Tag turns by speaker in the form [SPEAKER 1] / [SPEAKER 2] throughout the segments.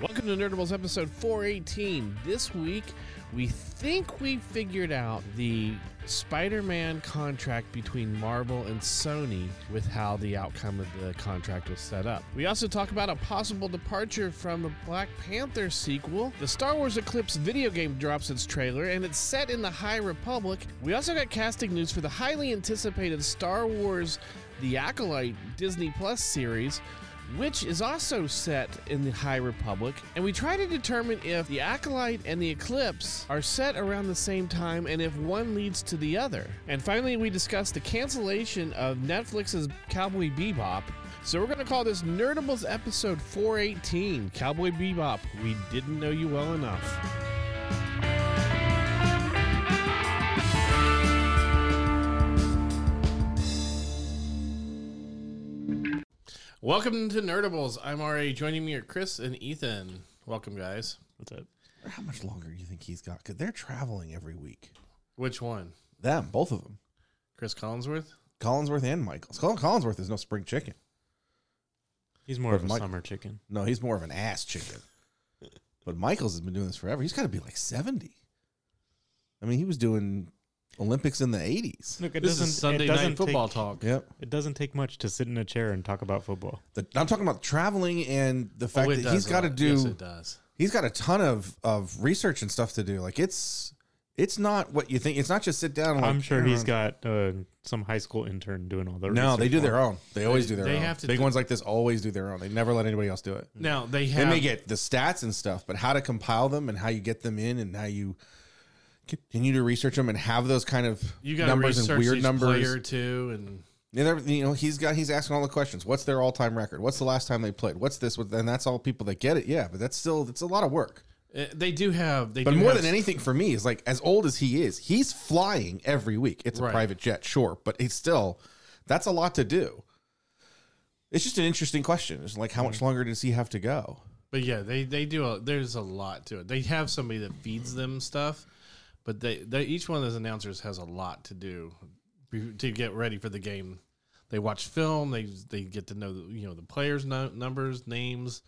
[SPEAKER 1] Welcome to Nerdables episode 418. This week, we think we figured out the Spider Man contract between Marvel and Sony with how the outcome of the contract was set up. We also talk about a possible departure from the Black Panther sequel. The Star Wars Eclipse video game drops its trailer and it's set in the High Republic. We also got casting news for the highly anticipated Star Wars The Acolyte Disney Plus series which is also set in the High Republic, and we try to determine if the Acolyte and the Eclipse are set around the same time and if one leads to the other. And finally, we discuss the cancellation of Netflix's Cowboy Bebop. So we're going to call this Nerdables episode 418 Cowboy Bebop. We didn't know you well enough. Welcome to Nerdables. I'm RA. Joining me are Chris and Ethan. Welcome, guys.
[SPEAKER 2] What's up?
[SPEAKER 3] How much longer do you think he's got? Because they're traveling every week.
[SPEAKER 1] Which one?
[SPEAKER 3] Them, both of them,
[SPEAKER 1] Chris Collinsworth?
[SPEAKER 3] Collinsworth and Michaels. Colin Collinsworth is no spring chicken.
[SPEAKER 2] He's more of a
[SPEAKER 3] Mike-
[SPEAKER 2] summer chicken.
[SPEAKER 3] No, he's more of an ass chicken. but Michaels has been doing this forever. He's got to be like seventy. I mean, he was doing Olympics in the eighties.
[SPEAKER 2] Look, it
[SPEAKER 4] This is Sunday night football talk.
[SPEAKER 3] Yep.
[SPEAKER 2] It doesn't take much to sit in a chair and talk about football.
[SPEAKER 3] The, I'm talking about traveling and the fact
[SPEAKER 1] Oh, it
[SPEAKER 3] that he's
[SPEAKER 1] does
[SPEAKER 3] got to
[SPEAKER 1] a lot. Yes,
[SPEAKER 3] do.
[SPEAKER 1] it does.
[SPEAKER 3] he's got a ton of of research and stuff to do. Like it's it's not what you think. It's not just sit down. And like,
[SPEAKER 2] I'm sure he's
[SPEAKER 3] "Uh,
[SPEAKER 2] got uh, some high school intern doing all the.
[SPEAKER 3] No, they
[SPEAKER 2] research
[SPEAKER 3] do
[SPEAKER 2] for
[SPEAKER 3] their
[SPEAKER 2] him.
[SPEAKER 3] own. They always do their
[SPEAKER 1] they
[SPEAKER 3] own.
[SPEAKER 1] have to
[SPEAKER 3] Big
[SPEAKER 1] do-
[SPEAKER 3] ones like this always do their own. They never let anybody else do it.
[SPEAKER 1] Now, they
[SPEAKER 3] They
[SPEAKER 1] have.
[SPEAKER 3] may get the stats and stuff, but how to compile them and how you get them in and how you continue to research them and have those kind of
[SPEAKER 1] you got
[SPEAKER 3] numbers and weird
[SPEAKER 1] player
[SPEAKER 3] numbers.
[SPEAKER 1] too, and
[SPEAKER 3] And everything, you know, he's got he's asking all the questions. What's their all time record? What's the last time they played? What's this? What- And that's all people that get it. Yeah, but that's still it's a lot of work.
[SPEAKER 1] uh, they do have. They
[SPEAKER 3] But
[SPEAKER 1] do
[SPEAKER 3] more
[SPEAKER 1] have-
[SPEAKER 3] than anything for me is like as old as he is, he's flying every week. It's
[SPEAKER 1] Right.
[SPEAKER 3] a private jet, sure, but it's still that's a lot to do. It's just an interesting question. It's like how much longer does he have to go?
[SPEAKER 1] But yeah, they they do. A, there's a lot to it. They have somebody that feeds them stuff, but they, they each one of those announcers has a lot to do be- to get ready for the game. They watch film. They they get to know the, you know the players' nu- numbers, names,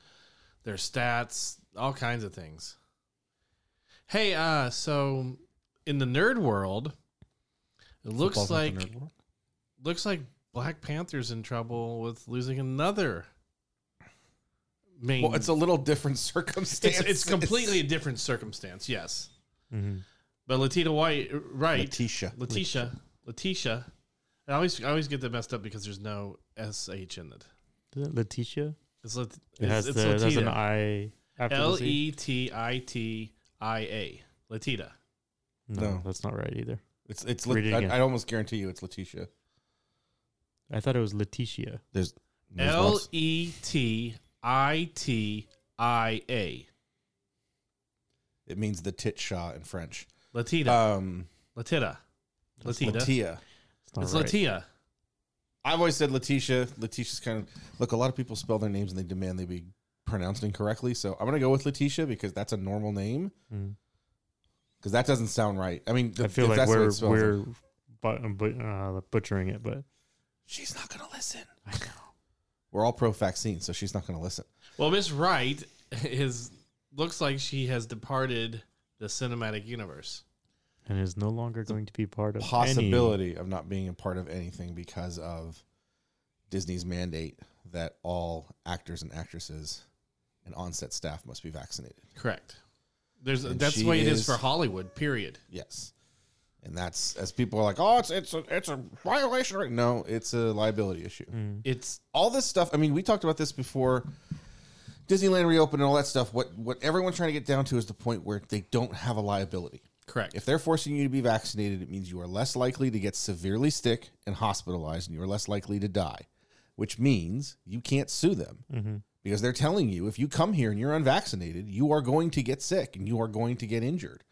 [SPEAKER 1] their stats, all kinds of things. Hey, uh, so in the nerd world, it looks
[SPEAKER 3] Football's not the
[SPEAKER 1] like
[SPEAKER 3] nerd world.
[SPEAKER 1] looks like Black Panther's in trouble with losing another. Main
[SPEAKER 3] Well, it's a little different
[SPEAKER 1] it's,
[SPEAKER 3] circumstance.
[SPEAKER 1] it's completely a different circumstance, yes.
[SPEAKER 2] Mhm.
[SPEAKER 1] But Latita White, right?
[SPEAKER 3] Letitia.
[SPEAKER 1] Letitia, Letitia. I always I always get that messed up because there's no S H in it.
[SPEAKER 2] Is it Letitia?
[SPEAKER 1] It's, Let,
[SPEAKER 2] It has
[SPEAKER 1] it's,
[SPEAKER 2] the, it has
[SPEAKER 1] it's
[SPEAKER 2] an
[SPEAKER 1] Latita.
[SPEAKER 2] I after the
[SPEAKER 1] L
[SPEAKER 2] Z.
[SPEAKER 1] E T I T I A. Latita.
[SPEAKER 2] No,
[SPEAKER 3] No.
[SPEAKER 2] that's not right either.
[SPEAKER 3] It's it's.
[SPEAKER 2] Read it
[SPEAKER 3] Let,
[SPEAKER 2] again.
[SPEAKER 3] I, I almost guarantee you it's Letitia.
[SPEAKER 2] I thought it was Letitia.
[SPEAKER 3] There's, there's
[SPEAKER 1] L
[SPEAKER 3] once-
[SPEAKER 1] E T I T I A.
[SPEAKER 3] It means the tit shot in French.
[SPEAKER 2] Uh,
[SPEAKER 1] Latita.
[SPEAKER 3] Um,
[SPEAKER 1] Latita. Latita.
[SPEAKER 3] Latia.
[SPEAKER 2] It's not
[SPEAKER 1] It's
[SPEAKER 2] right.
[SPEAKER 1] Latia.
[SPEAKER 3] I've always said Letitia. Letitia's kind of look. A lot of people spell their names and they demand they be pronounced incorrectly. So I'm gonna go with Letitia because that's a normal name.
[SPEAKER 2] Mm.
[SPEAKER 3] Because that doesn't sound right. I mean,
[SPEAKER 2] I
[SPEAKER 3] if
[SPEAKER 2] feel like
[SPEAKER 3] that's the way
[SPEAKER 2] we're
[SPEAKER 3] it's spelled,
[SPEAKER 2] we're but, but, uh, butchering it, but
[SPEAKER 3] she's not gonna listen. I know. We're all pro vaccine, so she's not gonna listen.
[SPEAKER 1] Well, Miss Wright is looks like she has departed the cinematic universe.
[SPEAKER 2] and is no longer going to be part of any-
[SPEAKER 3] possibility of not being a part of anything because of Disney's mandate that all actors and actresses and on-set staff must be vaccinated.
[SPEAKER 1] Correct. There's
[SPEAKER 3] And
[SPEAKER 1] that's the
[SPEAKER 3] she
[SPEAKER 1] way it is
[SPEAKER 3] is-
[SPEAKER 1] for Hollywood. Period.
[SPEAKER 3] Yes. And that's as people are like, "Oh, it's it's a it's a violation right no, it's a liability issue."
[SPEAKER 1] Mm. It's
[SPEAKER 3] All this stuff, I mean, we talked about this before Disneyland reopened and all that stuff. What what everyone's trying to get down to is the point where they don't have a liability.
[SPEAKER 1] correct.
[SPEAKER 3] If they're forcing you to be vaccinated, it means you are less likely to get severely sick and hospitalized, and you are less likely to die, which means you can't sue them because they're telling you if you come here and you're unvaccinated, you are going to get sick and you are going to get injured.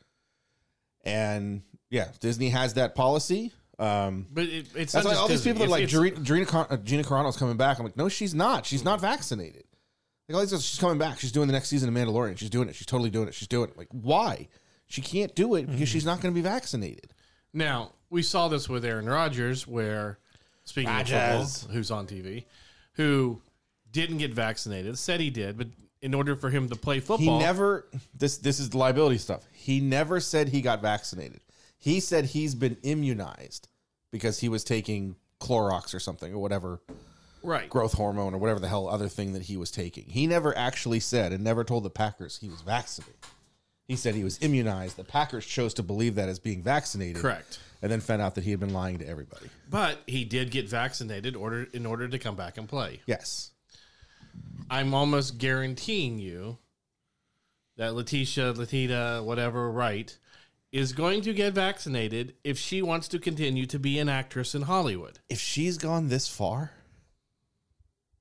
[SPEAKER 3] And yeah, Disney has that policy. Um,
[SPEAKER 1] but it, it's not
[SPEAKER 3] that's why
[SPEAKER 1] just
[SPEAKER 3] all these
[SPEAKER 1] Disney.
[SPEAKER 3] people that are like
[SPEAKER 1] It's- it's-
[SPEAKER 3] Gina, Gina, Car- uh, Gina Carano's coming back. I'm like, no, she's not. She's not vaccinated. Like all these, guys, she's coming back. She's doing the next season of Mandalorian. She's doing it. She's totally doing it. She's doing it. Like, why? She can't do it
[SPEAKER 1] Mm-hmm.
[SPEAKER 3] because she's not going to be vaccinated.
[SPEAKER 1] now we saw this with Aaron Rodgers, where speaking
[SPEAKER 3] Rodgers.
[SPEAKER 1] of football, who's on TV, who didn't get vaccinated, said he did, but in order for him to play football.
[SPEAKER 3] He never this this is the liability stuff. He never said he got vaccinated. He said he's been immunized because he was taking Clorox or something or whatever
[SPEAKER 1] right.
[SPEAKER 3] growth hormone or whatever the hell other thing that he was taking. He never actually said and never told the Packers he was vaccinated. He said he was immunized. The Packers chose to believe that as being vaccinated.
[SPEAKER 1] Correct.
[SPEAKER 3] And then found out that he had been lying to everybody.
[SPEAKER 1] But he did get vaccinated order in order to come back and play.
[SPEAKER 3] Yes.
[SPEAKER 1] I'm almost guaranteeing you that Letitia, Letita, whatever, right, is going to get vaccinated if she wants to continue to be an actress in Hollywood.
[SPEAKER 3] If she's gone this far,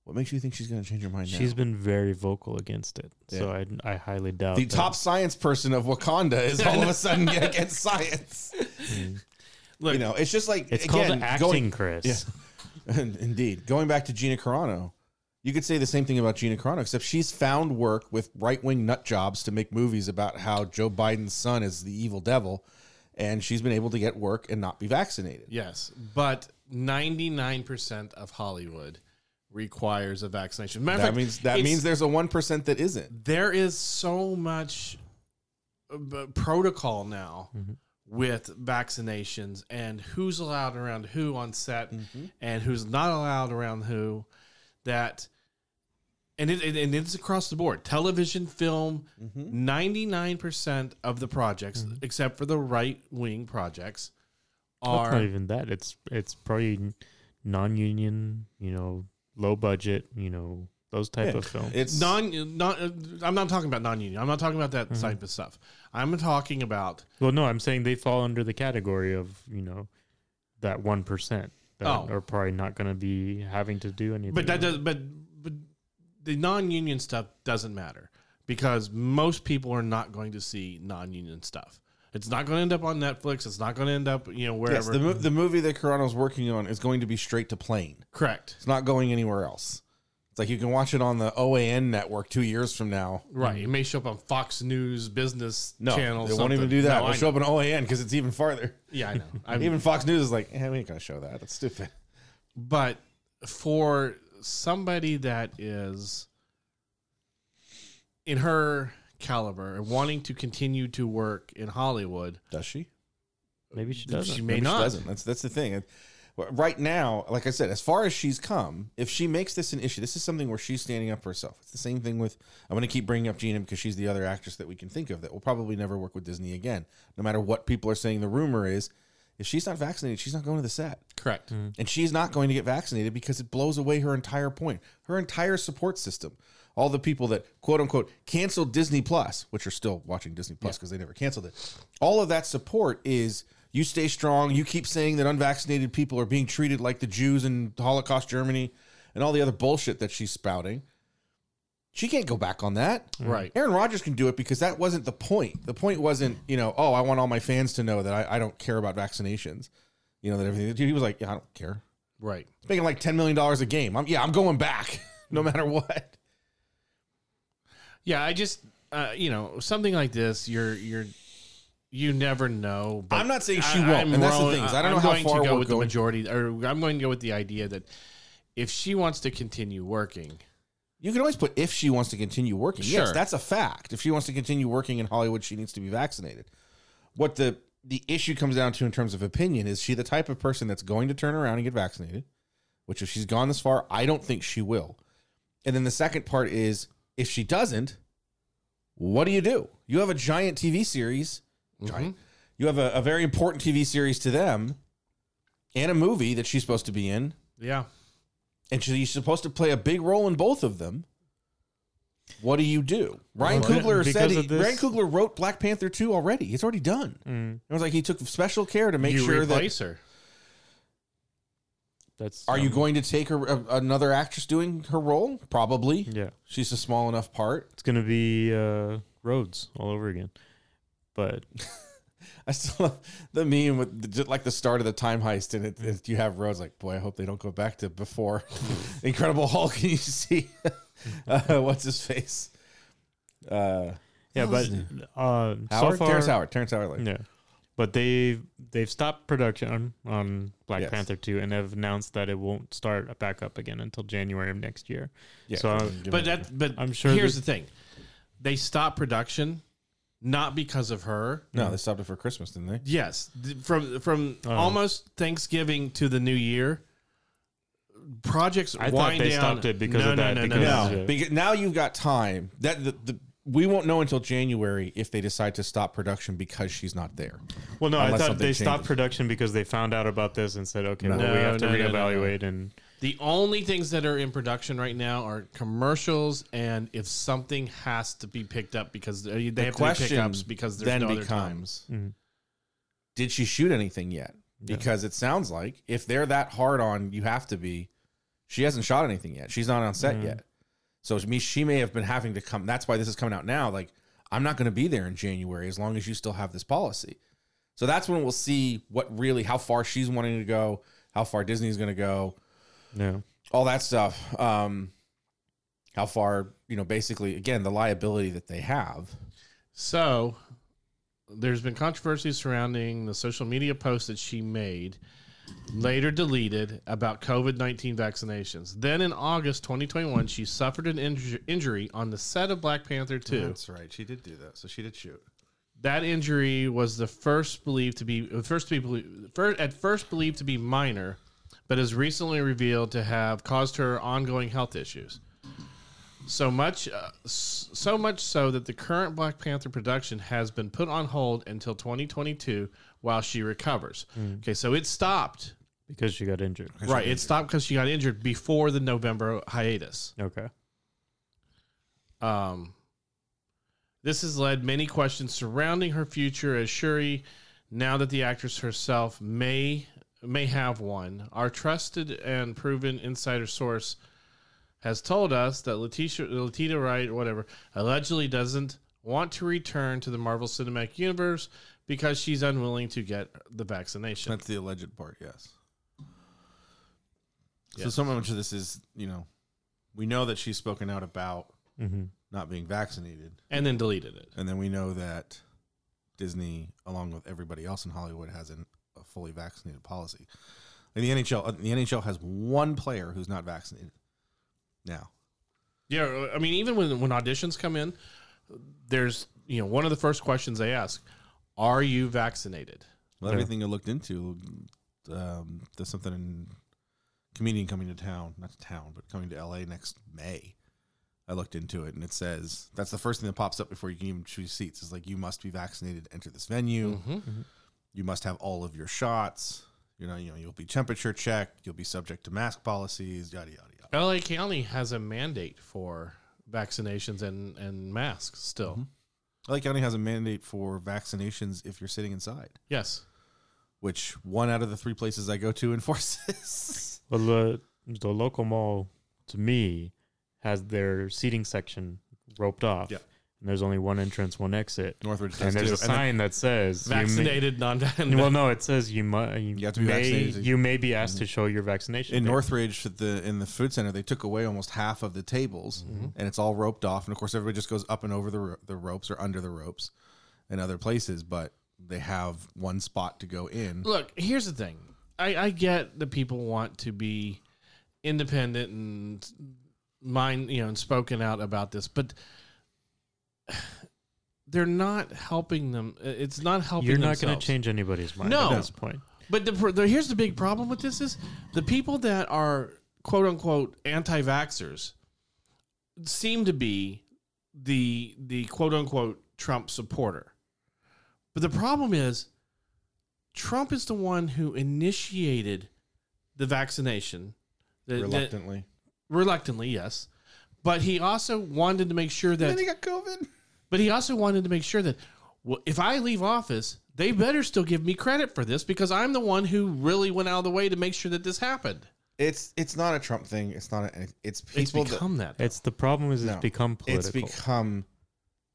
[SPEAKER 3] what makes you think she's going to change her mind
[SPEAKER 2] She's
[SPEAKER 3] now?
[SPEAKER 2] been very vocal against it, so I, I highly doubt
[SPEAKER 3] the
[SPEAKER 2] that-
[SPEAKER 3] top science person of Wakanda is all of a sudden against science.
[SPEAKER 1] Look,
[SPEAKER 3] You know, it's just like
[SPEAKER 2] It's
[SPEAKER 3] again,
[SPEAKER 2] called acting,
[SPEAKER 3] going-
[SPEAKER 2] Chris.
[SPEAKER 3] Yeah. Indeed. Going back to Gina Carano, you could say the same thing about Gina Carano, except she's found work with right wing nut jobs to make movies about how Joe Biden's son is the evil devil, and she's been able to get work and not be vaccinated.
[SPEAKER 1] Yes, but 99% of Hollywood requires a vaccination. Matter of
[SPEAKER 3] That
[SPEAKER 1] fact,
[SPEAKER 3] means that
[SPEAKER 1] it's-
[SPEAKER 3] means there's a one percent that isn't.
[SPEAKER 1] there is so much uh, b- protocol now
[SPEAKER 3] Mm-hmm.
[SPEAKER 1] with vaccinations and who's allowed around who on set and who's not allowed around who that and it and- and it's across the board television film 99% of the projects except for the right wing projects
[SPEAKER 2] Mm-hmm. That's not
[SPEAKER 1] are
[SPEAKER 2] even that. It's it's probably non-union, you know, low budget, you know, those type of films.
[SPEAKER 3] It's not
[SPEAKER 1] non non uh, I'm not talking about non-union. I'm not talking about
[SPEAKER 2] Mm-hmm.
[SPEAKER 1] that type of stuff. I'm talking about
[SPEAKER 2] well, no, I'm saying they fall under the category of you know that one percent that
[SPEAKER 1] Oh.
[SPEAKER 2] are probably not going to be having to do anything.
[SPEAKER 1] But that does but but the non-union stuff doesn't matter because most people are not going to see non-union stuff. It's not going to end up on Netflix. It's not going to end up you know
[SPEAKER 3] yes,
[SPEAKER 1] wherever.
[SPEAKER 3] the, mo- the movie that Carano's working on is going to be straight to plane.
[SPEAKER 1] Correct.
[SPEAKER 3] It's not going anywhere else. It's like you can watch it on the OAN network two years from now.
[SPEAKER 1] Right. It may show up on Fox News business
[SPEAKER 3] No,
[SPEAKER 1] channel.
[SPEAKER 3] they won't even do
[SPEAKER 1] No,
[SPEAKER 3] that. It'll
[SPEAKER 1] I
[SPEAKER 3] show
[SPEAKER 1] know.
[SPEAKER 3] up on OAN because it's even farther.
[SPEAKER 1] Yeah, I know. I'm,
[SPEAKER 3] Even Fox News is like, eh, we ain't gonna show that. That's stupid.
[SPEAKER 1] but for somebody that is in her caliber and wanting to continue to work in Hollywood,
[SPEAKER 3] Does she?
[SPEAKER 2] maybe she doesn't.
[SPEAKER 1] she may
[SPEAKER 3] Maybe
[SPEAKER 1] not.
[SPEAKER 3] She doesn't. That's that's the thing. It- Right now, like I said, as far as she's come, if she makes this an issue, this is something where she's standing up for herself. It's the same thing with I'm going to keep bringing up Gina because she's the other actress that we can think of that will probably never work with Disney again. No matter what people are saying, the rumor is if she's not vaccinated, she's not going to the set,
[SPEAKER 1] Correct.
[SPEAKER 3] and she's not going to get vaccinated because it blows away her entire point, her entire support system. All the people that quote unquote canceled Disney Plus, which are still watching Disney Plus because they never canceled it. All of that support is you stay strong. You keep saying that unvaccinated people are being treated like the Jews in Holocaust Germany and all the other bullshit that she's spouting. She can't go back on that.
[SPEAKER 1] Right.
[SPEAKER 3] Aaron Rodgers can do it because that wasn't the point. The point wasn't, you know, oh, I want all my fans to know that I, I don't care about vaccinations. You know, that everything. He was like, yeah, I don't care.
[SPEAKER 1] Right.
[SPEAKER 3] It's making like $10 million a game. I'm, yeah, I'm going back no matter what.
[SPEAKER 1] Yeah, I just uh, you know something like this. You're you're you never know. But
[SPEAKER 3] I'm not saying she
[SPEAKER 1] I-
[SPEAKER 3] won't,
[SPEAKER 1] I'm
[SPEAKER 3] and that's the
[SPEAKER 1] wrong-
[SPEAKER 3] thing, is I don't
[SPEAKER 1] I'm
[SPEAKER 3] know how
[SPEAKER 1] going
[SPEAKER 3] far
[SPEAKER 1] to go
[SPEAKER 3] we're
[SPEAKER 1] with the
[SPEAKER 3] going.
[SPEAKER 1] majority, or I'm going to go with the idea that if she wants to continue working,
[SPEAKER 3] You can always put if she wants to continue working. Yes,
[SPEAKER 1] Sure.
[SPEAKER 3] that's a fact. If she wants to continue working in Hollywood, she needs to be vaccinated. What the the issue comes down to in terms of opinion is she the type of person that's going to turn around and get vaccinated, which if she's gone this far, I don't think she will. And then the second part is if she doesn't, what do you do? You have a giant TV series. Giant.
[SPEAKER 1] mm-hmm,
[SPEAKER 3] You have a, a very important TV series to them and a movie that she's supposed to be in.
[SPEAKER 1] yeah,
[SPEAKER 3] And she's supposed to play a big role in both of them. What do you do? Ryan
[SPEAKER 2] Well,
[SPEAKER 3] Coogler
[SPEAKER 2] because
[SPEAKER 3] said he,
[SPEAKER 2] of this-
[SPEAKER 3] Ryan Coogler wrote Black Panther 2 already. It's already done.
[SPEAKER 2] Mm,
[SPEAKER 3] It was like he took special care to make
[SPEAKER 1] you
[SPEAKER 3] sure that
[SPEAKER 1] replace her.
[SPEAKER 2] that's
[SPEAKER 3] are you
[SPEAKER 2] um,
[SPEAKER 3] going to take her, a, another actress doing her role? Probably.
[SPEAKER 2] Yeah,
[SPEAKER 3] She's a small enough part.
[SPEAKER 2] it's going to be uh, Rhodes all over again. But
[SPEAKER 3] I still love the meme with the, just like the start of the time heist, and it, it- you have Rhodes like, boy, I hope they don't go back to before Incredible Hulk. And you see, uh, what's his face? Uh,
[SPEAKER 2] yeah, but uh, so
[SPEAKER 3] Howard,
[SPEAKER 2] far,
[SPEAKER 3] Terrence Howard, Terrence Howard. Like,
[SPEAKER 2] Yeah. But they've they've stopped production on, on Black
[SPEAKER 3] Yes.
[SPEAKER 2] Panther two and have announced that it won't start back up again until January of next year.
[SPEAKER 3] Yeah,
[SPEAKER 2] So uh, I,
[SPEAKER 1] But that, but
[SPEAKER 2] I'm sure
[SPEAKER 1] Here's the
[SPEAKER 2] that-
[SPEAKER 1] thing: they stopped production not because of her.
[SPEAKER 3] no, they stopped it for Christmas, didn't they?
[SPEAKER 1] Yes, th- from from
[SPEAKER 2] Oh.
[SPEAKER 1] almost Thanksgiving to the New Year, projects
[SPEAKER 2] I thought
[SPEAKER 1] wind
[SPEAKER 2] they
[SPEAKER 1] down.
[SPEAKER 2] stopped it because
[SPEAKER 1] no,
[SPEAKER 2] of
[SPEAKER 1] no,
[SPEAKER 2] that,
[SPEAKER 1] No, no,
[SPEAKER 2] because-
[SPEAKER 1] no,
[SPEAKER 3] No,
[SPEAKER 2] Yeah.
[SPEAKER 3] because now you've got time. That the, the we won't know until January if they decide to stop production because she's not there.
[SPEAKER 2] well, no, I
[SPEAKER 3] Unless
[SPEAKER 2] thought
[SPEAKER 3] something
[SPEAKER 2] they stopped
[SPEAKER 3] changes.
[SPEAKER 2] production because they found out about this and said, okay, well, we
[SPEAKER 1] No,
[SPEAKER 2] have to
[SPEAKER 1] no, no, no, no.
[SPEAKER 2] reevaluate and
[SPEAKER 1] The only things that are in production right now are commercials, and if something has to be picked up because they they
[SPEAKER 3] The
[SPEAKER 1] have to be
[SPEAKER 3] question
[SPEAKER 1] pickups because there's
[SPEAKER 3] then
[SPEAKER 1] no other time.
[SPEAKER 3] becomes: Did she shoot anything yet? Because it sounds like if they're that hard on, you have to be. She hasn't shot anything yet. She's not on set yet. So to me, she may have been having to come. That's why this is coming out now. Like I'm not going to be there in January as long as you still have this policy. So that's when we'll see what really how far she's wanting to go, how far Disney's going to go.
[SPEAKER 2] no.
[SPEAKER 3] all that stuff. Um, how far, you know, basically, again, the liability that they have.
[SPEAKER 1] So there's been controversy surrounding the social media post that she made, later deleted, about COVID 19 vaccinations. Then in August 2021, she suffered an inju- injury on the set of Black Panther 2.
[SPEAKER 5] That's right. She did do that. So she did shoot.
[SPEAKER 1] That injury was the first believed to be first to be first, at first believed to be minor, but is recently revealed to have caused her ongoing health issues. So much, uh, s- so much so that the current Black Panther production has been put on hold until 2022 while she recovers. Okay, so it stopped.
[SPEAKER 2] Mm. Because she got injured.
[SPEAKER 1] Right, it stopped because she got injured before the November hiatus.
[SPEAKER 2] Okay.
[SPEAKER 1] Um, this has led many questions surrounding her future as Shuri. Now that the actress herself may may have one, our trusted and proven insider source has told us that Letitia Letitia Wright, whatever, allegedly doesn't want to return to the Marvel Cinematic Universe because she's unwilling to get the vaccination.
[SPEAKER 5] That's the alleged part, yes. So so much of this is, you know, we know that she's spoken out about
[SPEAKER 2] Mhm.
[SPEAKER 5] not being vaccinated,
[SPEAKER 1] and then deleted it.
[SPEAKER 5] and then we know that Disney, along with everybody else in Hollywood, has an, a fully vaccinated policy. And the NHL, uh, the NHL has one player who's not vaccinated now.
[SPEAKER 1] Yeah, I mean, even when when auditions come in, there's you know one of the first questions they ask, "Are you vaccinated?"
[SPEAKER 5] Well,
[SPEAKER 2] Yeah.
[SPEAKER 5] everything I looked into, um, there's something in comedian coming to town, not to town, but coming to LA next May. I looked into it and it says that's the first thing that pops up before you can even choose seats. It's like you must be vaccinated to enter this venue.
[SPEAKER 2] Mm-hmm.
[SPEAKER 5] You must have all of your shots. You know, you know, you'll be temperature checked. You'll be subject to mask policies. Yada yada yada.
[SPEAKER 1] LA County has a mandate for vaccinations and and masks still.
[SPEAKER 2] Mm-hmm.
[SPEAKER 5] LA County has a mandate for vaccinations if you're sitting inside,
[SPEAKER 1] Yes,
[SPEAKER 5] which one out of the three places I go to enforces.
[SPEAKER 2] Well, the, the local mall, to me, has their seating section roped off.
[SPEAKER 5] Yeah.
[SPEAKER 2] And there's only one entrance, one exit.
[SPEAKER 5] Northridge does
[SPEAKER 2] and there's
[SPEAKER 5] too.
[SPEAKER 2] a
[SPEAKER 5] And then-
[SPEAKER 2] sign that says you may-
[SPEAKER 1] vaccinated, non
[SPEAKER 2] well, no, it says you might. You,
[SPEAKER 5] have to be
[SPEAKER 2] may,
[SPEAKER 5] vaccinated.
[SPEAKER 2] You may be asked to show your vaccination.
[SPEAKER 5] in
[SPEAKER 2] card.
[SPEAKER 5] Northridge at the in the food center they took away almost half of the tables
[SPEAKER 3] Mm-hmm.
[SPEAKER 5] and it's all roped off and of course everybody just goes up and over the ro- the ropes or under the ropes in other places but they have one spot to go in
[SPEAKER 1] Look, here's the thing. I, I get that people want to be independent and mind, you know, and spoken out about this, but they're not helping them. It's not helping.
[SPEAKER 2] You're not going to
[SPEAKER 1] themselves.
[SPEAKER 2] change anybody's mind
[SPEAKER 1] No.
[SPEAKER 2] at this point.
[SPEAKER 1] But the, pro- the here's the big problem with this is the people that are quote unquote anti-vaxxers seem to be the the quote unquote Trump supporter. But the problem is Trump is the one who initiated the vaccination. The- the-
[SPEAKER 3] Reluctantly.
[SPEAKER 1] reluctantly, yes. But he also wanted to make sure that
[SPEAKER 5] got covid
[SPEAKER 1] but he also wanted to make sure that well, if I leave office, they better still give me credit for this because I'm the one who really went out of the way to make sure that this happened.
[SPEAKER 3] It's it's not a Trump thing. It's not a, it's
[SPEAKER 1] It's
[SPEAKER 3] people that-
[SPEAKER 1] become that.
[SPEAKER 2] It's the problem is it's
[SPEAKER 3] No.
[SPEAKER 2] become
[SPEAKER 3] it's
[SPEAKER 2] political.
[SPEAKER 3] become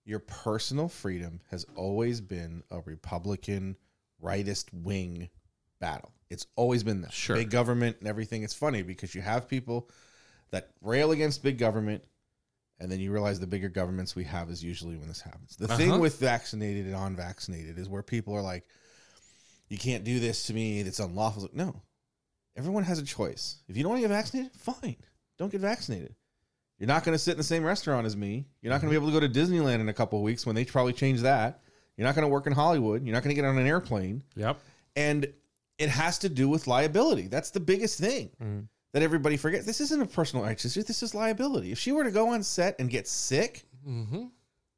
[SPEAKER 3] your personal freedom has always been a Republican rightist wing battle. It's always been that.
[SPEAKER 1] Sure.
[SPEAKER 3] Big government and everything. It's funny because you have people that rail against big government and then you realize the bigger governments we have is usually when this happens. The
[SPEAKER 1] Uh-huh.
[SPEAKER 3] thing with vaccinated and unvaccinated is where people are like, you can't do this to me. That's unlawful. It's like, No, everyone has a choice. If you don't want to get vaccinated, fine. Don't get vaccinated. You're not going to sit in the same restaurant as me. You're not going to be able to go to Disneyland in a couple of weeks when they probably change that. You're not going to work in Hollywood. You're not going to get on an airplane.
[SPEAKER 1] Yep.
[SPEAKER 3] And it has to do with liability. That's the biggest thing
[SPEAKER 1] Mm-hmm.
[SPEAKER 2] Mhm.
[SPEAKER 3] that everybody forgets. This isn't a personal rights issue. This is liability. If she were to go on set and get sick,
[SPEAKER 1] Mm-hmm.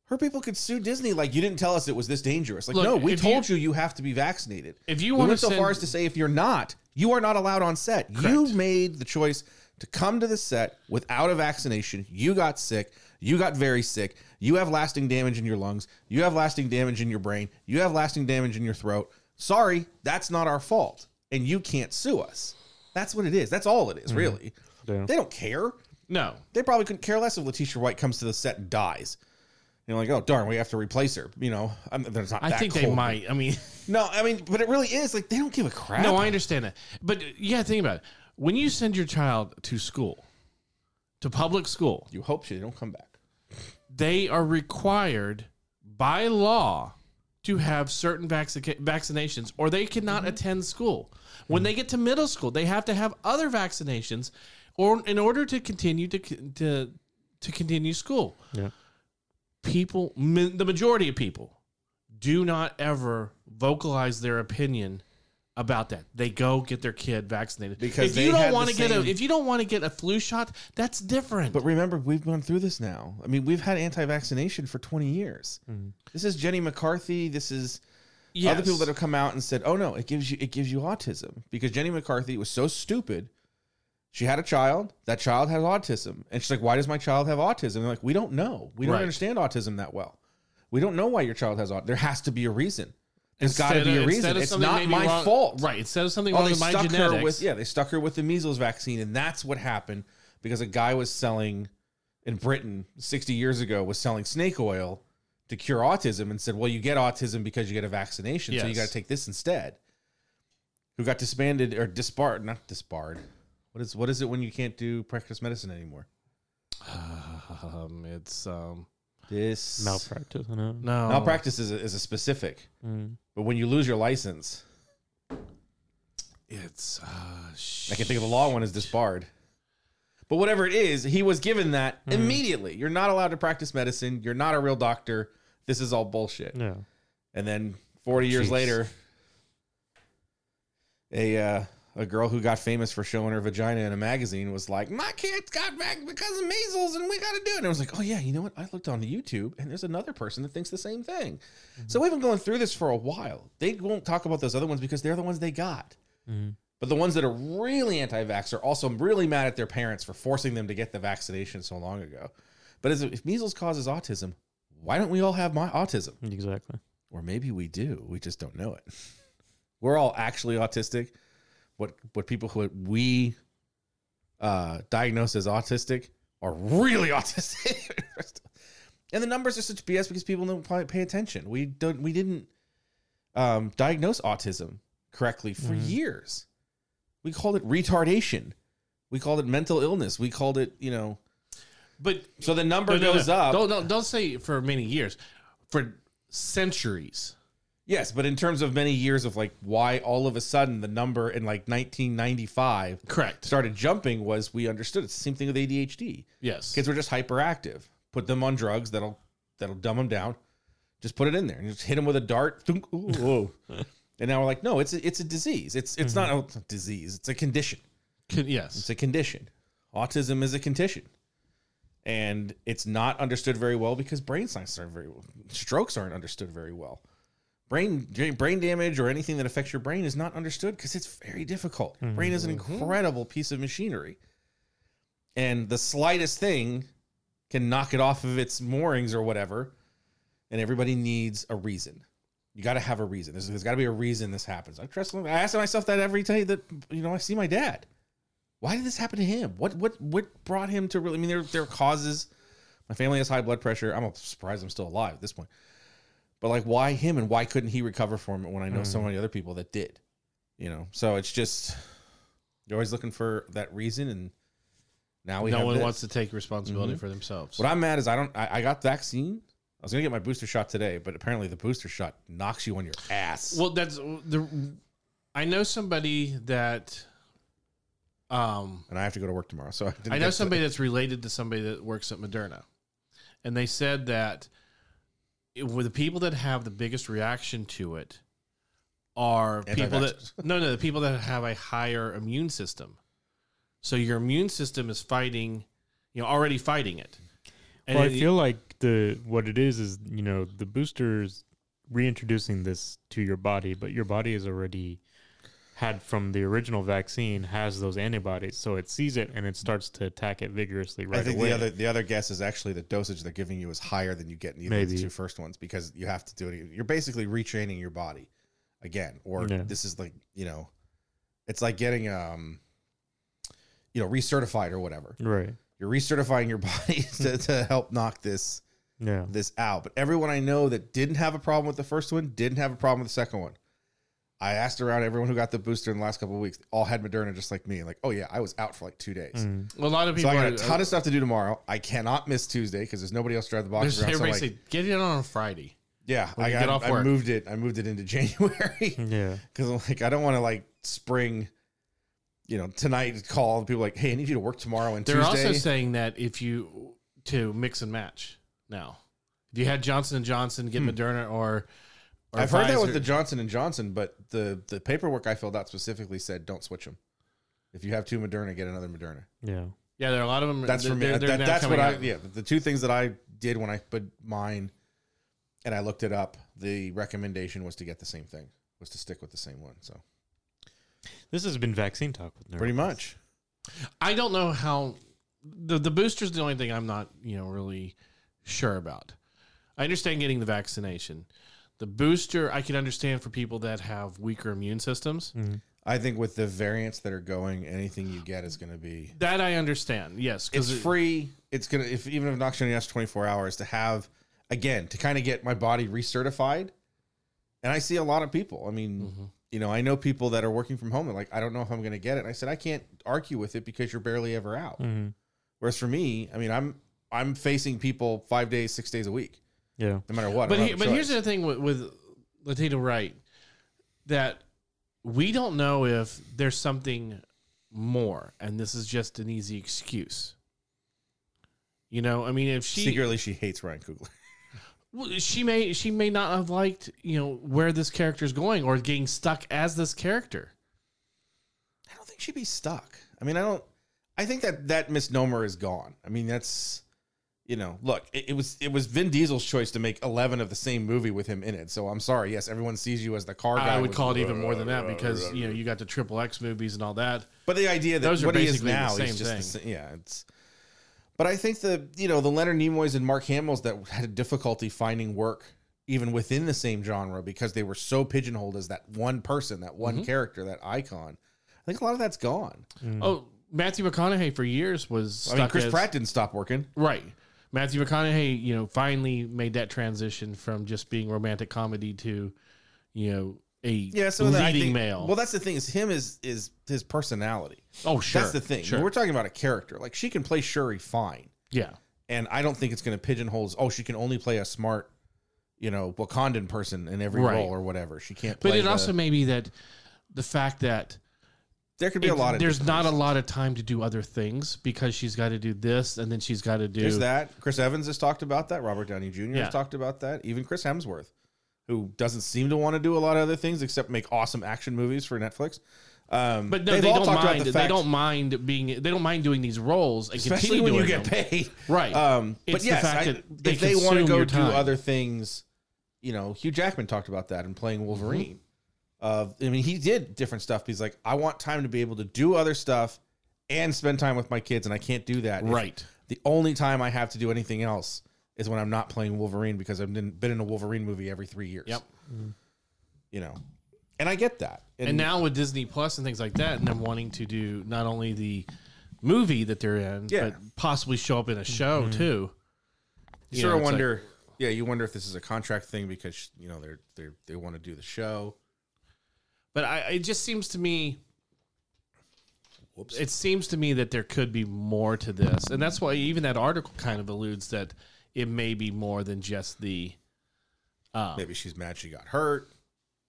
[SPEAKER 3] her people could sue Disney. Like you didn't tell us it was this dangerous. Like
[SPEAKER 1] Look,
[SPEAKER 3] no, we
[SPEAKER 1] if
[SPEAKER 3] told you, you have to be vaccinated.
[SPEAKER 1] If you
[SPEAKER 3] we
[SPEAKER 1] want to
[SPEAKER 3] went so
[SPEAKER 1] send,
[SPEAKER 3] far as to say if you're not, you are not allowed on set. You
[SPEAKER 1] Correct.
[SPEAKER 3] made the choice to come to the set without a vaccination. You got sick. You got very sick. You have lasting damage in your lungs. You have lasting damage in your brain. You have lasting damage in your throat. Sorry, that's not our fault, and you can't sue us. That's what it is. That's all it
[SPEAKER 1] Mm-hmm.
[SPEAKER 3] is, really.
[SPEAKER 2] Yeah.
[SPEAKER 3] They don't care
[SPEAKER 1] no,
[SPEAKER 3] they probably couldn't care less if Letitia White comes to the set and dies. You know, like, oh darn, we have to replace her. You know, I'm, there's not.
[SPEAKER 1] I
[SPEAKER 3] that
[SPEAKER 1] think they
[SPEAKER 3] cold.
[SPEAKER 1] might. I mean,
[SPEAKER 3] No, I mean, but it really is like they don't give a crap.
[SPEAKER 1] no, I understand that, but yeah, think about it. When you send your child to school, to public school,
[SPEAKER 3] you hope she don't come back.
[SPEAKER 1] they are required by law to have certain vacci- vaccinations or they cannot
[SPEAKER 3] Mm-hmm.
[SPEAKER 1] attend school. When they get to middle school, they have to have other vaccinations or in order to continue to c- to to continue school.
[SPEAKER 2] Yeah.
[SPEAKER 1] People ma- the majority of people do not ever vocalize their opinion about that. They go get their kid vaccinated.
[SPEAKER 3] Because
[SPEAKER 1] if
[SPEAKER 3] they
[SPEAKER 1] you
[SPEAKER 3] had
[SPEAKER 1] don't
[SPEAKER 3] the
[SPEAKER 1] want to get a
[SPEAKER 3] same-
[SPEAKER 1] if you don't want to get a flu shot, that's different.
[SPEAKER 3] But remember, we've gone through this now. I mean, we've had anti-vaccination for 20 years. This is Jenny McCarthy. This is
[SPEAKER 1] Mm-hmm. Yes.
[SPEAKER 3] other people that have come out and said, "Oh no, it gives you it gives you autism." Because Jenny McCarthy was so stupid. She had a child. That child has autism, and she's like, "Why does my child have autism?" And they're like, "We don't know. We don't
[SPEAKER 1] Right.
[SPEAKER 3] understand autism that well. We don't know why your child has autism. There has to be a reason. There's got to
[SPEAKER 1] Instead
[SPEAKER 3] be
[SPEAKER 1] of-
[SPEAKER 3] a
[SPEAKER 1] instead
[SPEAKER 3] reason.
[SPEAKER 1] of
[SPEAKER 3] It's
[SPEAKER 1] something
[SPEAKER 3] not
[SPEAKER 1] maybe
[SPEAKER 3] my
[SPEAKER 1] wrong-
[SPEAKER 3] fault,
[SPEAKER 1] Right. Instead of something
[SPEAKER 3] Oh,
[SPEAKER 1] wrong
[SPEAKER 3] they
[SPEAKER 1] with my
[SPEAKER 3] stuck
[SPEAKER 1] genetics.
[SPEAKER 3] her with yeah, they stuck her with the measles vaccine, and that's what happened because a guy was selling in Britain 60 years ago was selling snake oil to cure autism and said, "Well, you get autism because you get a vaccination, so you
[SPEAKER 1] Yes.
[SPEAKER 3] got to take this instead." Who got disbanded or disbarred? Not disbarred. What is what is it when you can't do practice medicine anymore?
[SPEAKER 1] Um, it's um
[SPEAKER 3] This
[SPEAKER 2] Malpractice. I know.
[SPEAKER 1] no
[SPEAKER 3] malpractice is a, is a specific,
[SPEAKER 2] Mm.
[SPEAKER 3] but when you lose your license,
[SPEAKER 1] It's uh, sh-
[SPEAKER 3] I can think of the law one as disbarred. But whatever it is, he was given that immediately. You're not allowed to practice medicine. You're not a real doctor. This is all bullshit.
[SPEAKER 2] Yeah.
[SPEAKER 3] And then 40 years
[SPEAKER 2] Jeez.
[SPEAKER 3] later, a uh, a girl who got famous for showing her vagina in a magazine was like, "My kids got back because of measles, and we got to do it." And I was like, "Oh yeah, you know what? I looked on YouTube, and there's another person that thinks the same thing." So we've been going through this for a while. They won't talk about those other ones because they're the ones they got.
[SPEAKER 2] Mhm.
[SPEAKER 3] But the ones that are really anti-vax are also really mad at their parents for forcing them to get the vaccination so long ago. But as, if measles causes autism, why don't we all have my autism?
[SPEAKER 2] Exactly.
[SPEAKER 3] or maybe we do we just don't know it we're all actually autistic what what people who we uh diagnose as autistic are really autistic and the numbers are such bs because people don't pay- pay attention we don't we didn't um diagnose autism correctly for
[SPEAKER 1] Mm-hmm.
[SPEAKER 2] Mhm.
[SPEAKER 3] years we called it retardation we called it mental illness we called it you know
[SPEAKER 1] But
[SPEAKER 3] so the number
[SPEAKER 1] but no,
[SPEAKER 3] goes
[SPEAKER 1] no,
[SPEAKER 3] up
[SPEAKER 1] Don't, don't don't say for many years, for centuries.
[SPEAKER 3] Yes, but in terms of many years of like why all of a sudden the number in like 1995
[SPEAKER 1] Correct.
[SPEAKER 3] started jumping was we understood it's the same thing with ADHD.
[SPEAKER 1] Yes.
[SPEAKER 3] Kids were just hyperactive. Put them on drugs that'll that'll dumb them down. Just put it in there and just hit them with a dart. Thunk, ooh, whoa. and now we're like, no, it's a, it's a disease. It's it's not a disease. It's a condition.
[SPEAKER 1] Can- yes.
[SPEAKER 3] It's a condition. Autism is a condition. And it's not understood very well because brain science aren't very well. Strokes aren't understood very well. Brain brain damage or anything that affects your brain is not understood because it's very difficult. Your brain is an incredible piece of machinery. And the slightest thing can knock it off of its moorings or whatever. And everybody needs a reason. You got to have a reason. There's, there's got to be a reason this happens. I trust. I ask myself that every day that you know I see my dad. Why did this happen to him? What what what brought him to really? I mean, there there are causes. My family has high blood pressure. I'm surprised I'm still alive at this point. But like, why him and why couldn't he recover from it when I know
[SPEAKER 1] Mm.
[SPEAKER 3] so many other people that did? You know, so it's just you're always looking for that reason, and now we
[SPEAKER 1] no
[SPEAKER 3] have
[SPEAKER 1] one
[SPEAKER 3] this. Mm-hmm.
[SPEAKER 1] wants to take responsibility for themselves.
[SPEAKER 3] What I'm mad is I don't. I, I got vaccine. I was gonna get my booster shot today, but apparently the booster shot knocks you on your ass.
[SPEAKER 1] Well, that's the. I know somebody that. Um,
[SPEAKER 3] and I have to go to work tomorrow, so I, didn't
[SPEAKER 1] I
[SPEAKER 3] get
[SPEAKER 1] know
[SPEAKER 3] to-
[SPEAKER 1] somebody that's related to somebody that works at Moderna, and they said that it- with the people that have the biggest reaction to it are people that no no the people that have a higher immune system. So your immune system is fighting, you know, already fighting it. And
[SPEAKER 2] well, I
[SPEAKER 1] it-
[SPEAKER 2] feel like the what it is is you know the booster is reintroducing this to your body, but your body has already had from the original vaccine has those antibodies, so it sees it and it starts to attack it vigorously right
[SPEAKER 3] I think
[SPEAKER 2] away.
[SPEAKER 3] the other the other guess is actually the dosage they're giving you is higher than you get in either of the
[SPEAKER 2] Maybe.
[SPEAKER 3] two first ones because you have to do it. You're basically retraining your body again, or
[SPEAKER 2] Yeah.
[SPEAKER 3] this is like you know, it's like getting um, you know, recertified or whatever.
[SPEAKER 2] right?
[SPEAKER 3] You're recertifying your body to, to help knock this
[SPEAKER 2] Yeah,
[SPEAKER 3] this out. But everyone I know that didn't have a problem with the first one didn't have a problem with the second one. I asked around everyone who got the booster in the last couple of weeks, all had Moderna just like me. Like, oh yeah, I was out for like two days.
[SPEAKER 2] Mm.
[SPEAKER 1] a lot of
[SPEAKER 3] So
[SPEAKER 1] people.
[SPEAKER 3] I got
[SPEAKER 1] are- uh,
[SPEAKER 3] a ton of stuff to do tomorrow. I cannot miss Tuesday because there's nobody else to drive the box
[SPEAKER 1] there's-
[SPEAKER 3] around. So
[SPEAKER 1] everybody
[SPEAKER 3] like,
[SPEAKER 1] say get it on Friday.
[SPEAKER 3] yeah,
[SPEAKER 1] when
[SPEAKER 3] I,
[SPEAKER 1] you
[SPEAKER 3] got,
[SPEAKER 1] get off
[SPEAKER 3] I
[SPEAKER 1] work.
[SPEAKER 3] moved it. I moved it into January
[SPEAKER 2] yeah.
[SPEAKER 3] because I'm like, I don't want to like spring. You know, tonight call people like, hey, I need you to work tomorrow and
[SPEAKER 1] They're
[SPEAKER 3] Tuesday.
[SPEAKER 1] also saying that if you to mix and match now, if you had Johnson and Johnson, get Moderna or, or
[SPEAKER 3] Hmm. I've heard that with
[SPEAKER 1] Pfizer.
[SPEAKER 3] the Johnson and Johnson, but the the paperwork I filled out specifically said don't switch them. If you have two Moderna, get another Moderna.
[SPEAKER 2] Yeah.
[SPEAKER 1] yeah, there are a lot of them.
[SPEAKER 3] That's for me.
[SPEAKER 1] they're- they're
[SPEAKER 3] That-
[SPEAKER 1] now
[SPEAKER 3] that's what
[SPEAKER 1] coming
[SPEAKER 3] I
[SPEAKER 1] out.
[SPEAKER 3] yeah. The two things that I did when I put mine and I looked it up, the recommendation was to get the same thing, was to stick with the same one. So
[SPEAKER 2] This has been vaccine talk with Nerd.
[SPEAKER 3] pretty much.
[SPEAKER 1] I don't know how the the booster's the only thing I'm not you know really sure about. I understand getting the vaccination. The booster I can understand for people that have weaker immune systems.
[SPEAKER 3] I think with the variants that are going, anything you get is going to be
[SPEAKER 1] That I understand. Yes,
[SPEAKER 3] it's
[SPEAKER 1] it-
[SPEAKER 3] free. It's gonna if even if it knocks you on the ass twenty four hours to have again to kind of get my body recertified. And I see a lot of people. I mean,
[SPEAKER 1] Mm-hmm.
[SPEAKER 3] you know, I know people that are working from home. They're like, I don't know if I'm gonna get it. And I said, I can't argue with it because you're barely ever out.
[SPEAKER 2] hmm
[SPEAKER 3] Whereas for me, I mean, I'm I'm facing people five days, six days a week,
[SPEAKER 2] Yeah.
[SPEAKER 3] no matter what. I
[SPEAKER 1] But
[SPEAKER 3] don't
[SPEAKER 1] he,
[SPEAKER 3] have a
[SPEAKER 1] but here's
[SPEAKER 3] choice.
[SPEAKER 1] the thing with, with Latino right that we don't know if there's something more, and this is just an easy excuse. You know, I mean, if she
[SPEAKER 3] secretly she hates Ryan Coogler.
[SPEAKER 1] well, she may she may not have liked you know where this character is going or getting stuck as this character.
[SPEAKER 3] I don't think she'd be stuck. I mean, I don't. I think that that misnomer is gone. I mean, that's you know, look, it, it was it was Vin Diesel's choice to make eleven of the same movie with him in it. So I'm sorry. Yes, everyone sees you as the car guy.
[SPEAKER 1] I would
[SPEAKER 3] with-
[SPEAKER 1] call it even more than
[SPEAKER 3] uh,
[SPEAKER 1] that because you know you got the triple X movies and all that.
[SPEAKER 3] But the idea that
[SPEAKER 1] Those are
[SPEAKER 3] what he is
[SPEAKER 1] basically the
[SPEAKER 3] now
[SPEAKER 1] same
[SPEAKER 3] is just the
[SPEAKER 1] thing.
[SPEAKER 3] same. Yeah, it's. But I think the you know the Leonard Nimoy's and Mark Hamill's that had difficulty finding work even within the same genre because they were so pigeonholed as that one person, that one
[SPEAKER 1] Mm-hmm.
[SPEAKER 3] character, that icon. I think a lot of that's gone.
[SPEAKER 1] Oh, Matthew McConaughey for years was stuck
[SPEAKER 3] I mean, Chris
[SPEAKER 1] as-
[SPEAKER 3] Pratt didn't stop working.
[SPEAKER 1] Right. Matthew McConaughey, you know, finally made that transition from just being romantic comedy to, you know, a
[SPEAKER 3] yeah, so
[SPEAKER 1] leading
[SPEAKER 3] that I think,
[SPEAKER 1] male.
[SPEAKER 3] Well, that's the thing is him is is his personality.
[SPEAKER 1] oh, sure.
[SPEAKER 3] that's the thing.
[SPEAKER 1] Sure.
[SPEAKER 3] We're talking about a character. Like she can play Shuri fine,
[SPEAKER 1] yeah.
[SPEAKER 3] and I don't think it's going to pigeonhole. as, Oh, she can only play a smart, you know, Wakandan person in every
[SPEAKER 1] Right.
[SPEAKER 3] role or whatever. She can't.
[SPEAKER 1] But
[SPEAKER 3] play
[SPEAKER 1] it
[SPEAKER 3] the-
[SPEAKER 1] also may be that the fact that
[SPEAKER 3] there could be a
[SPEAKER 1] it-
[SPEAKER 3] lot of
[SPEAKER 1] there's
[SPEAKER 3] different
[SPEAKER 1] not a
[SPEAKER 3] reasons.
[SPEAKER 1] lot of time to do other things because she's got to do this and then she's got to do
[SPEAKER 3] There's that. Chris Evans has talked about that. Robert Downey Jr.
[SPEAKER 1] Yeah.
[SPEAKER 3] has talked about that. Even Chris Hemsworth, who doesn't seem to want to do a lot of other things except make awesome action movies for Netflix. Um,
[SPEAKER 1] But no,
[SPEAKER 3] they've
[SPEAKER 1] they
[SPEAKER 3] all
[SPEAKER 1] don't
[SPEAKER 3] talked about
[SPEAKER 1] mind.
[SPEAKER 3] the
[SPEAKER 1] they
[SPEAKER 3] fact-
[SPEAKER 1] don't mind being. They don't mind doing these roles and
[SPEAKER 3] especially
[SPEAKER 1] continue
[SPEAKER 3] when you
[SPEAKER 1] doing
[SPEAKER 3] get
[SPEAKER 1] them.
[SPEAKER 3] paid.
[SPEAKER 1] Right.
[SPEAKER 3] Um, but
[SPEAKER 1] It's the
[SPEAKER 3] yes,
[SPEAKER 1] fact
[SPEAKER 3] I-
[SPEAKER 1] that they
[SPEAKER 3] if they want to
[SPEAKER 1] consume
[SPEAKER 3] go
[SPEAKER 1] your
[SPEAKER 3] do
[SPEAKER 1] time.
[SPEAKER 3] other things, you know, Hugh Jackman talked about that in
[SPEAKER 1] Mm-hmm.
[SPEAKER 3] playing Wolverine. Of, I mean, he did different stuff. He's like, I want time to be able to do other stuff and spend time with my kids, and I can't do that. If
[SPEAKER 1] Right.
[SPEAKER 3] the only time I have to do anything else is when I'm not playing Wolverine because I've been, been in a Wolverine movie every three years.
[SPEAKER 1] Yep.
[SPEAKER 3] You know, and I get that.
[SPEAKER 1] and now with Disney Plus and things like that, and them wanting to do not only the movie that they're in,
[SPEAKER 3] Yeah.
[SPEAKER 1] but possibly show up in a show too.
[SPEAKER 3] You
[SPEAKER 1] You know,
[SPEAKER 3] sort of
[SPEAKER 1] it's like-
[SPEAKER 3] wonder. yeah, you wonder if this is a contract thing because you know they're they are they want to do the show.
[SPEAKER 1] but I, it just seems to me.
[SPEAKER 3] Whoops.
[SPEAKER 1] It seems to me that there could be more to this, and that's why even that article kind of alludes that it may be more than just the. Um,
[SPEAKER 3] Maybe she's mad she got hurt.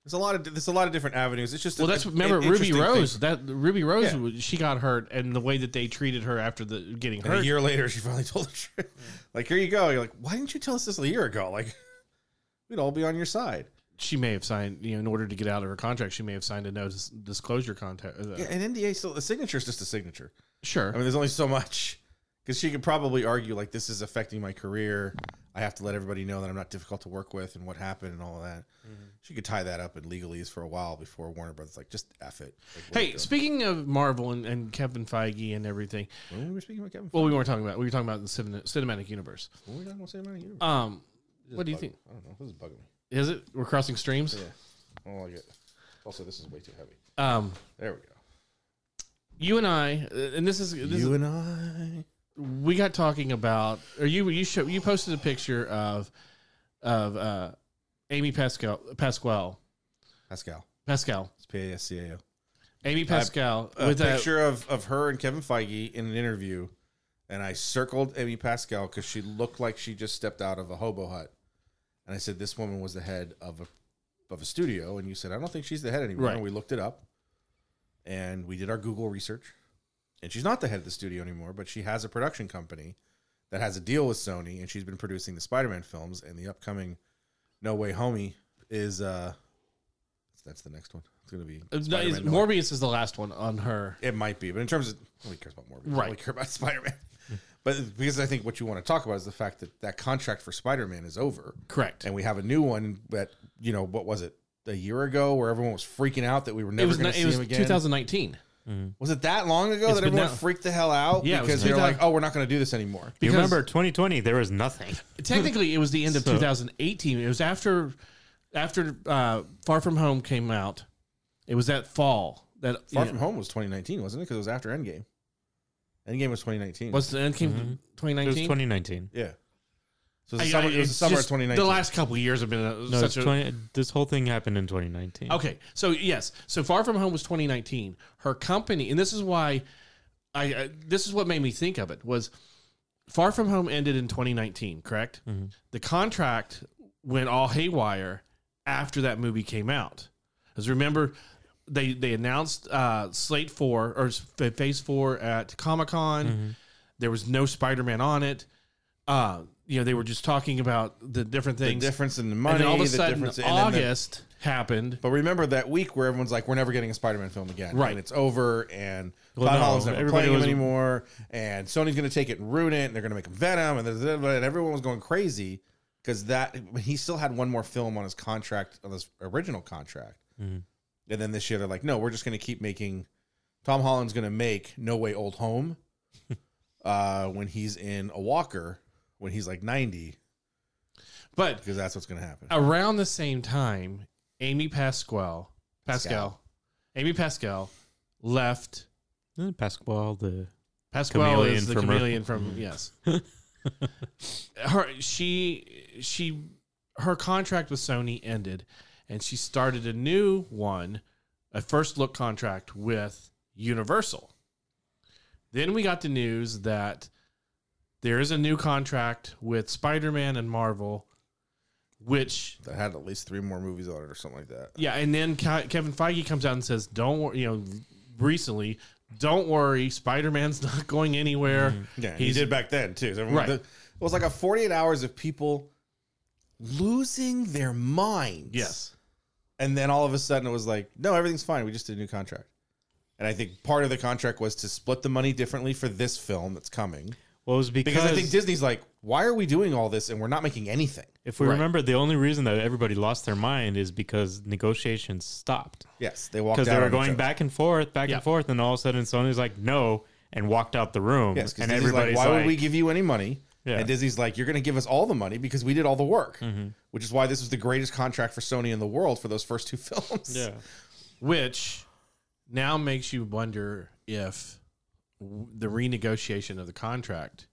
[SPEAKER 3] There's a lot of there's a lot of different avenues. It's just
[SPEAKER 1] Well,
[SPEAKER 3] a-
[SPEAKER 1] that's
[SPEAKER 3] an
[SPEAKER 1] remember Ruby
[SPEAKER 3] interesting thing.
[SPEAKER 1] Rose. That Ruby Rose,
[SPEAKER 3] Yeah.
[SPEAKER 1] was- she got hurt, and the way that they treated her after the getting
[SPEAKER 3] And a
[SPEAKER 1] hurt.
[SPEAKER 3] year later, she finally told the truth. Like, here you go. You're like, why didn't you tell us this a year ago? Like, we'd all be on your side.
[SPEAKER 1] she may have signed, you know, in order to get out of her contract, she may have signed a no dis- disclosure contract. uh,
[SPEAKER 3] Yeah, an NDA, still, a signature is just a signature.
[SPEAKER 1] Sure,
[SPEAKER 3] I mean, there's only so much because she could probably argue like this is affecting my career. I have to let everybody know that I'm not difficult to work with and what happened and all of that.
[SPEAKER 1] Mm-hmm.
[SPEAKER 3] She could tie that up in legalese for a while before Warner Brothers like just f it. Like, what are we
[SPEAKER 1] Hey,
[SPEAKER 3] doing?
[SPEAKER 1] speaking of Marvel and, and Kevin Feige and everything,
[SPEAKER 3] when we were speaking about Kevin,
[SPEAKER 1] well, we weren't talking about we were talking about the cine- cinematic universe.
[SPEAKER 3] when were we not going to say about you.
[SPEAKER 1] Um, what do you
[SPEAKER 3] Bug-
[SPEAKER 1] think?
[SPEAKER 3] I don't know. This is bugging me.
[SPEAKER 1] Is it we're crossing streams?
[SPEAKER 3] I don't like it. Also, this is way too heavy.
[SPEAKER 1] Um,
[SPEAKER 3] There we go.
[SPEAKER 1] you and I, uh, and this is this is,
[SPEAKER 3] and I.
[SPEAKER 1] we got talking about, or you you show you posted a picture of of uh, Amy Pascal Pascal
[SPEAKER 3] Pascal.
[SPEAKER 1] Pascal
[SPEAKER 3] It's P A S C A O.
[SPEAKER 1] Amy Pascal
[SPEAKER 3] uh, a
[SPEAKER 1] with a
[SPEAKER 3] picture of, of her and Kevin Feige in an interview, and I circled Amy Pascal because she looked like she just stepped out of a hobo hut, and I said this woman was the head of a of a studio, and you said I don't think she's the head anymore.
[SPEAKER 1] Right.
[SPEAKER 3] And we looked it up, and we did our Google research, and she's not the head of the studio anymore, but she has a production company that has a deal with Sony, and she's been producing the Spider Man films and the upcoming No Way Homie is uh that's the next one. It's gonna be
[SPEAKER 1] uh, no,
[SPEAKER 3] Spider-Man
[SPEAKER 1] is-
[SPEAKER 3] No Way
[SPEAKER 1] Morbius is the last one on her.
[SPEAKER 3] it might be, but in terms of nobody cares about Morbius,
[SPEAKER 1] Right.
[SPEAKER 3] nobody care about Spider Man. but because I think what you want to talk about is the fact that that contract for Spider Man is over,
[SPEAKER 1] Correct.
[SPEAKER 3] and we have a new one that you know what was it a year ago where everyone was freaking out that we were
[SPEAKER 1] It
[SPEAKER 3] never
[SPEAKER 1] was
[SPEAKER 3] going
[SPEAKER 1] not,
[SPEAKER 3] to
[SPEAKER 1] it
[SPEAKER 3] see
[SPEAKER 1] was
[SPEAKER 3] him again.
[SPEAKER 1] 2019.
[SPEAKER 3] Was it that long ago
[SPEAKER 1] It's
[SPEAKER 3] that
[SPEAKER 1] been
[SPEAKER 3] everyone
[SPEAKER 1] that-
[SPEAKER 3] freaked the hell out?
[SPEAKER 1] Yeah, it was
[SPEAKER 3] because they're
[SPEAKER 1] 2000
[SPEAKER 3] like, oh, we're not going to do this anymore.
[SPEAKER 2] You
[SPEAKER 1] Because-
[SPEAKER 2] remember 2020, there was nothing.
[SPEAKER 1] technically it was the end of
[SPEAKER 2] So-
[SPEAKER 1] 2018 it was after after uh, far from home came out it was that fall that you
[SPEAKER 3] Far
[SPEAKER 1] know,
[SPEAKER 3] From Home was 2019, wasn't it? Because it was after Endgame. Endgame was 2019.
[SPEAKER 1] was the end came
[SPEAKER 2] Mhm. It was
[SPEAKER 1] 2019
[SPEAKER 2] 2019.
[SPEAKER 3] yeah. So it Mm-hmm. was the summer, it was the summer of 2019.
[SPEAKER 1] the last couple of years have been a,
[SPEAKER 2] No,
[SPEAKER 1] such
[SPEAKER 2] it's
[SPEAKER 1] a
[SPEAKER 2] 20, this whole thing happened in 2019.
[SPEAKER 1] okay so yes so far from home was 2019 her company and this is why i, I this is what made me think of it was far from home ended in 2019 correct
[SPEAKER 3] Mm-hmm.
[SPEAKER 2] Mhm.
[SPEAKER 1] the contract went all haywire after that movie came out because remember they they announced uh, slate four or s- f- phase four at comic con
[SPEAKER 3] Mm-hmm.
[SPEAKER 1] there was no spider-man on it uh you know they were just talking about the different
[SPEAKER 3] the
[SPEAKER 1] things
[SPEAKER 3] difference in the money,
[SPEAKER 1] and then all of a
[SPEAKER 3] the
[SPEAKER 1] sudden
[SPEAKER 3] difference in and then the-
[SPEAKER 1] august happened
[SPEAKER 3] But remember that week where everyone's like, "We're never getting a Spider-Man film again,"
[SPEAKER 1] Right.
[SPEAKER 3] And it's over, and
[SPEAKER 2] Well,
[SPEAKER 3] Todd
[SPEAKER 2] no,
[SPEAKER 3] Holland's never
[SPEAKER 2] everybody
[SPEAKER 3] playing
[SPEAKER 2] was-
[SPEAKER 3] him anymore, and Sony's going to take it and ruin it, and they're going to make him Venom, and, da- da- da- and everyone was going crazy because that he still had one more film on his contract, on his original contract,
[SPEAKER 2] Mhm.
[SPEAKER 3] and then this year they're like, "No, we're just going to keep making." Tom Holland's going to make No Way Old Home uh, when he's in a walker when he's like ninety
[SPEAKER 1] but
[SPEAKER 3] because that's what's going to
[SPEAKER 2] Oh.
[SPEAKER 3] happen.
[SPEAKER 1] around the same time, Amy Pascal, Pascal, Amy Pascal left.
[SPEAKER 2] Eh, Pasquale, the
[SPEAKER 1] Pascal
[SPEAKER 2] Chameleon
[SPEAKER 1] is the
[SPEAKER 2] from Earth.
[SPEAKER 1] chameleon from yes. her she she her contract with Sony ended, and she started a new one, a first look contract with Universal. Then we got the news that there is a new contract with Spider Man and Marvel, which
[SPEAKER 3] That had at least three more movies on it or something like that.
[SPEAKER 1] Yeah, and then Ke- Kevin Feige comes out and says, "Don't worry," you know, recently, "Don't worry, Spider Man's not going anywhere."
[SPEAKER 3] Mm-hmm. Yeah, and
[SPEAKER 1] He's-
[SPEAKER 3] he did back then too. So everyone-
[SPEAKER 1] Right.
[SPEAKER 3] the- it was like a 48 hours of people losing their minds.
[SPEAKER 1] Yes,
[SPEAKER 3] And then all of a sudden it was like, no, everything's fine. We just did a new contract. And I think part of the contract was to split the money differently for this film that's coming.
[SPEAKER 2] well, it was because,
[SPEAKER 3] Because I think Disney's like, why are we doing all this and we're not making anything?
[SPEAKER 2] if we
[SPEAKER 1] Right.
[SPEAKER 2] remember, the only reason that everybody lost their mind is because negotiations stopped.
[SPEAKER 3] Yes, they walked out.
[SPEAKER 2] because they
[SPEAKER 3] on
[SPEAKER 2] were
[SPEAKER 3] each
[SPEAKER 2] going
[SPEAKER 3] other.
[SPEAKER 2] back and forth, back
[SPEAKER 1] Yeah.
[SPEAKER 2] and forth, and all of a sudden Sony's like, no, and walked out the room.
[SPEAKER 3] Yes, because
[SPEAKER 2] and
[SPEAKER 3] Disney's like,
[SPEAKER 2] everybody's
[SPEAKER 3] why would we give you any money?
[SPEAKER 2] Yeah. Mm-hmm.
[SPEAKER 3] And Disney's like, you're going to give us all the money because we did all the work, which is why this was the greatest contract for Sony in the world for those first two films.
[SPEAKER 2] yeah.
[SPEAKER 1] which now makes you wonder if w- the renegotiation of the contract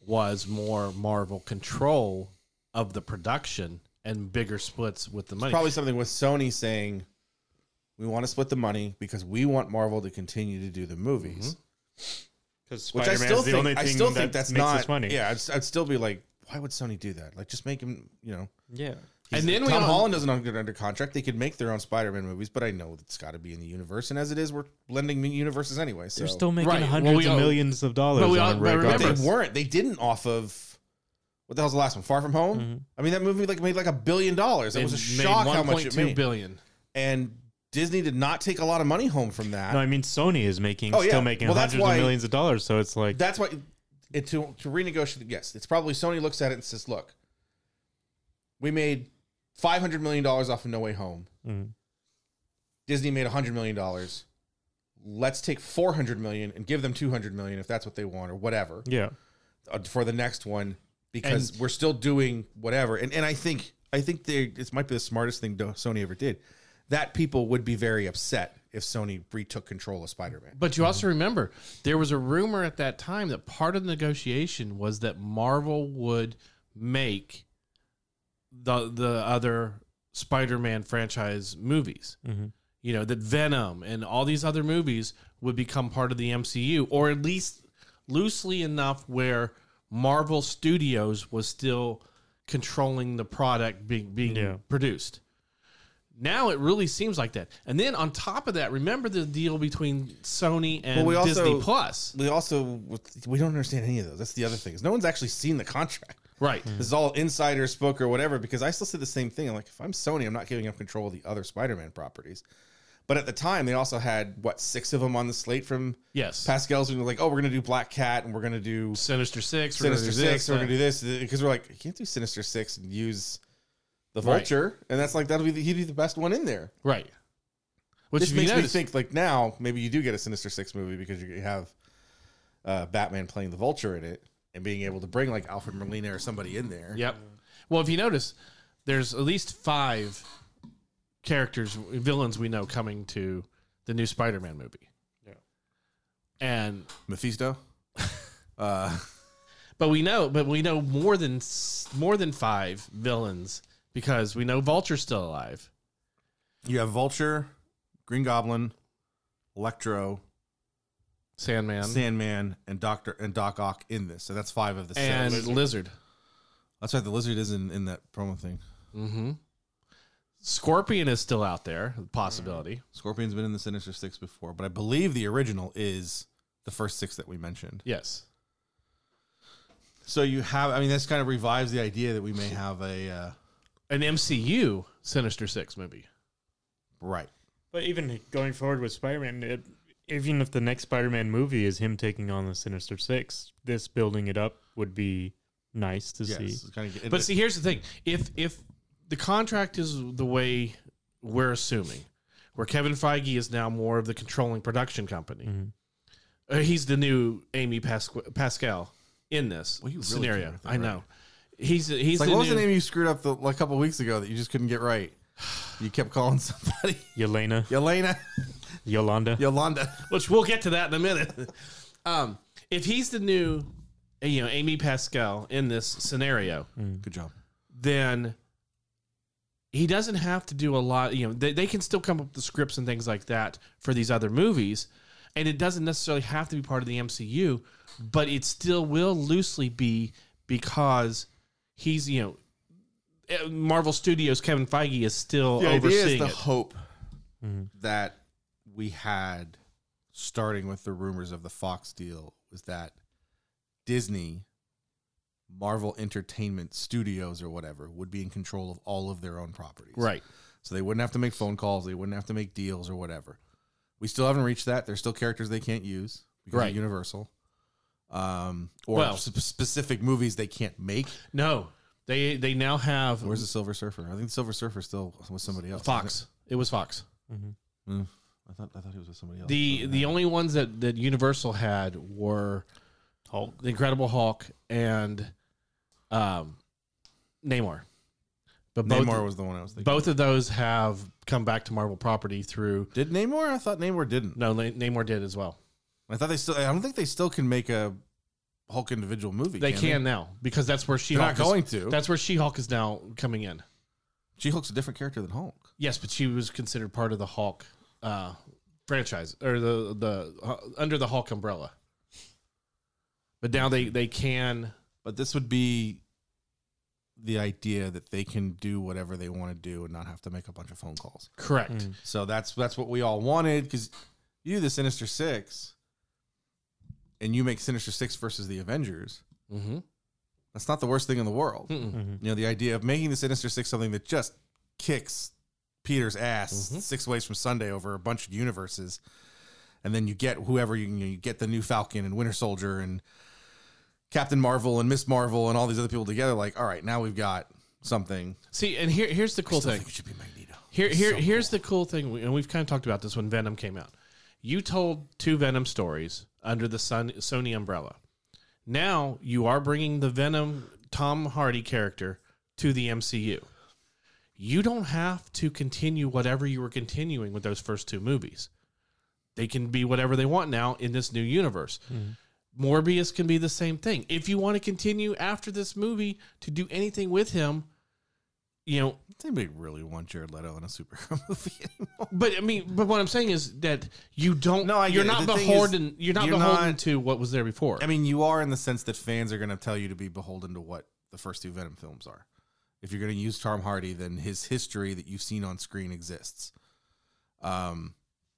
[SPEAKER 1] was more Marvel control of the production and bigger splits with the money.
[SPEAKER 3] probably something with Sony saying we want to split the money because we want Marvel to continue to do the movies.
[SPEAKER 2] Because
[SPEAKER 3] Which
[SPEAKER 2] Spider
[SPEAKER 3] I
[SPEAKER 2] Man's
[SPEAKER 3] still
[SPEAKER 2] Mm-hmm. the
[SPEAKER 3] think
[SPEAKER 2] only
[SPEAKER 3] I
[SPEAKER 2] thing
[SPEAKER 3] still
[SPEAKER 2] that
[SPEAKER 3] think that's
[SPEAKER 2] makes
[SPEAKER 3] not
[SPEAKER 2] us money.
[SPEAKER 3] Yeah, I'd, I'd still be like, why would Sony do that? Like, just make him, you know.
[SPEAKER 2] yeah.
[SPEAKER 3] He's-
[SPEAKER 1] And then we
[SPEAKER 3] Tom
[SPEAKER 1] all-
[SPEAKER 3] Holland doesn't get under contract. They could make their own Spider-Man movies, but I know it's got to be in the universe. And as it is, we're blending universes anyway. So
[SPEAKER 2] They're still making
[SPEAKER 1] Right, well,
[SPEAKER 2] hundreds
[SPEAKER 1] we
[SPEAKER 2] of
[SPEAKER 1] all-
[SPEAKER 2] millions of dollars.
[SPEAKER 1] but we
[SPEAKER 2] on
[SPEAKER 1] all-
[SPEAKER 2] it
[SPEAKER 1] but
[SPEAKER 3] But
[SPEAKER 2] regardless.
[SPEAKER 3] they
[SPEAKER 1] remember-
[SPEAKER 3] weren't. They didn't off of what the hell's the last one? Far from home.
[SPEAKER 2] Mm-hmm.
[SPEAKER 3] I mean, that movie like made like a billion dollars. It was a shock how much it made.
[SPEAKER 1] billion.
[SPEAKER 3] and Disney did not take a lot of money home from that.
[SPEAKER 2] No, I mean Sony is making
[SPEAKER 3] Oh,
[SPEAKER 2] still
[SPEAKER 3] yeah.
[SPEAKER 2] making
[SPEAKER 3] Well, that's
[SPEAKER 2] hundreds
[SPEAKER 3] why-
[SPEAKER 2] of millions of dollars. So it's like
[SPEAKER 3] That's why it, to to renegotiate. Yes, it's probably Sony looks at it and says, "Look, we made five hundred million dollars off of No Way Home.
[SPEAKER 2] Mhm.
[SPEAKER 3] Disney made hundred million dollars. Let's take four hundred million and give them two hundred million if that's what they want or whatever
[SPEAKER 2] yeah,
[SPEAKER 3] uh, for the next one because we're still doing whatever." And and I think I think they this might be the smartest thing Do- Sony ever did. That people would be very upset if Sony retook control of Spider Man.
[SPEAKER 1] But you also remember there was a rumor at that time that part of the negotiation was that Marvel would make the the other Spider-Man franchise movies. You know that Venom and all these other movies would become part of the MCU, or at least loosely enough where Marvel Studios was still controlling the product being being
[SPEAKER 2] Yeah.
[SPEAKER 1] produced. Now it really seems like that. And then on top of that, remember the deal between Sony and
[SPEAKER 3] Well, we also-
[SPEAKER 1] Disney Plus,
[SPEAKER 3] we also we don't understand any of those. That's the other thing is no one's actually seen the contract.
[SPEAKER 1] right?
[SPEAKER 3] This is all insider spoke or whatever. Because I still say the same thing. I'm like, if I'm Sony, I'm not giving up control of the other Spider-Man properties. But at the time, they also had what six of them on the slate from
[SPEAKER 1] Yes,
[SPEAKER 3] Pascal's. And like, oh, we're gonna do Black Cat and we're gonna do
[SPEAKER 1] Sinister Six, we're gonna
[SPEAKER 3] Sinister
[SPEAKER 1] do this,
[SPEAKER 3] Six. We're
[SPEAKER 1] that.
[SPEAKER 3] gonna do this because we're like, you can't do Sinister Six and use the
[SPEAKER 1] Right.
[SPEAKER 3] Vulture, and that's like that'll be the, he'd be the best one in there.
[SPEAKER 1] right. Which
[SPEAKER 3] This
[SPEAKER 1] if you
[SPEAKER 3] makes me
[SPEAKER 1] notice-
[SPEAKER 3] think like now maybe you do get a Sinister Six movie because you have uh, Batman playing the Vulture in it and being able to bring like Alfred Molina or somebody in there.
[SPEAKER 1] Yep. Well, if you notice, there's at least five characters, villains we know coming to the new Spider-Man movie. Yeah. And
[SPEAKER 3] Mephisto. uh,
[SPEAKER 1] but we know, but we know more than s- more than five villains because we know Vulture's still alive.
[SPEAKER 5] You have Vulture, Green Goblin, Electro,
[SPEAKER 1] Sandman
[SPEAKER 5] Sandman, and Doctor and Doc Ock in this. So that's five of the
[SPEAKER 1] and
[SPEAKER 5] six.
[SPEAKER 1] Lizard.
[SPEAKER 5] That's right. The lizard is in, in that promo thing.
[SPEAKER 1] Mm-hmm. Scorpion is still out there, a possibility.
[SPEAKER 5] Scorpion's been in the Sinister Six before, but I believe the original is the first six that we mentioned.
[SPEAKER 1] Yes.
[SPEAKER 5] So you have, I mean, this kind of revives the idea that we may have a uh,
[SPEAKER 1] An MCU Sinister Six movie.
[SPEAKER 5] right.
[SPEAKER 2] But even going forward with Spider-Man, it, even if the next Spider-Man movie is him taking on the Sinister Six, this building it up would be nice to
[SPEAKER 5] Yes,
[SPEAKER 2] see.
[SPEAKER 5] it's kind of,
[SPEAKER 1] But see, here's the thing: if if the contract is the way we're assuming, where Kevin Feige is now more of the controlling production company,
[SPEAKER 5] Mm-hmm.
[SPEAKER 1] Uh, he's the new Amy Pasqu- Pascal in this
[SPEAKER 5] you really
[SPEAKER 1] scenario.
[SPEAKER 5] came up with that
[SPEAKER 1] I know. He's he's
[SPEAKER 5] it's like
[SPEAKER 1] the
[SPEAKER 5] what was
[SPEAKER 1] new-
[SPEAKER 5] the name you screwed up the, like, a couple weeks ago that you just couldn't get right? You kept calling somebody
[SPEAKER 2] Yelena,
[SPEAKER 5] Yelena,
[SPEAKER 2] Yolanda,
[SPEAKER 5] Yolanda.
[SPEAKER 1] which we'll get to that in a minute. um, if he's the new, uh, you know, Amy Pascal in this scenario,
[SPEAKER 5] Good job.
[SPEAKER 1] then he doesn't have to do a lot. You know, they, they can still come up with the scripts and things like that for these other movies, and it doesn't necessarily have to be part of the MCU, but it still will loosely be because he's you know. eh, Marvel Studios Kevin Feige is still
[SPEAKER 5] The idea is
[SPEAKER 1] overseeing
[SPEAKER 5] the
[SPEAKER 1] it. Mm-hmm.
[SPEAKER 5] hope that we had, starting with the rumors of the Fox deal, was that Disney, Marvel Entertainment Studios, or whatever, would be in control of all of their own properties.
[SPEAKER 1] Right.
[SPEAKER 5] So they wouldn't have to make phone calls. They wouldn't have to make deals or whatever. We still haven't reached that. There's still characters they can't use because
[SPEAKER 1] Right.
[SPEAKER 5] of Universal. Um, or
[SPEAKER 1] Well-
[SPEAKER 5] sp- specific movies they can't make.
[SPEAKER 1] No, they they now have
[SPEAKER 5] Where's the Silver Surfer? I think the Silver Surfer still with somebody else.
[SPEAKER 1] Fox. It was Fox.
[SPEAKER 2] Mm-hmm.
[SPEAKER 5] I thought I thought he was with somebody else.
[SPEAKER 1] The the only ones that that Universal had were Hulk, the Incredible Hulk, and um, Namor. But both
[SPEAKER 5] Namor was the one I was thinking.
[SPEAKER 1] both of those have come back to Marvel property through.
[SPEAKER 5] Did Namor? I thought Namor didn't.
[SPEAKER 1] No, Na- Namor did as well.
[SPEAKER 5] I thought they still. I don't think they still can make a Hulk individual movie.
[SPEAKER 1] They can now because that's where She
[SPEAKER 5] They? are
[SPEAKER 1] Hulk.
[SPEAKER 5] not going
[SPEAKER 1] Is,
[SPEAKER 5] to.
[SPEAKER 1] that's where She Hulk is now coming in.
[SPEAKER 5] She Hulk's a different character than Hulk.
[SPEAKER 1] Yes, but she was considered part of the Hulk uh, franchise or the the uh, under the Hulk umbrella. But now they they can.
[SPEAKER 3] But this would be the idea that they can do whatever they want to do and not have to make a bunch of phone calls.
[SPEAKER 1] Correct.
[SPEAKER 2] Mm.
[SPEAKER 3] So that's that's what we all wanted because you do the Sinister Six, and you make Sinister Six versus the Avengers.
[SPEAKER 1] Mm-hmm.
[SPEAKER 3] That's not the worst thing in the world.
[SPEAKER 1] Mm-mm.
[SPEAKER 2] Mhm.
[SPEAKER 3] You know, the idea of making the Sinister Six something that just kicks Peter's ass
[SPEAKER 1] Mhm.
[SPEAKER 3] six ways from Sunday over a bunch of universes, and then you get whoever you, you get the new Falcon and Winter Soldier and Captain Marvel and Miss Marvel and all these other people together. Like, all right, now we've got something.
[SPEAKER 1] See, and here here's the cool
[SPEAKER 3] Still
[SPEAKER 1] thing.
[SPEAKER 3] think it should be Magneto.
[SPEAKER 1] Here, here,
[SPEAKER 3] So
[SPEAKER 1] here's the cool thing, we- and we've kind of talked about this when Venom came out. You told two Venom stories under the Sun, Sony umbrella. Now you are bringing the Venom Tom Hardy character to the MCU. You don't have to continue whatever you were continuing with those first two movies. They can be whatever they want now in this new universe. Morbius can be the same thing. If you want to continue after this movie to do anything with him, you know,
[SPEAKER 3] Does anybody really want Jared Leto in a superhero movie? anymore?
[SPEAKER 1] but I mean, but what I'm saying is that you don't.
[SPEAKER 3] No,
[SPEAKER 1] No,
[SPEAKER 3] I
[SPEAKER 1] you're
[SPEAKER 3] get it.
[SPEAKER 1] not
[SPEAKER 3] The thing
[SPEAKER 1] beholden.
[SPEAKER 3] is,
[SPEAKER 1] you're not
[SPEAKER 3] you're
[SPEAKER 1] beholden
[SPEAKER 3] not-
[SPEAKER 1] to what was there before.
[SPEAKER 3] I mean, you are in the sense that fans are going to tell you to be beholden to what the first two Venom films are. If you're going to use Tom Hardy, then his history that you've seen on screen exists. Um,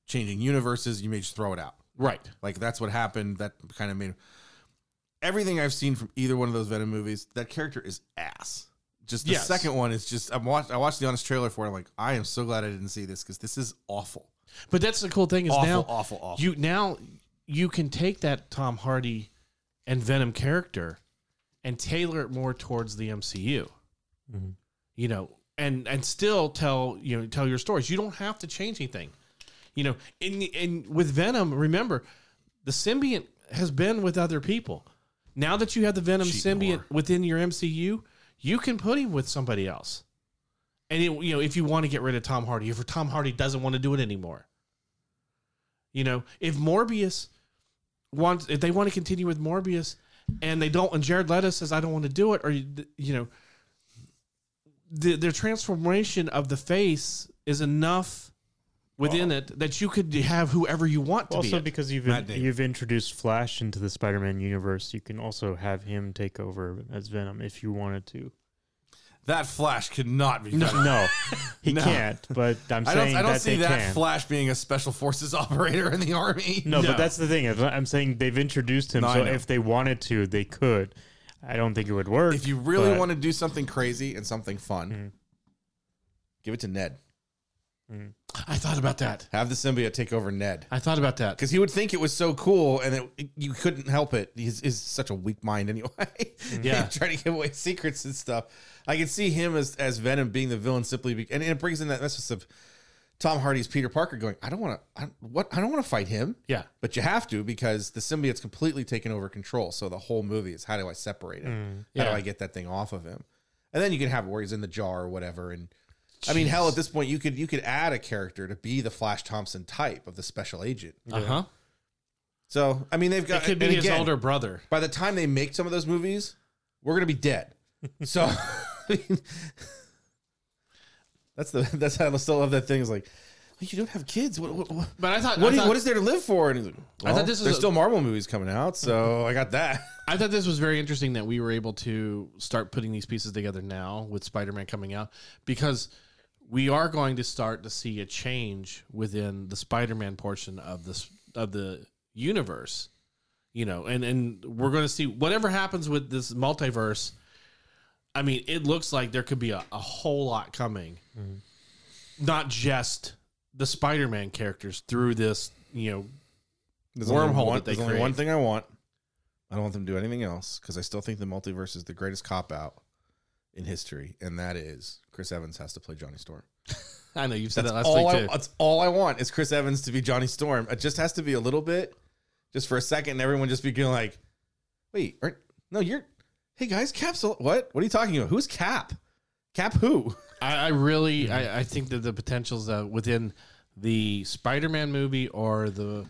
[SPEAKER 3] changing universes, you may just throw it out.
[SPEAKER 1] right?
[SPEAKER 3] Like that's what happened. That kind of made everything I've seen from either one of those Venom movies. That character is ass. Just the
[SPEAKER 1] Yes.
[SPEAKER 3] second one is just I'm watch, I watched the honest trailer for it. I'm like, I am so glad I didn't see this because this is awful,
[SPEAKER 1] But that's the cool thing is
[SPEAKER 3] awful,
[SPEAKER 1] now
[SPEAKER 3] awful, awful.
[SPEAKER 1] you now you can take that Tom Hardy and Venom character and tailor it more towards the MCU.
[SPEAKER 2] Mhm.
[SPEAKER 1] You know, and and still tell you know tell your stories. You don't have to change anything. You know, in the- in with Venom, remember the symbiote has been with other people. Now that you have the Venom
[SPEAKER 3] Cheating
[SPEAKER 1] symbiote
[SPEAKER 3] whore.
[SPEAKER 1] within your MCU, you can put him with somebody else. And it, you know, if you want to get rid of Tom Hardy, if Tom Hardy doesn't want to do it anymore, you know, if Morbius wants, if they want to continue with Morbius, and they don't, and Jared Leto says, "I don't want to do it," or you you know, the, their transformation of the face is enough within it that you could have whoever you want to be.
[SPEAKER 2] Also,
[SPEAKER 1] it.
[SPEAKER 2] because you've
[SPEAKER 3] Matt Damon.
[SPEAKER 2] you've introduced Flash into the Spider-Man universe, you can also have him take over as Venom if you wanted to.
[SPEAKER 3] that Flash could not be. Venom.
[SPEAKER 2] No, he
[SPEAKER 3] No.
[SPEAKER 2] can't. But I'm
[SPEAKER 3] I
[SPEAKER 2] saying
[SPEAKER 3] don't, I don't
[SPEAKER 2] that
[SPEAKER 3] see
[SPEAKER 2] they
[SPEAKER 3] that
[SPEAKER 2] can.
[SPEAKER 3] Flash being a special forces operator in the army.
[SPEAKER 2] no,
[SPEAKER 1] No.
[SPEAKER 2] but that's the thing. is I'm saying they've introduced him,
[SPEAKER 3] No, I
[SPEAKER 2] so
[SPEAKER 3] know.
[SPEAKER 2] if they wanted to, they could. I don't think it would work.
[SPEAKER 3] If you really
[SPEAKER 2] but- Mm-hmm.
[SPEAKER 3] want to do something crazy and something fun, give it to Ned.
[SPEAKER 1] I thought about that.
[SPEAKER 3] Have the symbiote take over Ned.
[SPEAKER 1] I thought about that.
[SPEAKER 3] Because he would think it was so cool, and it, you couldn't help it. He's, he's such a weak mind anyway.
[SPEAKER 1] Yeah.
[SPEAKER 3] trying to give away secrets and stuff. I can see him as as Venom being the villain simply, be, and it brings in that message of Tom Hardy's Peter Parker going, "I don't want to, what, I don't want to fight him."
[SPEAKER 1] Yeah.
[SPEAKER 3] But you have to because the symbiote's completely taken over control. So the whole movie is how do I separate him? How
[SPEAKER 1] Mm, yeah.
[SPEAKER 3] do I get that thing off of him? And then you can have it where he's in the jar or whatever. And I mean, hell, at this point, you could you could add a character to be the Flash Thompson type of the special agent.
[SPEAKER 1] Uh huh.
[SPEAKER 3] So I mean, they've got
[SPEAKER 1] It could be
[SPEAKER 3] and
[SPEAKER 1] his
[SPEAKER 3] again,
[SPEAKER 1] older brother.
[SPEAKER 3] By the time they make some of those movies, we're gonna be dead. So I mean, that's the that's how I still love that thing. Is like, "Well, you don't have kids. What what, what,
[SPEAKER 1] But I thought,
[SPEAKER 3] what,
[SPEAKER 1] I,
[SPEAKER 3] do you-
[SPEAKER 1] thought
[SPEAKER 3] what is there to live for? And he's like,
[SPEAKER 1] I thought
[SPEAKER 3] "Well,
[SPEAKER 1] this was
[SPEAKER 3] there's
[SPEAKER 1] a-
[SPEAKER 3] still Marvel movies coming out, so I got that.
[SPEAKER 1] I thought this was very interesting that we were able to start putting these pieces together now with Spider-Man coming out because we are going to start to see a change within the Spider-Man portion of this of the universe. You know, and and we're going to see whatever happens with this multiverse. I mean, it looks like there could be a, a whole lot coming.
[SPEAKER 3] Mm-hmm.
[SPEAKER 1] Not just the Spider-Man characters through this, you know,
[SPEAKER 3] There's only
[SPEAKER 1] Wormhole
[SPEAKER 3] one-
[SPEAKER 1] that they
[SPEAKER 3] there's only one
[SPEAKER 1] create.
[SPEAKER 3] thing I want. I don't want them to do anything else because I still think the multiverse is the greatest cop out in history, and that is Chris Evans has to play Johnny Storm.
[SPEAKER 1] I know you've said that last
[SPEAKER 3] all
[SPEAKER 1] week
[SPEAKER 3] I,
[SPEAKER 1] too.
[SPEAKER 3] that's all I want is Chris Evans to be Johnny Storm. It just has to be a little bit, just for a second, and everyone just be going like, "Wait, aren't, no, you're, hey guys, Cap's al- what? What are you talking about? Who's Cap? Cap who?
[SPEAKER 1] I, I really, I, I think that the potentials uh, within the Spider-Man movie or the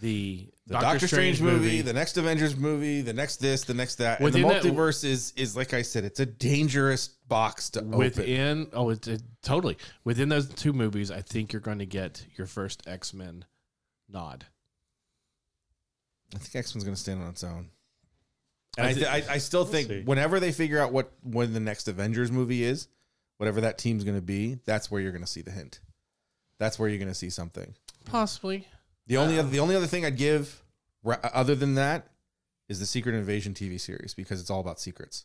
[SPEAKER 1] the,
[SPEAKER 3] The Doctor, Strange, movie, the next Avengers movie, the next this, the next that. And the
[SPEAKER 1] Within that-
[SPEAKER 3] multiverse is is like I said, it's a dangerous box to open.
[SPEAKER 1] within oh, it, it- totally within those two movies, I think you're going to get your first X-Men nod.
[SPEAKER 3] I think X Men's going to stand on its own. And I, th- I, I still think
[SPEAKER 2] see.
[SPEAKER 3] whenever they figure out what when the next Avengers movie is, whatever that team's going to be, that's where you're going to see the hint. That's where you're going to see something.
[SPEAKER 1] Possibly.
[SPEAKER 3] The only other, the only other thing I'd give, ra- other than that, is the Secret Invasion TV series because it's all about secrets.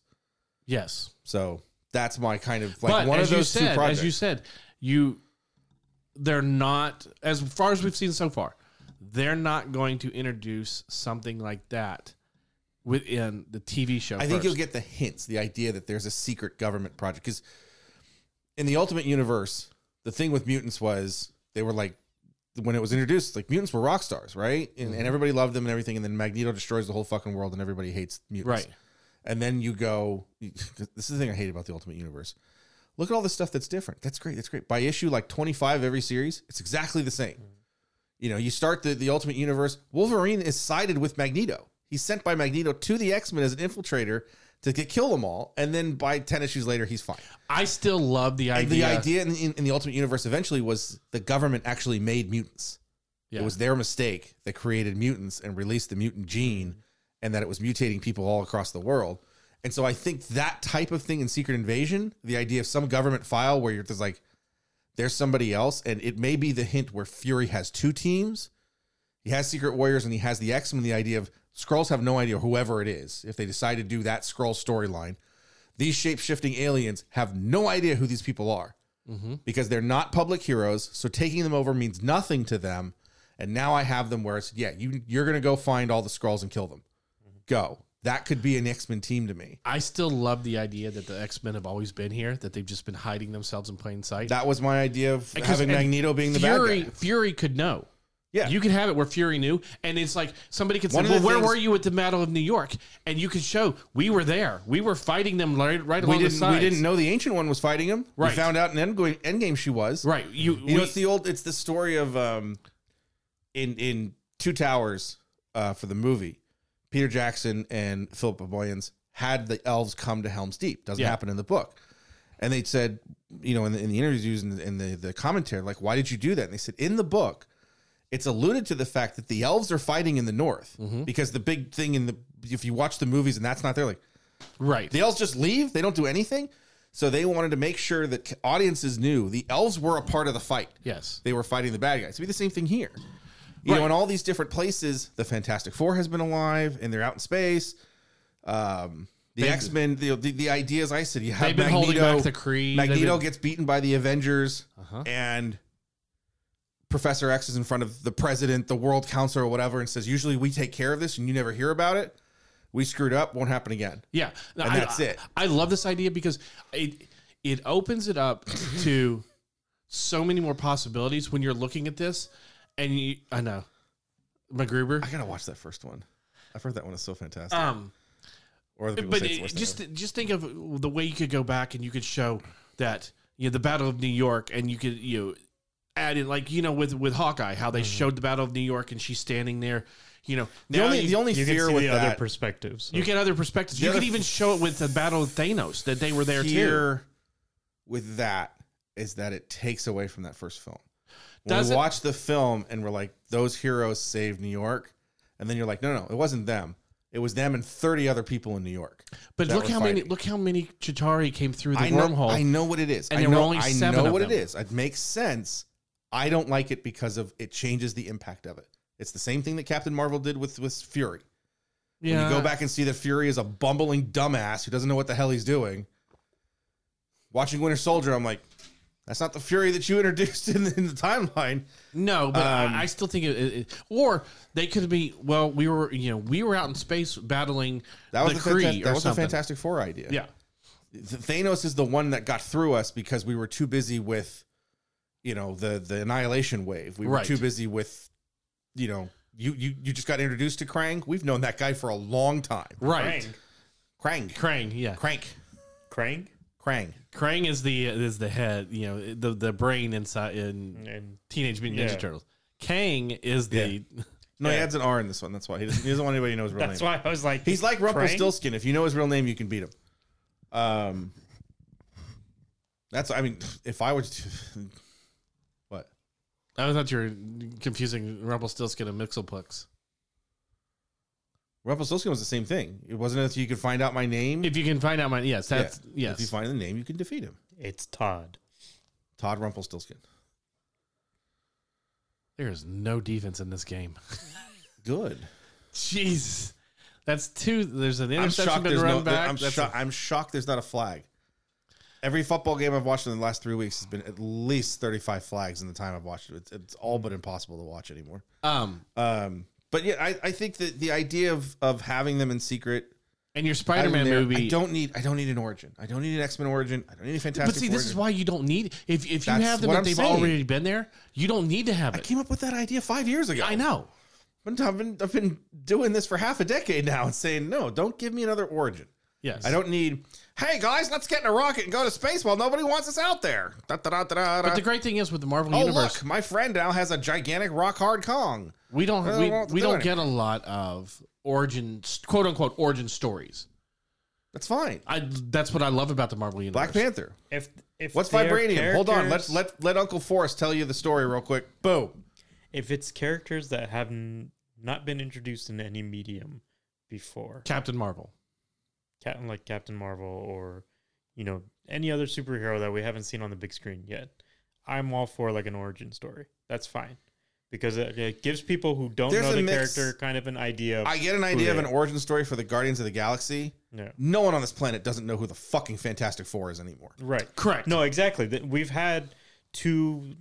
[SPEAKER 1] Yes.
[SPEAKER 3] So that's my kind of like
[SPEAKER 1] but
[SPEAKER 3] one
[SPEAKER 1] as
[SPEAKER 3] of those
[SPEAKER 1] you said,
[SPEAKER 3] two projects.
[SPEAKER 1] as you said, you they're not as far as we've seen so far. They're not going to introduce something like that within the TV show.
[SPEAKER 3] I think
[SPEAKER 1] first.
[SPEAKER 3] you'll get the hints, the idea that there's a secret government project. Because in the Ultimate Universe, the thing with mutants was they were like, when it was introduced, like mutants were rock stars, right? And, and everybody loved them and everything. And then Magneto destroys the whole fucking world and everybody hates mutants.
[SPEAKER 1] right.
[SPEAKER 3] And then you go, this is the thing I hate about the Ultimate Universe. Look at all the stuff that's different. That's great. That's great. By issue like 25 every series, it's exactly the same. You know, you start the, the Ultimate Universe, Wolverine is sided with Magneto. He's sent by Magneto to the X Men as an infiltrator to get, kill them all. And then by 10 issues later, he's fine.
[SPEAKER 1] I still love the idea.
[SPEAKER 3] And the idea in, in, in the Ultimate Universe eventually was the government actually made mutants.
[SPEAKER 1] Yeah.
[SPEAKER 3] It was their mistake that created mutants and released the mutant gene and that it was mutating people all across the world. And so I think that type of thing in Secret Invasion, the idea of some government file where you're just like, there's somebody else, and it may be the hint where Fury has two teams. He has Secret Warriors and he has the X Men. The idea of Skrulls have no idea whoever it is. If they decide to do that Skrull storyline, these shape shifting aliens have no idea who these people are because they're not public heroes. So taking them over means nothing to them. And now I have them where it's yeah, you you're gonna go find all the Skrulls and kill them. Go. That could be an X Men team to me.
[SPEAKER 1] I still love the idea that the X Men have always been here, that they've just been hiding themselves in plain sight.
[SPEAKER 3] That was my idea of
[SPEAKER 1] Because-
[SPEAKER 3] having
[SPEAKER 1] and
[SPEAKER 3] Magneto being the
[SPEAKER 1] Fury,
[SPEAKER 3] bad guy.
[SPEAKER 1] Fury could know.
[SPEAKER 3] Yeah.
[SPEAKER 1] you could have it where Fury knew, and it's like somebody could say,
[SPEAKER 3] One of the
[SPEAKER 1] "Well, where
[SPEAKER 3] things-
[SPEAKER 1] were you at the Battle of New York?" And you could show we were there. We were fighting them right, right
[SPEAKER 3] We
[SPEAKER 1] along the
[SPEAKER 3] didn't we
[SPEAKER 1] sides.
[SPEAKER 3] didn't know the ancient one was fighting him.
[SPEAKER 1] Right.
[SPEAKER 3] We found out in Endgame, Endgame she was.
[SPEAKER 1] Right, you.
[SPEAKER 3] You
[SPEAKER 1] we-
[SPEAKER 3] know, it's the old. It's the story of um, in in Two Towers, uh, for the movie, Peter Jackson and Philip Boyens had the elves come to Helm's Deep. Doesn't
[SPEAKER 1] Yeah.
[SPEAKER 3] happen in the book, and they said, you know, in the, in the interviews and in the the commentary, like, why did you do that? And they said, in the book, it's alluded to the fact that the elves are fighting in the north
[SPEAKER 1] Mm-hmm.
[SPEAKER 3] because the big thing in the if you watch the movies and that's not there, like
[SPEAKER 1] right.
[SPEAKER 3] the elves just leave. They don't do anything. So they wanted to make sure that audiences knew the elves were a part of the fight
[SPEAKER 1] yes.
[SPEAKER 3] they were fighting the bad guys. It'd be the same thing here. You know,
[SPEAKER 1] Right.
[SPEAKER 3] in all these different places, the Fantastic Four has been alive, and they're out in space. Um, the X Men, the, the the ideas I said, you have
[SPEAKER 1] They've been
[SPEAKER 3] Magneto.
[SPEAKER 1] holding back the Creed. They've
[SPEAKER 3] Magneto
[SPEAKER 1] been-
[SPEAKER 3] gets beaten by the Avengers,
[SPEAKER 1] Uh-huh.
[SPEAKER 3] and Professor X is in front of the president, the World Council, or whatever, and says, "Usually we take care of this, and you never hear about it. We screwed up. Won't happen again."
[SPEAKER 1] Yeah, No,
[SPEAKER 3] And
[SPEAKER 1] I-
[SPEAKER 3] that's it.
[SPEAKER 1] I, I love this idea because it it opens it up to so many more possibilities when you're looking at this. And you, I know
[SPEAKER 3] I
[SPEAKER 1] MacGruber.
[SPEAKER 3] gotta watch that first one. I've heard that one is so fantastic.
[SPEAKER 1] Um,
[SPEAKER 3] or the people
[SPEAKER 1] but
[SPEAKER 3] say it's
[SPEAKER 1] it-
[SPEAKER 3] worse than
[SPEAKER 1] just just think of the way you could go back and you could show that you know the Battle of New York, and you could you know, add in like you know with with Hawkeye how they showed the Battle of New York and she's standing there. You know
[SPEAKER 3] Mm-hmm. the
[SPEAKER 1] now
[SPEAKER 3] only
[SPEAKER 1] you,
[SPEAKER 3] the only
[SPEAKER 2] You can
[SPEAKER 3] fear
[SPEAKER 2] see
[SPEAKER 3] with
[SPEAKER 2] the
[SPEAKER 3] that
[SPEAKER 2] other perspectives.
[SPEAKER 1] you get other perspectives.
[SPEAKER 3] The
[SPEAKER 1] You
[SPEAKER 3] other
[SPEAKER 1] could even show it with the Battle of Thanos that they were there too.
[SPEAKER 3] here with that is that it takes away from that first film. When
[SPEAKER 1] Does
[SPEAKER 3] we
[SPEAKER 1] it-
[SPEAKER 3] watch the film and we're like, those heroes saved New York, and then you're like, no, no, no, it wasn't them. It was them and 30 other people in New York.
[SPEAKER 1] But
[SPEAKER 3] that
[SPEAKER 1] look
[SPEAKER 3] were
[SPEAKER 1] how many
[SPEAKER 3] fighting.
[SPEAKER 1] look how many Chitari came through the
[SPEAKER 3] I know,
[SPEAKER 1] wormhole.
[SPEAKER 3] I know what it is.
[SPEAKER 1] And
[SPEAKER 3] I
[SPEAKER 1] there were
[SPEAKER 3] know,
[SPEAKER 1] only
[SPEAKER 3] I
[SPEAKER 1] seven
[SPEAKER 3] know
[SPEAKER 1] of
[SPEAKER 3] what
[SPEAKER 1] them.
[SPEAKER 3] it is. It makes sense. I don't like it because of it changes the impact of it. It's the same thing that Captain Marvel did with with Fury.
[SPEAKER 1] yeah,
[SPEAKER 3] When you go back and see that Fury is a bumbling dumbass who doesn't know what the hell he's doing. Watching Winter Soldier, I'm like, that's not the Fury that you introduced in, in the timeline.
[SPEAKER 1] no, but
[SPEAKER 3] um,
[SPEAKER 1] I, I still think it, it, it- Or they could be. Well, we were you know we were out in space battling
[SPEAKER 3] That was
[SPEAKER 1] the
[SPEAKER 3] the,
[SPEAKER 1] Kree
[SPEAKER 3] fanta-
[SPEAKER 1] or
[SPEAKER 3] that was the
[SPEAKER 1] something.
[SPEAKER 3] Fantastic Four idea.
[SPEAKER 1] yeah,
[SPEAKER 3] Th- Thanos is the one that got through us because we were too busy with, you know, the the annihilation wave. We were
[SPEAKER 1] Right.
[SPEAKER 3] too busy with, you know, you you you just got introduced to Krang. We've known that guy for a long time.
[SPEAKER 1] right.
[SPEAKER 3] Krang,
[SPEAKER 1] Krang, yeah,
[SPEAKER 3] Crank,
[SPEAKER 2] Krang
[SPEAKER 3] Krang.
[SPEAKER 1] Krang is the is the head. You know the the brain inside in
[SPEAKER 2] and
[SPEAKER 1] Teenage Mutant
[SPEAKER 2] Yeah.
[SPEAKER 1] Ninja Turtles. Kang is the
[SPEAKER 3] No, he
[SPEAKER 2] Yeah.
[SPEAKER 3] adds an R in this one. That's why he doesn't, he doesn't want anybody to know his real name.
[SPEAKER 2] that's why I was like,
[SPEAKER 3] He's like
[SPEAKER 2] Krang?
[SPEAKER 3] Rumpelstiltskin. If you know his real name, you can beat him. Um, that's. I mean, if I were to, what?
[SPEAKER 1] I thought you were confusing Rumpelstiltskin and Mixelplex.
[SPEAKER 3] Rumpelstiltskin was the same thing. It wasn't if you could find out my name.
[SPEAKER 1] If you can find out my yes,
[SPEAKER 3] Yeah.
[SPEAKER 1] that's
[SPEAKER 3] If you
[SPEAKER 1] yes.
[SPEAKER 3] find the name, you can defeat him.
[SPEAKER 2] It's Todd.
[SPEAKER 3] Todd Rumpelstiltskin.
[SPEAKER 1] There is no defense in this game.
[SPEAKER 3] Good.
[SPEAKER 1] Jeez, that's two. There's an
[SPEAKER 3] I'm
[SPEAKER 1] interception
[SPEAKER 3] shocked.
[SPEAKER 1] been
[SPEAKER 3] There's
[SPEAKER 1] run
[SPEAKER 3] no,
[SPEAKER 1] back.
[SPEAKER 3] I'm,
[SPEAKER 1] That's
[SPEAKER 3] sho- I'm shocked. There's not a flag. Every football game I've watched in the last three weeks has been at least 35 flags in the time I've watched it. It's, it's all but impossible to watch anymore.
[SPEAKER 1] a- um,
[SPEAKER 3] Um, but yeah, I, I think that the idea of of having them in secret,
[SPEAKER 1] and your
[SPEAKER 3] having
[SPEAKER 1] Spider-Man
[SPEAKER 3] their-
[SPEAKER 1] movie.
[SPEAKER 3] I don't need. I don't need an origin. I don't need an X Men origin. I don't need a Fantastic.
[SPEAKER 1] but see, this
[SPEAKER 3] origin.
[SPEAKER 1] is why you don't need if if you
[SPEAKER 3] That's
[SPEAKER 1] have them,
[SPEAKER 3] what
[SPEAKER 1] if
[SPEAKER 3] I'm
[SPEAKER 1] they've
[SPEAKER 3] saying.
[SPEAKER 1] already been there. You don't need to have
[SPEAKER 3] I
[SPEAKER 1] it.
[SPEAKER 3] came up with that idea five years ago.
[SPEAKER 1] I, know.
[SPEAKER 3] But I've been I've been doing this for half a decade now and saying no. Don't give me another origin.
[SPEAKER 1] Yes,
[SPEAKER 3] I don't need. Hey guys, let's get in a rocket and go to space while nobody wants us out there. Da, da, da, da, da,
[SPEAKER 1] But
[SPEAKER 3] da.
[SPEAKER 1] the great thing is with the Marvel
[SPEAKER 3] Oh
[SPEAKER 1] universe,
[SPEAKER 3] look, my friend now has a gigantic rock hard Kong.
[SPEAKER 1] we don't
[SPEAKER 3] I don't
[SPEAKER 1] we,
[SPEAKER 3] want to
[SPEAKER 1] we
[SPEAKER 3] do
[SPEAKER 1] don't
[SPEAKER 3] it.
[SPEAKER 1] get a lot of origin quote unquote origin stories.
[SPEAKER 3] That's fine.
[SPEAKER 1] I that's what I love about the Marvel universe.
[SPEAKER 3] Black Panther.
[SPEAKER 2] If if
[SPEAKER 3] What's
[SPEAKER 2] their
[SPEAKER 3] vibranium? Hold on. Let
[SPEAKER 2] characters-
[SPEAKER 3] let let Uncle Forrest tell you the story real quick. Boom.
[SPEAKER 2] if it's characters that have n- not been introduced in any medium before,
[SPEAKER 1] Captain Marvel.
[SPEAKER 2] Captain like Captain Marvel or you know any other superhero that we haven't seen on the big screen yet, I'm all for like an origin story. That's fine because it, it gives people who don't
[SPEAKER 3] There's
[SPEAKER 2] know
[SPEAKER 3] a
[SPEAKER 2] the
[SPEAKER 3] mix.
[SPEAKER 2] character kind of an idea. Of,
[SPEAKER 3] I get an idea of
[SPEAKER 2] they
[SPEAKER 3] an
[SPEAKER 2] are.
[SPEAKER 3] origin story for the Guardians of the Galaxy.
[SPEAKER 2] no,
[SPEAKER 3] No one on this planet doesn't know who the fucking Fantastic Four is anymore.
[SPEAKER 2] right?
[SPEAKER 1] Correct.
[SPEAKER 2] No, exactly. That We've had two,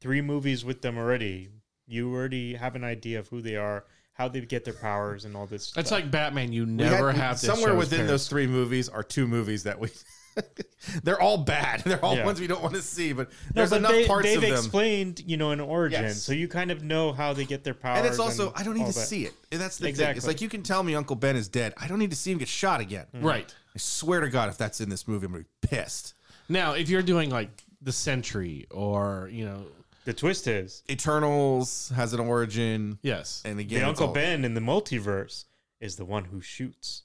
[SPEAKER 2] three movies with them already. You already have an idea of who they are, how they get their powers, and all this.
[SPEAKER 1] That's
[SPEAKER 2] stuff.
[SPEAKER 1] like Batman. You
[SPEAKER 3] We
[SPEAKER 1] never
[SPEAKER 3] had-
[SPEAKER 1] have to
[SPEAKER 3] somewhere
[SPEAKER 1] show his
[SPEAKER 3] within
[SPEAKER 1] parents.
[SPEAKER 3] those three movies are two movies that we. they're all bad. They're all
[SPEAKER 2] Yeah.
[SPEAKER 3] ones we don't want to see. But
[SPEAKER 2] No,
[SPEAKER 3] there's
[SPEAKER 2] but
[SPEAKER 3] enough
[SPEAKER 2] they,
[SPEAKER 3] parts
[SPEAKER 2] they've
[SPEAKER 3] of them.
[SPEAKER 2] explained, you know, an origin,
[SPEAKER 3] Yes.
[SPEAKER 2] so you kind of know how they get their powers.
[SPEAKER 3] and it's also I don't need
[SPEAKER 2] all
[SPEAKER 3] to
[SPEAKER 2] that.
[SPEAKER 3] see it. And that's the thing. It's
[SPEAKER 2] Exactly. Mm.
[SPEAKER 3] like you can tell me Uncle Ben is dead. I don't need to see him get shot again.
[SPEAKER 1] Right.
[SPEAKER 3] I swear to God, if that's in this movie, I'm gonna be pissed.
[SPEAKER 1] Now, if you're doing like the Sentry or you know,
[SPEAKER 2] The twist is
[SPEAKER 3] Eternals has an origin,
[SPEAKER 1] yes,
[SPEAKER 3] and again,
[SPEAKER 2] the
[SPEAKER 3] it's
[SPEAKER 2] Uncle
[SPEAKER 3] all-
[SPEAKER 2] Ben in the multiverse is the one who shoots.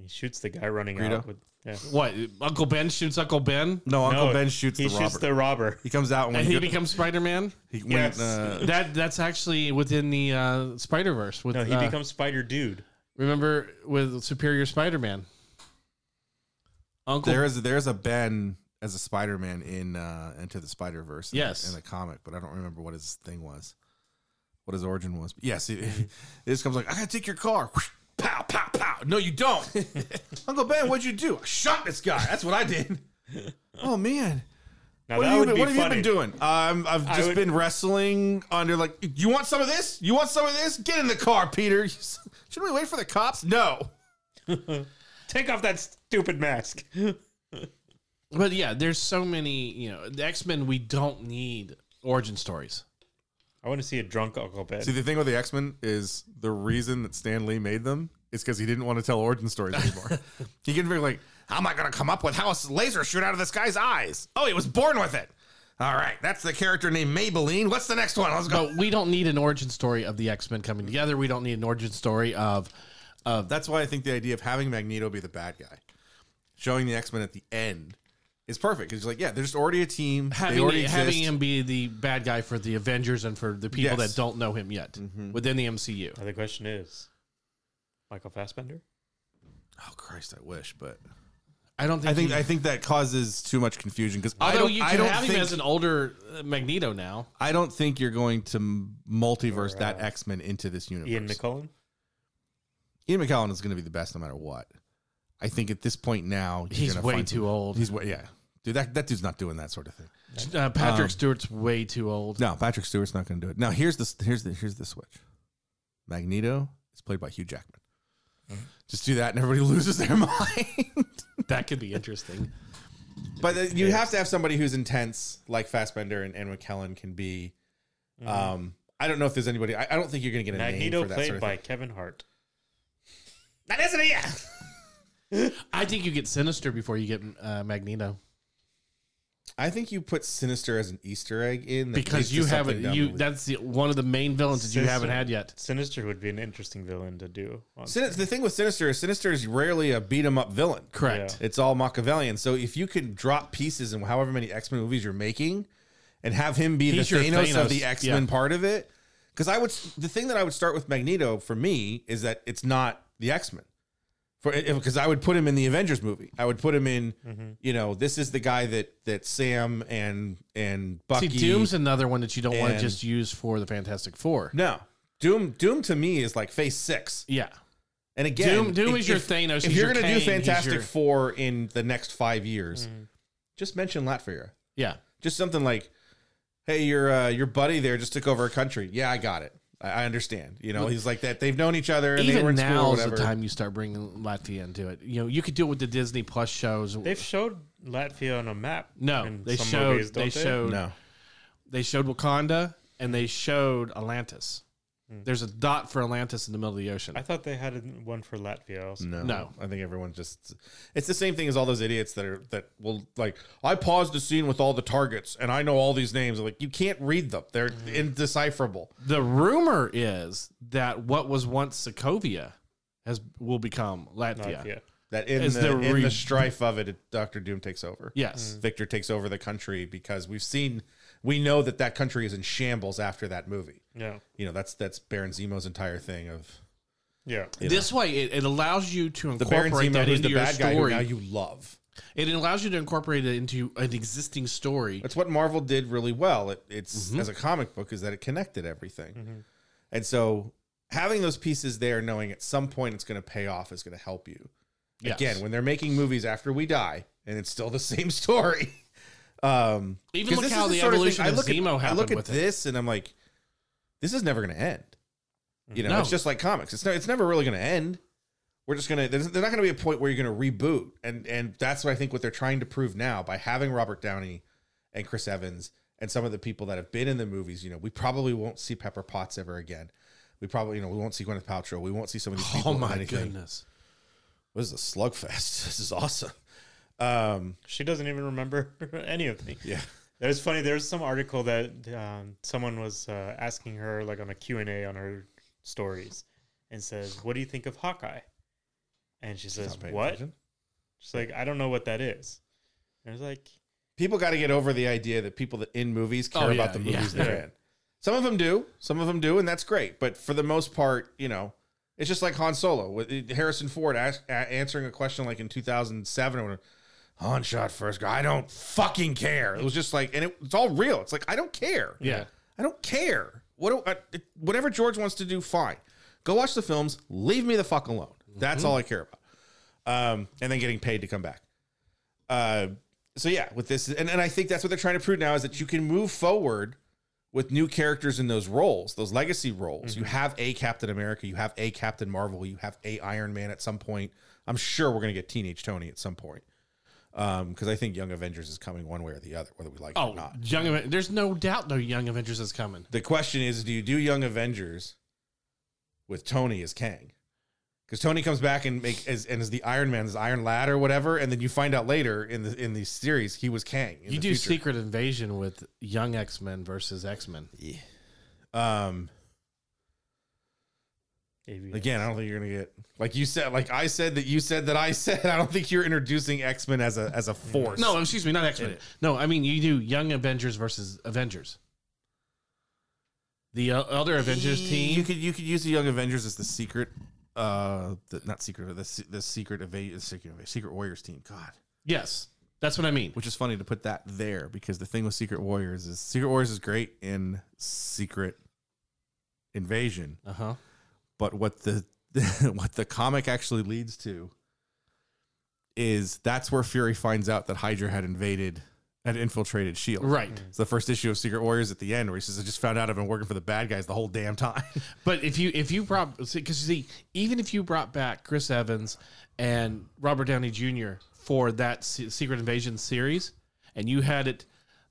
[SPEAKER 2] He shoots the guy running
[SPEAKER 3] Greedo?
[SPEAKER 2] out with yeah.
[SPEAKER 1] what Uncle Ben shoots Uncle Ben
[SPEAKER 3] No, Uncle
[SPEAKER 2] No,
[SPEAKER 3] Ben shoots
[SPEAKER 2] He
[SPEAKER 3] the
[SPEAKER 2] shoots
[SPEAKER 3] robber.
[SPEAKER 2] the robber.
[SPEAKER 3] he comes out and when
[SPEAKER 1] and
[SPEAKER 3] he,
[SPEAKER 1] he becomes Spider Man.
[SPEAKER 3] he- when,
[SPEAKER 2] Yes.
[SPEAKER 3] uh,
[SPEAKER 1] That that's actually within the uh, Spider Verse. With
[SPEAKER 2] No, he
[SPEAKER 3] Ah.
[SPEAKER 1] uh,
[SPEAKER 2] becomes Spider Dude.
[SPEAKER 1] remember with Superior Spider Man. Uncle
[SPEAKER 3] there is there's a Ben as a Spider-Man in uh, Into the Spider-Verse. in-
[SPEAKER 1] Yes.
[SPEAKER 3] in the comic, but I don't remember what his thing was, what his origin was. But yes, he, he just comes like, I gotta take your car. Whoosh, Pow, pow, pow. No, you don't. Uncle Ben, what'd you do? I shot this guy. That's what I did. Oh man.
[SPEAKER 2] Now
[SPEAKER 3] What
[SPEAKER 2] that
[SPEAKER 3] have, you
[SPEAKER 2] would
[SPEAKER 3] been,
[SPEAKER 2] be
[SPEAKER 3] what have you
[SPEAKER 2] funny.
[SPEAKER 3] been doing? Um, I've
[SPEAKER 2] I
[SPEAKER 3] just
[SPEAKER 2] would-
[SPEAKER 3] been wrestling under like. You want some of this? You want some of this? Get in the car, Peter. Shouldn't we wait for the cops? No.
[SPEAKER 2] Take off that stupid mask.
[SPEAKER 1] But yeah, there's so many, you know, the X Men, we don't need origin stories.
[SPEAKER 2] I want to see a drunk Uncle Ben.
[SPEAKER 5] See, the thing with the X Men is the reason that Stan Lee made them is because he didn't want to tell origin stories anymore.
[SPEAKER 3] He can be like, how am I going to come up with how a laser shoot out of this guy's eyes? Oh, he was born with it. All right, that's the character named Maybelline. What's the next one? Let's go.
[SPEAKER 1] But we don't need an origin story of the X Men coming together. We don't need an origin story of, of
[SPEAKER 5] That's why I think the idea of having Magneto be the bad guy, showing the X Men at the end, is perfect. Because like, yeah, they're just already a team. they
[SPEAKER 1] having,
[SPEAKER 5] already
[SPEAKER 1] having
[SPEAKER 5] exist.
[SPEAKER 1] him be the bad guy for the Avengers and for the people
[SPEAKER 5] Yes.
[SPEAKER 1] that don't know him yet within the MCU.
[SPEAKER 2] Now the question is, Michael Fassbender.
[SPEAKER 5] oh Christ, I wish, but
[SPEAKER 1] I don't think.
[SPEAKER 5] I think
[SPEAKER 1] he-
[SPEAKER 5] I think that causes too much confusion because I
[SPEAKER 1] although
[SPEAKER 5] don't
[SPEAKER 1] you
[SPEAKER 5] I
[SPEAKER 1] can
[SPEAKER 5] don't
[SPEAKER 1] have
[SPEAKER 5] think
[SPEAKER 1] him as an older uh, Magneto now.
[SPEAKER 5] I don't think you're going to m- multiverse
[SPEAKER 2] Or,
[SPEAKER 5] that
[SPEAKER 2] uh,
[SPEAKER 5] X Men into this universe.
[SPEAKER 2] Ian McCullen.
[SPEAKER 5] Ian McCallum is going to be the best no matter what. I think at this point now you're
[SPEAKER 1] He's
[SPEAKER 5] gonna
[SPEAKER 1] way
[SPEAKER 5] find-
[SPEAKER 1] too old.
[SPEAKER 5] He's way yeah, dude. That that dude's not doing that sort of thing.
[SPEAKER 1] uh, Patrick
[SPEAKER 3] Um,
[SPEAKER 1] Stewart's way too old.
[SPEAKER 5] No, Patrick Stewart's not going to do it. Now here's the here's the here's the switch. Magneto is played by Hugh Jackman.
[SPEAKER 3] Mm-hmm.
[SPEAKER 5] Just do that, and everybody loses their mind.
[SPEAKER 1] That could be interesting.
[SPEAKER 3] But uh, you have to have somebody who's intense, like Fassbender and, and McKellen can be.
[SPEAKER 5] Mm-hmm.
[SPEAKER 3] Um, I don't know if there's anybody. I, I don't think you're going to get a
[SPEAKER 2] Magneto
[SPEAKER 3] name for that
[SPEAKER 2] played
[SPEAKER 3] sort of
[SPEAKER 2] by
[SPEAKER 3] thing.
[SPEAKER 2] Kevin Hart.
[SPEAKER 3] That isn't it yet.
[SPEAKER 1] I think you get Sinister before you get uh, Magneto
[SPEAKER 3] I think you put Sinister as an Easter egg in that leads
[SPEAKER 1] because
[SPEAKER 3] to
[SPEAKER 1] you haven't.
[SPEAKER 3] something down
[SPEAKER 1] You
[SPEAKER 3] the-
[SPEAKER 1] that's the, one of the main villains that you
[SPEAKER 2] Sinister.
[SPEAKER 1] haven't had yet.
[SPEAKER 2] Sinister would be an interesting villain to do. On.
[SPEAKER 3] Sin- the thing with Sinister is Sinister is rarely a beat 'em up villain.
[SPEAKER 1] Correct.
[SPEAKER 3] It's all Machiavellian. So if you can drop pieces in however many X Men movies you're making, and have him be
[SPEAKER 1] He's
[SPEAKER 3] the
[SPEAKER 1] your
[SPEAKER 3] Thanos,
[SPEAKER 1] Thanos,
[SPEAKER 3] of the X Men
[SPEAKER 1] yeah.
[SPEAKER 3] part of it, Because I would s- the thing that I would start with Magneto for me is that it's not the X Men. For because I would put him in the Avengers movie. I would put him in. You know, this is the guy that that Sam and and Bucky.
[SPEAKER 1] See, Doom's another one that you don't want to
[SPEAKER 3] and-
[SPEAKER 1] just use for the Fantastic Four.
[SPEAKER 3] no, Doom. Doom to me is like Phase Six.
[SPEAKER 1] Yeah.
[SPEAKER 3] And again,
[SPEAKER 1] Doom- Doom is your Thanos,
[SPEAKER 3] If
[SPEAKER 1] he's
[SPEAKER 3] you're
[SPEAKER 1] your
[SPEAKER 3] gonna
[SPEAKER 1] Kang,
[SPEAKER 3] do
[SPEAKER 1] he's
[SPEAKER 3] Fantastic
[SPEAKER 1] your- Mm-hmm.
[SPEAKER 3] Four in the next five years, just mention Latvia.
[SPEAKER 1] Yeah.
[SPEAKER 3] Just something like, "Hey, your uh, your buddy there just took over a country." Yeah, I got it. I, I understand. You know, he's like that. They've known each other and they
[SPEAKER 1] Even
[SPEAKER 3] were in school or
[SPEAKER 1] now is
[SPEAKER 3] whatever.
[SPEAKER 1] the time you start bringing Latvia into it. You know, you could do it with the Disney Plus shows.
[SPEAKER 2] They've showed Latvia on a map.
[SPEAKER 1] no,
[SPEAKER 2] in
[SPEAKER 1] they
[SPEAKER 2] some
[SPEAKER 1] showed
[SPEAKER 2] movies,
[SPEAKER 1] they,
[SPEAKER 2] don't
[SPEAKER 1] showed
[SPEAKER 3] No,
[SPEAKER 1] they showed Wakanda and they showed Atlantis.
[SPEAKER 3] Hmm.
[SPEAKER 1] There's a dot for Atlantis in the middle of the ocean.
[SPEAKER 2] I thought they had one for Latvia. Also.
[SPEAKER 3] no,
[SPEAKER 1] No.
[SPEAKER 3] I think everyone just. It's the same thing as all those idiots that are that will like. I paused the scene with all the targets and I know all these names. I'm like, you can't read them. They're
[SPEAKER 1] Mm-hmm.
[SPEAKER 3] indecipherable.
[SPEAKER 1] the rumor is that what was once Sokovia has will become Latvia.
[SPEAKER 2] Latvia.
[SPEAKER 3] Hmm. That in
[SPEAKER 1] Is
[SPEAKER 3] the,
[SPEAKER 1] there
[SPEAKER 3] in
[SPEAKER 1] re-
[SPEAKER 3] the strife of it, Doctor Doom takes over.
[SPEAKER 1] Yes.
[SPEAKER 3] Victor takes over the country because we've seen, we know that that country is in shambles after that movie.
[SPEAKER 2] Yeah.
[SPEAKER 3] You know, that's that's Baron Zemo's entire thing of
[SPEAKER 2] Yeah.
[SPEAKER 3] you
[SPEAKER 1] This way, it, it allows you to
[SPEAKER 3] the Baron
[SPEAKER 1] incorporate
[SPEAKER 3] Zemo
[SPEAKER 1] that
[SPEAKER 3] who's
[SPEAKER 1] into
[SPEAKER 3] the
[SPEAKER 1] your
[SPEAKER 3] bad guy who
[SPEAKER 1] story.
[SPEAKER 3] now you love.
[SPEAKER 1] it allows you to incorporate it into an existing story.
[SPEAKER 3] That's what Marvel did really well. It, it's
[SPEAKER 1] Mm-hmm.
[SPEAKER 3] as a comic book is that it connected everything, and so having those pieces there, knowing at some point it's going to pay off, is going to help you.
[SPEAKER 1] Yes.
[SPEAKER 3] Again, when they're making movies after we die, and it's still the same story. Um,
[SPEAKER 1] Even
[SPEAKER 3] 'cause
[SPEAKER 1] look
[SPEAKER 3] this
[SPEAKER 1] how
[SPEAKER 3] is
[SPEAKER 1] the
[SPEAKER 3] sort thing-
[SPEAKER 1] evolution
[SPEAKER 3] I
[SPEAKER 1] of
[SPEAKER 3] look
[SPEAKER 1] Zemo
[SPEAKER 3] at, I
[SPEAKER 1] happened
[SPEAKER 3] look at
[SPEAKER 1] with it.
[SPEAKER 3] this, and I'm like, this is never going to end. You know,
[SPEAKER 1] No.
[SPEAKER 3] it's just like comics. It's no, it's never really going to end. We're just gonna. There's, there's not gonna be a point where you're gonna reboot, and and that's what I think what they're trying to prove now by having Robert Downey and Chris Evans and some of the people that have been in the movies. You know, we probably won't see Pepper Potts ever again. We probably, you know, we won't see Gwyneth Paltrow. We won't see some of these people.
[SPEAKER 1] Oh
[SPEAKER 3] in
[SPEAKER 1] my
[SPEAKER 3] anything.
[SPEAKER 1] goodness.
[SPEAKER 3] This is a slugfest. This is awesome. Um,
[SPEAKER 2] She doesn't even remember any of me.
[SPEAKER 3] yeah.
[SPEAKER 2] It was funny. There was some article that um, someone was uh, asking her, like on a Q and A on her stories, and says, "What do you think of Hawkeye?" And she says,
[SPEAKER 3] Not paying
[SPEAKER 2] "What?"
[SPEAKER 3] attention.
[SPEAKER 2] She's like, "I don't know what that is." And I was like,
[SPEAKER 3] people got to get over the idea that people that in movies care
[SPEAKER 1] Oh, yeah,
[SPEAKER 3] about the movies
[SPEAKER 2] yeah.
[SPEAKER 3] they're
[SPEAKER 2] Yeah.
[SPEAKER 3] in. Some of them do, some of them do, and that's great. But for the most part, you know, it's just like Han Solo with Harrison Ford ask, a- answering a question like in 2007 or whatever, Han shot first guy. I don't fucking care. It was just like, and it, it's all real. It's like I don't care.
[SPEAKER 1] Yeah.
[SPEAKER 3] I don't care. What do I, it- whatever George wants to do, fine. Go watch the films. Leave me the fuck alone. That's all I care about. Um, and then getting paid to come back. Uh, so yeah, with this, and, and I think that's what they're trying to prove now is that you can move forward with new characters in those roles, those legacy roles. You have a Captain America, you have a Captain Marvel, you have a Iron Man at some point. I'm sure we're gonna get Teenage Tony at some point. Um, because I think Young Avengers is coming one way or the other, whether we like it
[SPEAKER 1] Oh,
[SPEAKER 3] or not.
[SPEAKER 1] Young Aven- There's no doubt no Young Avengers is coming.
[SPEAKER 3] The question is, do you do Young Avengers with Tony as Kang? Because Tony comes back and make as and is the Iron Man, is Iron Lad or whatever, and then you find out later in the in the series he was Kang. in
[SPEAKER 1] You
[SPEAKER 3] the
[SPEAKER 1] do
[SPEAKER 3] future.
[SPEAKER 1] Secret Invasion with Young X Men versus X Men.
[SPEAKER 3] Um,
[SPEAKER 2] "AVN."
[SPEAKER 3] again, I don't think you're gonna get like you said, like I said that you said that I said. I don't think you're introducing X Men as a as a force.
[SPEAKER 1] No, excuse me, not X Men. No, I mean you do Young Avengers versus Avengers. The uh, Elder Avengers
[SPEAKER 5] You
[SPEAKER 1] team.
[SPEAKER 5] could you could use the Young Avengers as the secret, uh, the, not secret, the se- the secret eva- secret eva- secret warriors team. God,
[SPEAKER 1] Yes, that's what I mean.
[SPEAKER 5] which is funny to put that there because the thing with secret warriors is secret warriors is great in secret invasion,
[SPEAKER 1] Uh huh.
[SPEAKER 5] but what the what the comic actually leads to is that's where Fury finds out that Hydra had invaded had infiltrated Shield.
[SPEAKER 1] Right.
[SPEAKER 5] E It's the first issue of Secret Warriors at the end where he says, "I just found out I've been working for the bad guys the whole damn time."
[SPEAKER 1] But if you if you brought because see even if you brought back Chris Evans and Robert Downey Jr. for that Se- Secret Invasion series, and you had it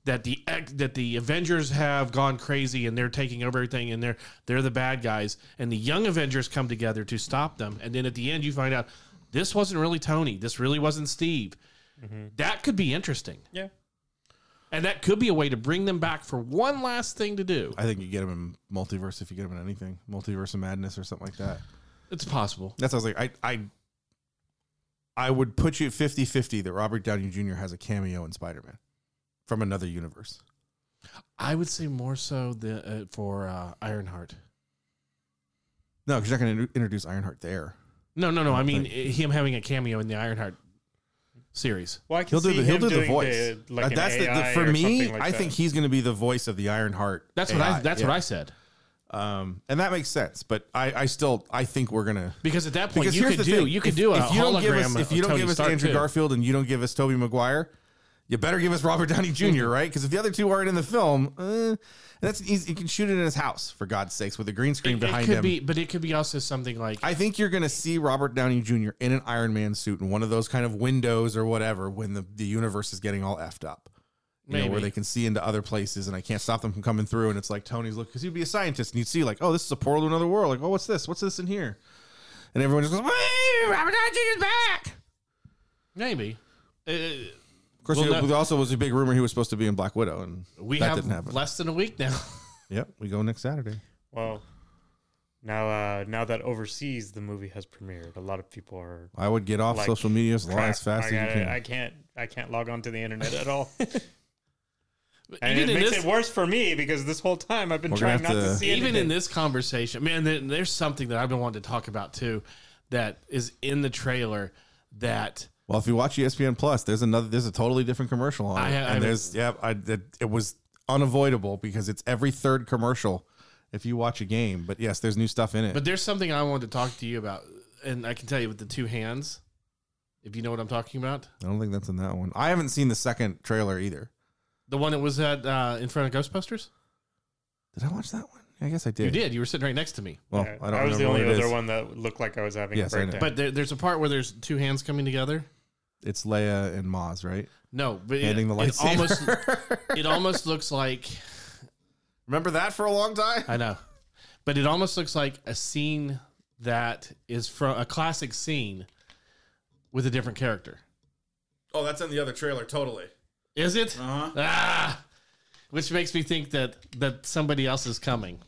[SPEAKER 1] that the ex- that the Avengers have gone crazy and they're taking over everything and they're they're the bad guys and the young Avengers come together to stop them and then at the end you find out this wasn't really Tony this really wasn't Steve that could be interesting
[SPEAKER 2] Yeah.
[SPEAKER 1] and that could be a way to bring them back for one last thing to do
[SPEAKER 5] I think you get him in multiverse if you get him in anything, multiverse of madness or something like that.
[SPEAKER 1] it's possible
[SPEAKER 5] That's what I was like. I I I would put you at 50-50 that Robert Downey Jr. has a cameo in Spider Man from another universe.
[SPEAKER 1] I would say more so the, uh, for uh, Ironheart.
[SPEAKER 3] No, because you're not going to introduce Ironheart there.
[SPEAKER 1] No, no, no. I mean i- him having a cameo in the Ironheart series.
[SPEAKER 2] Well, I can
[SPEAKER 3] He'll do
[SPEAKER 2] see
[SPEAKER 3] the he'll
[SPEAKER 2] him
[SPEAKER 3] do the
[SPEAKER 2] doing
[SPEAKER 3] voice.
[SPEAKER 2] like
[SPEAKER 3] Uh,
[SPEAKER 2] an
[SPEAKER 3] that's the, the
[SPEAKER 2] AI
[SPEAKER 3] for
[SPEAKER 2] or
[SPEAKER 3] me.
[SPEAKER 2] something like
[SPEAKER 3] I
[SPEAKER 2] that.
[SPEAKER 3] think he's going to be the voice of the Ironheart.
[SPEAKER 1] That's what I. That's what I said.
[SPEAKER 3] I. Um, and that makes sense. But I, I still I think we're gonna.
[SPEAKER 1] Because at that point,
[SPEAKER 3] Because
[SPEAKER 1] you
[SPEAKER 3] here's
[SPEAKER 1] could
[SPEAKER 3] the
[SPEAKER 1] do
[SPEAKER 3] thing.
[SPEAKER 1] you could
[SPEAKER 3] If-
[SPEAKER 1] do a
[SPEAKER 3] if you don't
[SPEAKER 1] hologram.
[SPEAKER 3] give us,
[SPEAKER 1] of
[SPEAKER 3] if you don't
[SPEAKER 1] Tony
[SPEAKER 3] give us
[SPEAKER 1] Stark,
[SPEAKER 3] Andrew
[SPEAKER 1] too.
[SPEAKER 3] Garfield and you don't give us Toby Maguire, you better give us Robert Downey Jr. right? Because if the other two aren't in the film, uh, and that's easy. You can shoot it in his house for God's sakes with a green screen
[SPEAKER 1] It-
[SPEAKER 3] behind
[SPEAKER 1] it could
[SPEAKER 3] him.
[SPEAKER 1] be, but it could be also something like
[SPEAKER 3] I think you're going to see Robert Downey Jr. in an Iron Man suit in one of those kind of windows or whatever when the, the universe is getting all effed up. You know, where
[SPEAKER 1] Maybe.
[SPEAKER 3] they can see into other places and I can't stop them from coming through. And it's like Tony's look, because he'd be a scientist and you'd see, like, oh, this is a portal to another world. Like, oh, what's this? What's this in here? And everyone just goes, "Whee! Robert Downey Jr.'s back.
[SPEAKER 1] maybe. Uh,
[SPEAKER 3] Of course,
[SPEAKER 1] Well,
[SPEAKER 3] there
[SPEAKER 1] no-
[SPEAKER 3] there also was a big rumor he was supposed to be in Black Widow. And
[SPEAKER 1] we
[SPEAKER 3] that
[SPEAKER 1] have
[SPEAKER 3] didn't happen.
[SPEAKER 1] less than a week now.
[SPEAKER 3] Yep, we go next Saturday.
[SPEAKER 2] Well, now uh, now that overseas the movie has premiered, a lot of people are.
[SPEAKER 3] I would get off
[SPEAKER 2] Like,
[SPEAKER 3] social media as long
[SPEAKER 2] "Crap,
[SPEAKER 3] as fast
[SPEAKER 2] I
[SPEAKER 3] as you
[SPEAKER 2] gotta-
[SPEAKER 3] can.
[SPEAKER 2] I can't. I can't log on to the internet at all, and
[SPEAKER 1] even
[SPEAKER 2] it
[SPEAKER 1] in
[SPEAKER 2] makes
[SPEAKER 1] this,
[SPEAKER 2] it worse for me because this whole time I've been
[SPEAKER 3] We're gonna
[SPEAKER 2] trying not
[SPEAKER 3] have
[SPEAKER 2] to,
[SPEAKER 3] to-
[SPEAKER 2] see
[SPEAKER 1] even in
[SPEAKER 2] anything.
[SPEAKER 1] this conversation, man, there, there's something that I've been wanting to talk about too, that is in the trailer that
[SPEAKER 3] Well, if you watch E ESPN Plus, there's another, there's a totally different commercial on
[SPEAKER 1] I-
[SPEAKER 3] it,
[SPEAKER 1] I
[SPEAKER 3] and
[SPEAKER 1] haven't-
[SPEAKER 3] there's yeah, I it, it was unavoidable because it's every third commercial if you watch a game. But yes, there's new stuff in it.
[SPEAKER 1] But there's something I wanted to talk to you about, and I can tell you with the two hands, if you know what I'm talking about,
[SPEAKER 3] I don't think that's in that one. I haven't seen the second trailer either.
[SPEAKER 1] the one that was at uh, in front of Ghostbusters.
[SPEAKER 3] Did I watch that one? I guess I did.
[SPEAKER 1] You did. You were sitting right next to me.
[SPEAKER 3] Well, I don't
[SPEAKER 2] was the
[SPEAKER 3] remember what
[SPEAKER 2] only
[SPEAKER 3] it
[SPEAKER 2] other
[SPEAKER 3] is.
[SPEAKER 2] one that looked like I was having
[SPEAKER 3] Yes,
[SPEAKER 2] a
[SPEAKER 3] I know.
[SPEAKER 2] breakdown.
[SPEAKER 1] But there, there's a part where there's two hands coming together.
[SPEAKER 3] It's Leia and Maz, right?
[SPEAKER 1] No, but it,
[SPEAKER 3] Handing the
[SPEAKER 1] it
[SPEAKER 3] lightsaber.
[SPEAKER 1] almost it almost looks like
[SPEAKER 3] Remember that for a long time.
[SPEAKER 1] I know, but it almost looks like a scene that is from a classic scene with a different character.
[SPEAKER 3] Oh, that's in the other trailer. Totally.
[SPEAKER 1] Is it?
[SPEAKER 3] Uh-huh.
[SPEAKER 1] Ah, which makes me think that that somebody else is coming.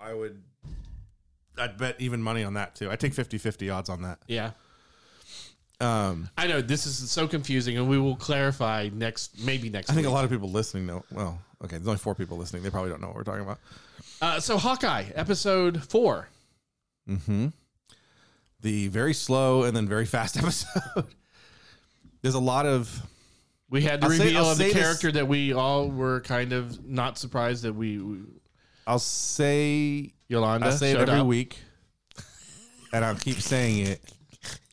[SPEAKER 3] I would. I'd bet even money on that too. I take 50-50 odds on that.
[SPEAKER 1] Yeah.
[SPEAKER 3] Um,
[SPEAKER 1] I know this is so confusing, and we will clarify next, maybe next.
[SPEAKER 3] I think a
[SPEAKER 1] week.
[SPEAKER 3] lot of people listening know. Well, okay, there's only four people listening. They probably don't know what we're talking about.
[SPEAKER 1] Uh, so Hawkeye episode four.
[SPEAKER 3] hmm The very slow and then very fast episode. There's a lot of
[SPEAKER 1] We had the
[SPEAKER 3] I'll say-
[SPEAKER 1] reveal
[SPEAKER 3] I'll
[SPEAKER 1] of the
[SPEAKER 3] say this-
[SPEAKER 1] character that we all were kind of not surprised that we, we
[SPEAKER 3] I'll say
[SPEAKER 1] Yolanda
[SPEAKER 3] I say it
[SPEAKER 1] showed
[SPEAKER 3] every
[SPEAKER 1] up.
[SPEAKER 3] week, and I'll keep saying it.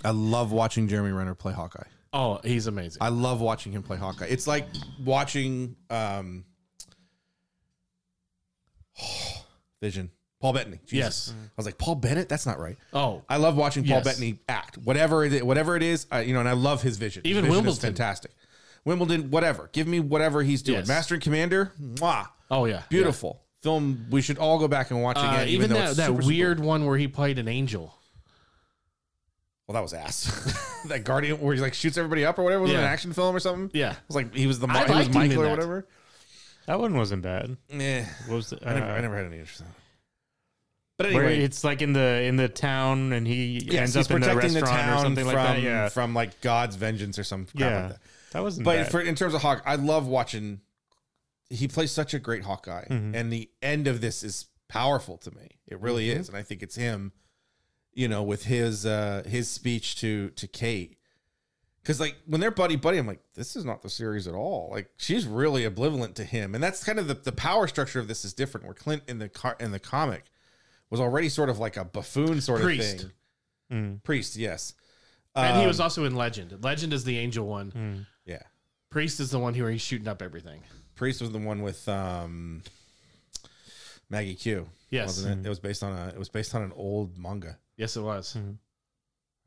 [SPEAKER 3] I love watching Jeremy Renner play Hawkeye.
[SPEAKER 1] Oh, he's amazing.
[SPEAKER 3] I love watching him play Hawkeye. It's like watching um, Vision. Paul Bettany.
[SPEAKER 1] Yes.
[SPEAKER 3] Jesus. I was like Paul Bennett. That's not right.
[SPEAKER 1] oh,
[SPEAKER 3] I love watching Paul
[SPEAKER 1] Yes.
[SPEAKER 3] Bettany act. Whatever it is, whatever it is, I, you know, and I love his vision. His
[SPEAKER 1] Even
[SPEAKER 3] vision is
[SPEAKER 1] Wimbledon.
[SPEAKER 3] fantastic. Wimbledon, whatever. Give me whatever he's doing.
[SPEAKER 1] Yes.
[SPEAKER 3] Master and Commander, mwah,
[SPEAKER 1] oh yeah,
[SPEAKER 3] beautiful film. We should all go back and watch
[SPEAKER 1] Yeah. Uh,
[SPEAKER 3] again.
[SPEAKER 1] even
[SPEAKER 3] though
[SPEAKER 1] that,
[SPEAKER 3] it's
[SPEAKER 1] that
[SPEAKER 3] super, super-
[SPEAKER 1] weird one where he played an angel.
[SPEAKER 3] well, that was ass. that Guardian where he like shoots everybody up or whatever was it
[SPEAKER 1] Yeah.
[SPEAKER 3] an action film or something. It
[SPEAKER 1] Yeah,
[SPEAKER 3] was like he was the
[SPEAKER 1] I
[SPEAKER 3] he was
[SPEAKER 1] liked him in
[SPEAKER 3] Michael or
[SPEAKER 1] that.
[SPEAKER 3] whatever.
[SPEAKER 2] that one wasn't bad.
[SPEAKER 3] Yeah,
[SPEAKER 2] What was the,
[SPEAKER 3] I never,
[SPEAKER 2] uh,
[SPEAKER 3] I never had any interest. in it.
[SPEAKER 2] But
[SPEAKER 3] anyway-
[SPEAKER 2] it's like in the in the town, and he
[SPEAKER 3] Yes,
[SPEAKER 2] ends up in the restaurant or something
[SPEAKER 3] from
[SPEAKER 2] like that. Yeah,
[SPEAKER 3] from like God's vengeance or some crap
[SPEAKER 2] yeah,
[SPEAKER 3] like that.
[SPEAKER 2] that. wasn't
[SPEAKER 3] But
[SPEAKER 2] bad.
[SPEAKER 3] for in terms of Hawk, I love watching. He plays such a great Hawkeye,
[SPEAKER 1] Mm-hmm.
[SPEAKER 2] Mhm.
[SPEAKER 3] and the end of this is powerful to me. It really
[SPEAKER 1] Mm-hmm.
[SPEAKER 3] is, and I think it's him. You know, with his uh his speech to to Kate, because like when they're buddy buddy, I'm like, this is not the series at all. Like she's really oblivious to him, and that's kind of the the power structure of this is different. Where Clint in the car in the comic was already sort of like a buffoon sort
[SPEAKER 1] Priest.
[SPEAKER 3] of thing.
[SPEAKER 2] Mm,
[SPEAKER 3] Priest, yes,
[SPEAKER 1] and he
[SPEAKER 3] Um,
[SPEAKER 1] was also in Legend. Legend is the angel one.
[SPEAKER 2] mm.
[SPEAKER 3] yeah.
[SPEAKER 1] Priest is the one who he's shooting up everything.
[SPEAKER 3] Priest was the one with um, Maggie Q.
[SPEAKER 1] Yes.
[SPEAKER 3] wasn't it? It was based on a it was based on an old manga.
[SPEAKER 1] Yes, it
[SPEAKER 3] Hmm.
[SPEAKER 1] was.
[SPEAKER 3] I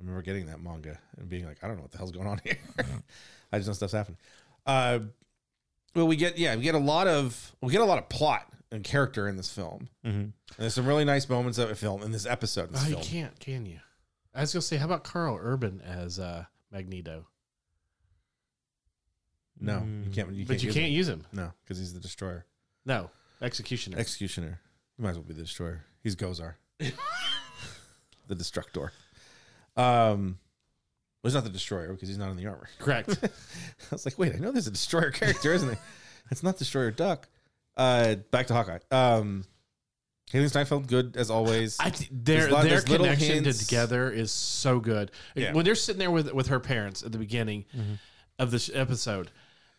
[SPEAKER 3] remember getting that manga and being like, I don't know what the hell's going on here. I just know stuff's happening. Uh, well, we get yeah, we get a lot of we get a lot of plot and character in this film.
[SPEAKER 2] Mhm.
[SPEAKER 3] And there's some really nice moments of a film in this episode. in This
[SPEAKER 1] Oh, you
[SPEAKER 3] film.
[SPEAKER 1] can't, can you? I was gonna say, how about Carl Urban as uh, Magneto?
[SPEAKER 3] No, you
[SPEAKER 2] Mm.
[SPEAKER 3] can't. You can't
[SPEAKER 1] but you
[SPEAKER 3] use
[SPEAKER 1] can't
[SPEAKER 3] him.
[SPEAKER 1] use him.
[SPEAKER 3] No, because he's the destroyer,
[SPEAKER 1] No, executioner.
[SPEAKER 3] executioner. You might as well be the destroyer. He's Gozar, the destructor. Um, Well, he's not the destroyer because he's not in the armor.
[SPEAKER 1] Correct.
[SPEAKER 3] I was like, wait, I know there's a destroyer character, isn't there? It's not destroyer duck. Uh, back to Hawkeye. Um, Haley Steinfeld, good as always.
[SPEAKER 1] I th- their
[SPEAKER 3] There's a lot-
[SPEAKER 1] their
[SPEAKER 3] there's little
[SPEAKER 1] connection to
[SPEAKER 3] hints.
[SPEAKER 1] together is so good.
[SPEAKER 3] Yeah.
[SPEAKER 1] When they're sitting there with with her parents at the beginning
[SPEAKER 3] Mm-hmm.
[SPEAKER 1] of this episode,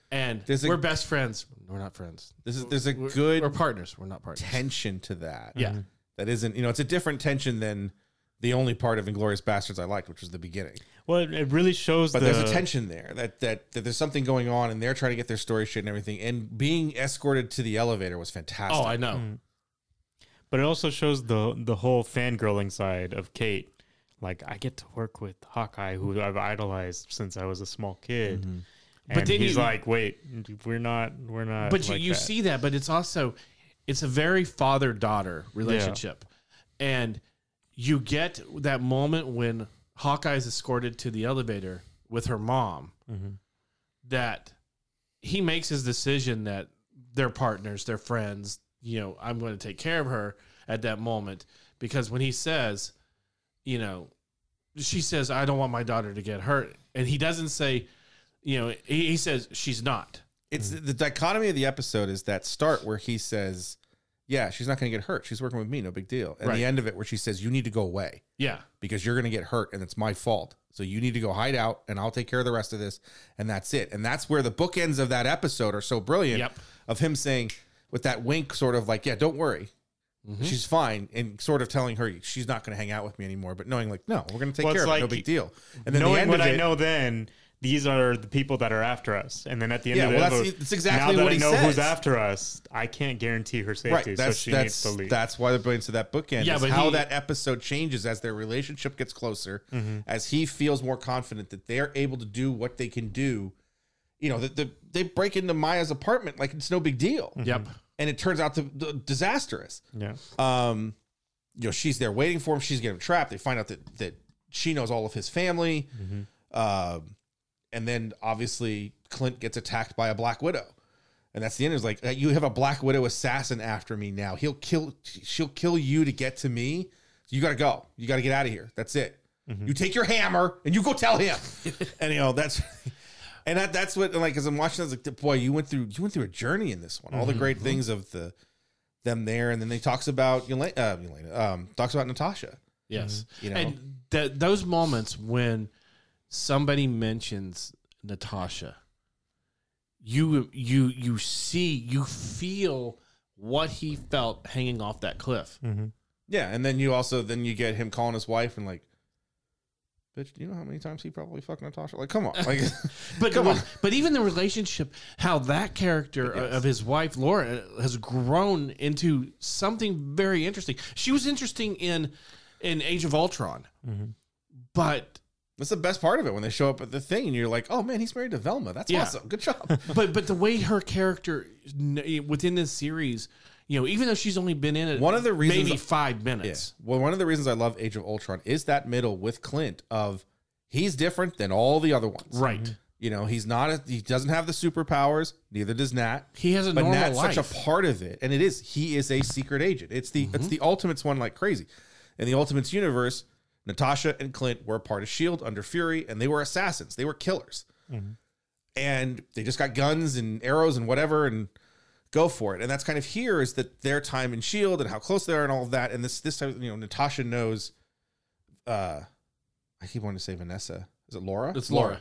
[SPEAKER 1] and
[SPEAKER 3] There's a-
[SPEAKER 1] we're best friends. We're not friends.
[SPEAKER 3] This is there's a
[SPEAKER 1] We're,
[SPEAKER 3] good
[SPEAKER 1] We're partners. We're not partners.
[SPEAKER 3] tension to that.
[SPEAKER 1] Yeah.
[SPEAKER 3] that isn't you know it's a different tension than the only part of Inglorious Bastards I liked, which was the beginning.
[SPEAKER 2] Well, it, it really shows.
[SPEAKER 3] But
[SPEAKER 2] the,
[SPEAKER 3] there's a tension there that, that that there's something going on, and they're trying to get their story straight and everything. And being escorted to the elevator was fantastic.
[SPEAKER 1] Oh, I know.
[SPEAKER 3] Mm-hmm.
[SPEAKER 2] But it also shows the the whole fangirling side of Kate. Like I get to work with Hawkeye, who I've idolized since I was a small kid.
[SPEAKER 3] Mm-hmm.
[SPEAKER 2] And
[SPEAKER 1] But then
[SPEAKER 2] he's
[SPEAKER 1] you-
[SPEAKER 2] like, "Wait, we're not, we're not."
[SPEAKER 1] But you,
[SPEAKER 2] like
[SPEAKER 1] you
[SPEAKER 2] that."
[SPEAKER 1] see that, but it's also it's a very father daughter relationship, and you get that moment when Hawkeye is escorted to the elevator with her mom.
[SPEAKER 2] Mm-hmm.
[SPEAKER 1] That he makes his decision that they're partners, they're friends. You know, I'm going to take care of her at that moment because when he says, you know, she says, "I don't want my daughter to get hurt," and he doesn't say, you know, he, he says she's not.
[SPEAKER 3] it's the dichotomy of the episode is that start where he says, "Yeah, she's not going to get hurt. She's working with me, no big deal." And
[SPEAKER 1] Right.
[SPEAKER 3] the end of it where she says, "You need to go away
[SPEAKER 1] Yeah.
[SPEAKER 3] because you're going to get hurt, and it's my fault. So you need to go hide out, and I'll take care of the rest of this." And that's it. And that's where the bookends of that episode are so brilliant.
[SPEAKER 1] Yep.
[SPEAKER 3] Of him saying with that wink, sort of like, "Yeah, don't worry."
[SPEAKER 2] Mm-hmm.
[SPEAKER 3] She's fine, and sort of telling her she's not going to hang out with me anymore, but knowing like, no, we're going to take
[SPEAKER 2] Well,
[SPEAKER 3] care
[SPEAKER 2] it's
[SPEAKER 3] of it, no
[SPEAKER 2] like
[SPEAKER 3] big deal. And then the
[SPEAKER 2] knowing
[SPEAKER 3] end
[SPEAKER 2] what
[SPEAKER 3] of
[SPEAKER 2] I
[SPEAKER 3] it-
[SPEAKER 2] know then, these are the people that are after us. And then at the end
[SPEAKER 3] Yeah,
[SPEAKER 2] of the
[SPEAKER 3] well, that's-
[SPEAKER 2] episode,
[SPEAKER 3] it's exactly
[SPEAKER 2] now that
[SPEAKER 3] what
[SPEAKER 2] I
[SPEAKER 3] he
[SPEAKER 2] know who's
[SPEAKER 3] says.
[SPEAKER 2] after us, I can't guarantee her safety,
[SPEAKER 3] Right, that's
[SPEAKER 2] so she
[SPEAKER 3] that's
[SPEAKER 2] needs to leave.
[SPEAKER 3] that's why the brilliance of that bookend
[SPEAKER 1] Yeah,
[SPEAKER 3] is
[SPEAKER 1] but
[SPEAKER 3] how
[SPEAKER 1] he-
[SPEAKER 3] that episode changes as their relationship gets closer,
[SPEAKER 2] Mm-hmm.
[SPEAKER 3] as he feels more confident that they're able to do what they can do. You know, that the, they break into Maya's apartment like it's no big deal,
[SPEAKER 2] Mm-hmm.
[SPEAKER 1] Yep.
[SPEAKER 3] and it turns out to, to disastrous.
[SPEAKER 2] yeah.
[SPEAKER 3] Um, you know, she's there waiting for him. She's getting trapped. They find out that that she knows all of his family, um, and then obviously Clint gets attacked by a Black Widow, and that's the end. It's like "Uh, you have a Black Widow assassin after me now. He'll kill. She'll kill you to get to me. You got to go. You got to get out of here. That's it. You take your hammer and you go tell him. and you know that's. And that, that's what like as I'm watching, I was like, boy, you went through you went through a journey in this one. All the great things of the them there, and then they talks about Yelena, uh, Yelena um, talks about Natasha.
[SPEAKER 1] Yes.
[SPEAKER 3] Mm-hmm. You know?
[SPEAKER 1] And th- those moments when somebody mentions Natasha, you you you see you feel what he felt hanging off that cliff.
[SPEAKER 3] Yeah, and then you also then you get him calling his wife and like, bitch, do you know how many times he probably fucked Natasha? Like, come on, like,
[SPEAKER 1] But
[SPEAKER 3] Come on.
[SPEAKER 1] but even the relationship, how that character
[SPEAKER 3] Yes.
[SPEAKER 1] of his wife Laura has grown into something very interesting. She was interesting in in Age of Ultron,
[SPEAKER 3] Mm-hmm.
[SPEAKER 1] but
[SPEAKER 3] that's the best part of it when they show up at the thing and you're like, oh man, he's married to Velma. That's
[SPEAKER 1] Yeah.
[SPEAKER 3] awesome. Good job.
[SPEAKER 1] but but the way her character n- within this series, you know, even though she's only been in it
[SPEAKER 3] One of the reasons-
[SPEAKER 1] maybe five
[SPEAKER 3] Yeah.
[SPEAKER 1] minutes.
[SPEAKER 3] Well, one of the reasons I love Age of Ultron is that middle with Clint of he's different than all the other ones.
[SPEAKER 1] Right.
[SPEAKER 3] You know, he's not a, he doesn't have the superpowers, neither does Nat.
[SPEAKER 1] He has a
[SPEAKER 3] but
[SPEAKER 1] normal
[SPEAKER 3] Nat's
[SPEAKER 1] life. Mm-hmm.
[SPEAKER 3] such a part of it. And it is. He is a secret agent. It's the it's the Ultimates one like crazy. In the Ultimates universe, Natasha and Clint were a part of Shield E under Fury, and they were assassins. They were killers.
[SPEAKER 1] Mm-hmm.
[SPEAKER 3] And they just got guns and arrows and whatever and go for it. And that's kind of here is that their time in Shield E and how close they are and all of that. And this this time, you know, Natasha knows uh I keep wanting to say Vanessa. Is it Laura?
[SPEAKER 1] It's Laura.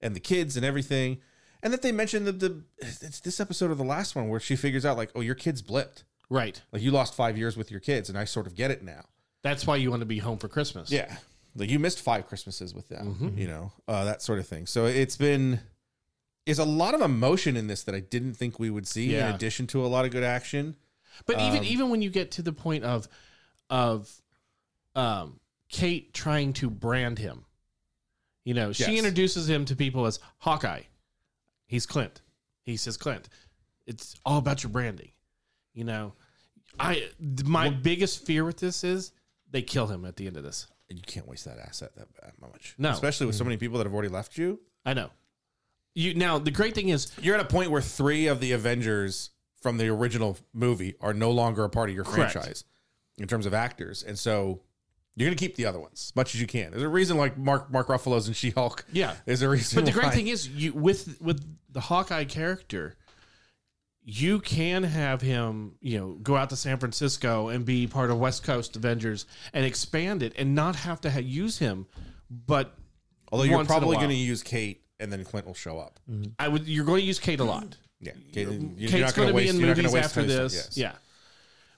[SPEAKER 3] And the kids and everything. And that they mentioned the, the it's this episode of the last one where she figures out like, oh, your kids blipped.
[SPEAKER 1] Right.
[SPEAKER 3] Like you lost five years with your kids, and I sort of get it now.
[SPEAKER 1] That's why you want to be home for Christmas.
[SPEAKER 3] Yeah. Like you missed five Christmases with them,
[SPEAKER 1] Mm-hmm.
[SPEAKER 3] you know, uh, that sort of thing. So it's been, there's a lot of emotion in this that I didn't think we would see in
[SPEAKER 1] Yeah.
[SPEAKER 3] addition to a lot of good action.
[SPEAKER 1] But even even when you get to the point of of um Kate trying to brand him. You know, she
[SPEAKER 3] Yes.
[SPEAKER 1] introduces him to people as Hawkeye. He's Clint. He says Clint. It's all about your branding. You know, I my biggest fear with this is they kill him at the end of this.
[SPEAKER 3] You can't waste that asset that that much.
[SPEAKER 1] No. Mm.
[SPEAKER 3] Especially with so many people that have already left you.
[SPEAKER 1] I know. You now the great thing is
[SPEAKER 3] You're at a point where three of the Avengers from the original movie are no longer a part of your
[SPEAKER 1] Correct.
[SPEAKER 3] franchise in terms of actors. And so You're gonna keep the other ones as much as you can. There's a reason, like Mark Mark Ruffalo's and She Hulk.
[SPEAKER 1] Yeah.
[SPEAKER 3] there's a reason.
[SPEAKER 1] But the great
[SPEAKER 3] why-
[SPEAKER 1] thing is, you with with the Hawkeye character, you can have him, you know, go out to San Francisco and be part of West Coast Avengers and expand it, and not have to ha- use him. But
[SPEAKER 3] although you're
[SPEAKER 1] once in a
[SPEAKER 3] probably
[SPEAKER 1] while.
[SPEAKER 3] gonna use Kate, and then Clint will show up.
[SPEAKER 1] I would, you're going to use Kate a lot.
[SPEAKER 3] Yeah, Kate, you- you're
[SPEAKER 1] Kate's
[SPEAKER 3] not
[SPEAKER 1] going
[SPEAKER 3] gonna
[SPEAKER 1] to be
[SPEAKER 3] waste.
[SPEAKER 1] in
[SPEAKER 3] you're not gonna
[SPEAKER 1] movies
[SPEAKER 3] waste
[SPEAKER 1] after
[SPEAKER 3] Tony Stark,
[SPEAKER 1] this.
[SPEAKER 3] yes.
[SPEAKER 1] Yeah,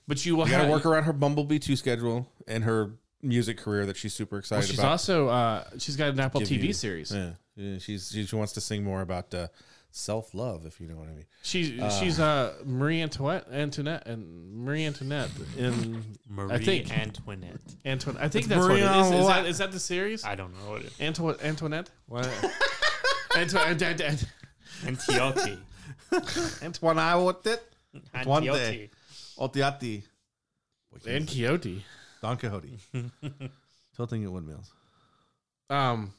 [SPEAKER 1] but you will
[SPEAKER 3] you
[SPEAKER 1] have
[SPEAKER 3] gotta work around her Bumblebee two schedule and her music career that she's super
[SPEAKER 1] Well,
[SPEAKER 3] excited
[SPEAKER 1] oh, she's
[SPEAKER 3] about.
[SPEAKER 1] also uh, she's got an Apple
[SPEAKER 3] Give
[SPEAKER 1] TV
[SPEAKER 3] you-
[SPEAKER 1] series.
[SPEAKER 3] Yeah, yeah she's she, she wants to sing more about uh, self love, if you know what I mean.
[SPEAKER 1] She's she's uh, Marie Antoinette, Antoinette, and Marie Antoinette in
[SPEAKER 2] Marie
[SPEAKER 1] think-
[SPEAKER 2] Antoinette.
[SPEAKER 1] Antoinette. I think that's
[SPEAKER 5] Marie
[SPEAKER 1] what it is. Is that,
[SPEAKER 5] Antoinette.
[SPEAKER 1] is that the series?
[SPEAKER 2] I don't know what it is.
[SPEAKER 1] Anto- Antoinette? What? Anto- Ant- Ant- Ant-
[SPEAKER 2] Antioche.
[SPEAKER 5] Antoine, I want it. One day.
[SPEAKER 2] Antioche.
[SPEAKER 5] Otiati.
[SPEAKER 1] and Quixote.
[SPEAKER 5] Don Quixote. Tilting at windmills.
[SPEAKER 1] Um,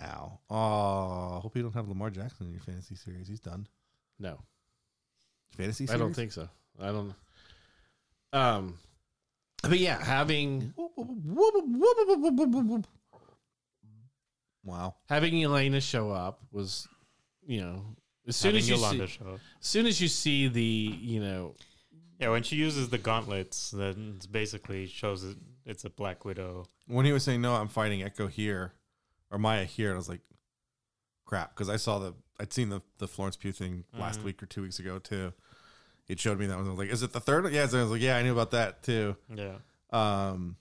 [SPEAKER 5] Ow. Oh, hope you don't have Lamar Jackson in your fantasy series. He's done.
[SPEAKER 1] no,
[SPEAKER 5] Fantasy
[SPEAKER 1] I
[SPEAKER 5] series?
[SPEAKER 1] don't think so. I don't. Um, but yeah, having
[SPEAKER 5] Wow.
[SPEAKER 1] having Elena show up was, you know, as soon
[SPEAKER 2] Having
[SPEAKER 1] as you
[SPEAKER 2] Yolanda
[SPEAKER 1] see,
[SPEAKER 2] show up.
[SPEAKER 1] as soon as you see the you know
[SPEAKER 2] Yeah, when she uses the gauntlets, then it's basically shows it, it's a Black Widow.
[SPEAKER 5] When he was saying, no, I'm fighting Echo here or Maya here, and I was like, crap. Because I saw the, I'd seen the, the Florence Pugh thing last week or two weeks ago, too. It showed me that one. I was like, is it the third? one? Yeah. So I was like, yeah, I knew about that, too.
[SPEAKER 2] Yeah.
[SPEAKER 5] Um,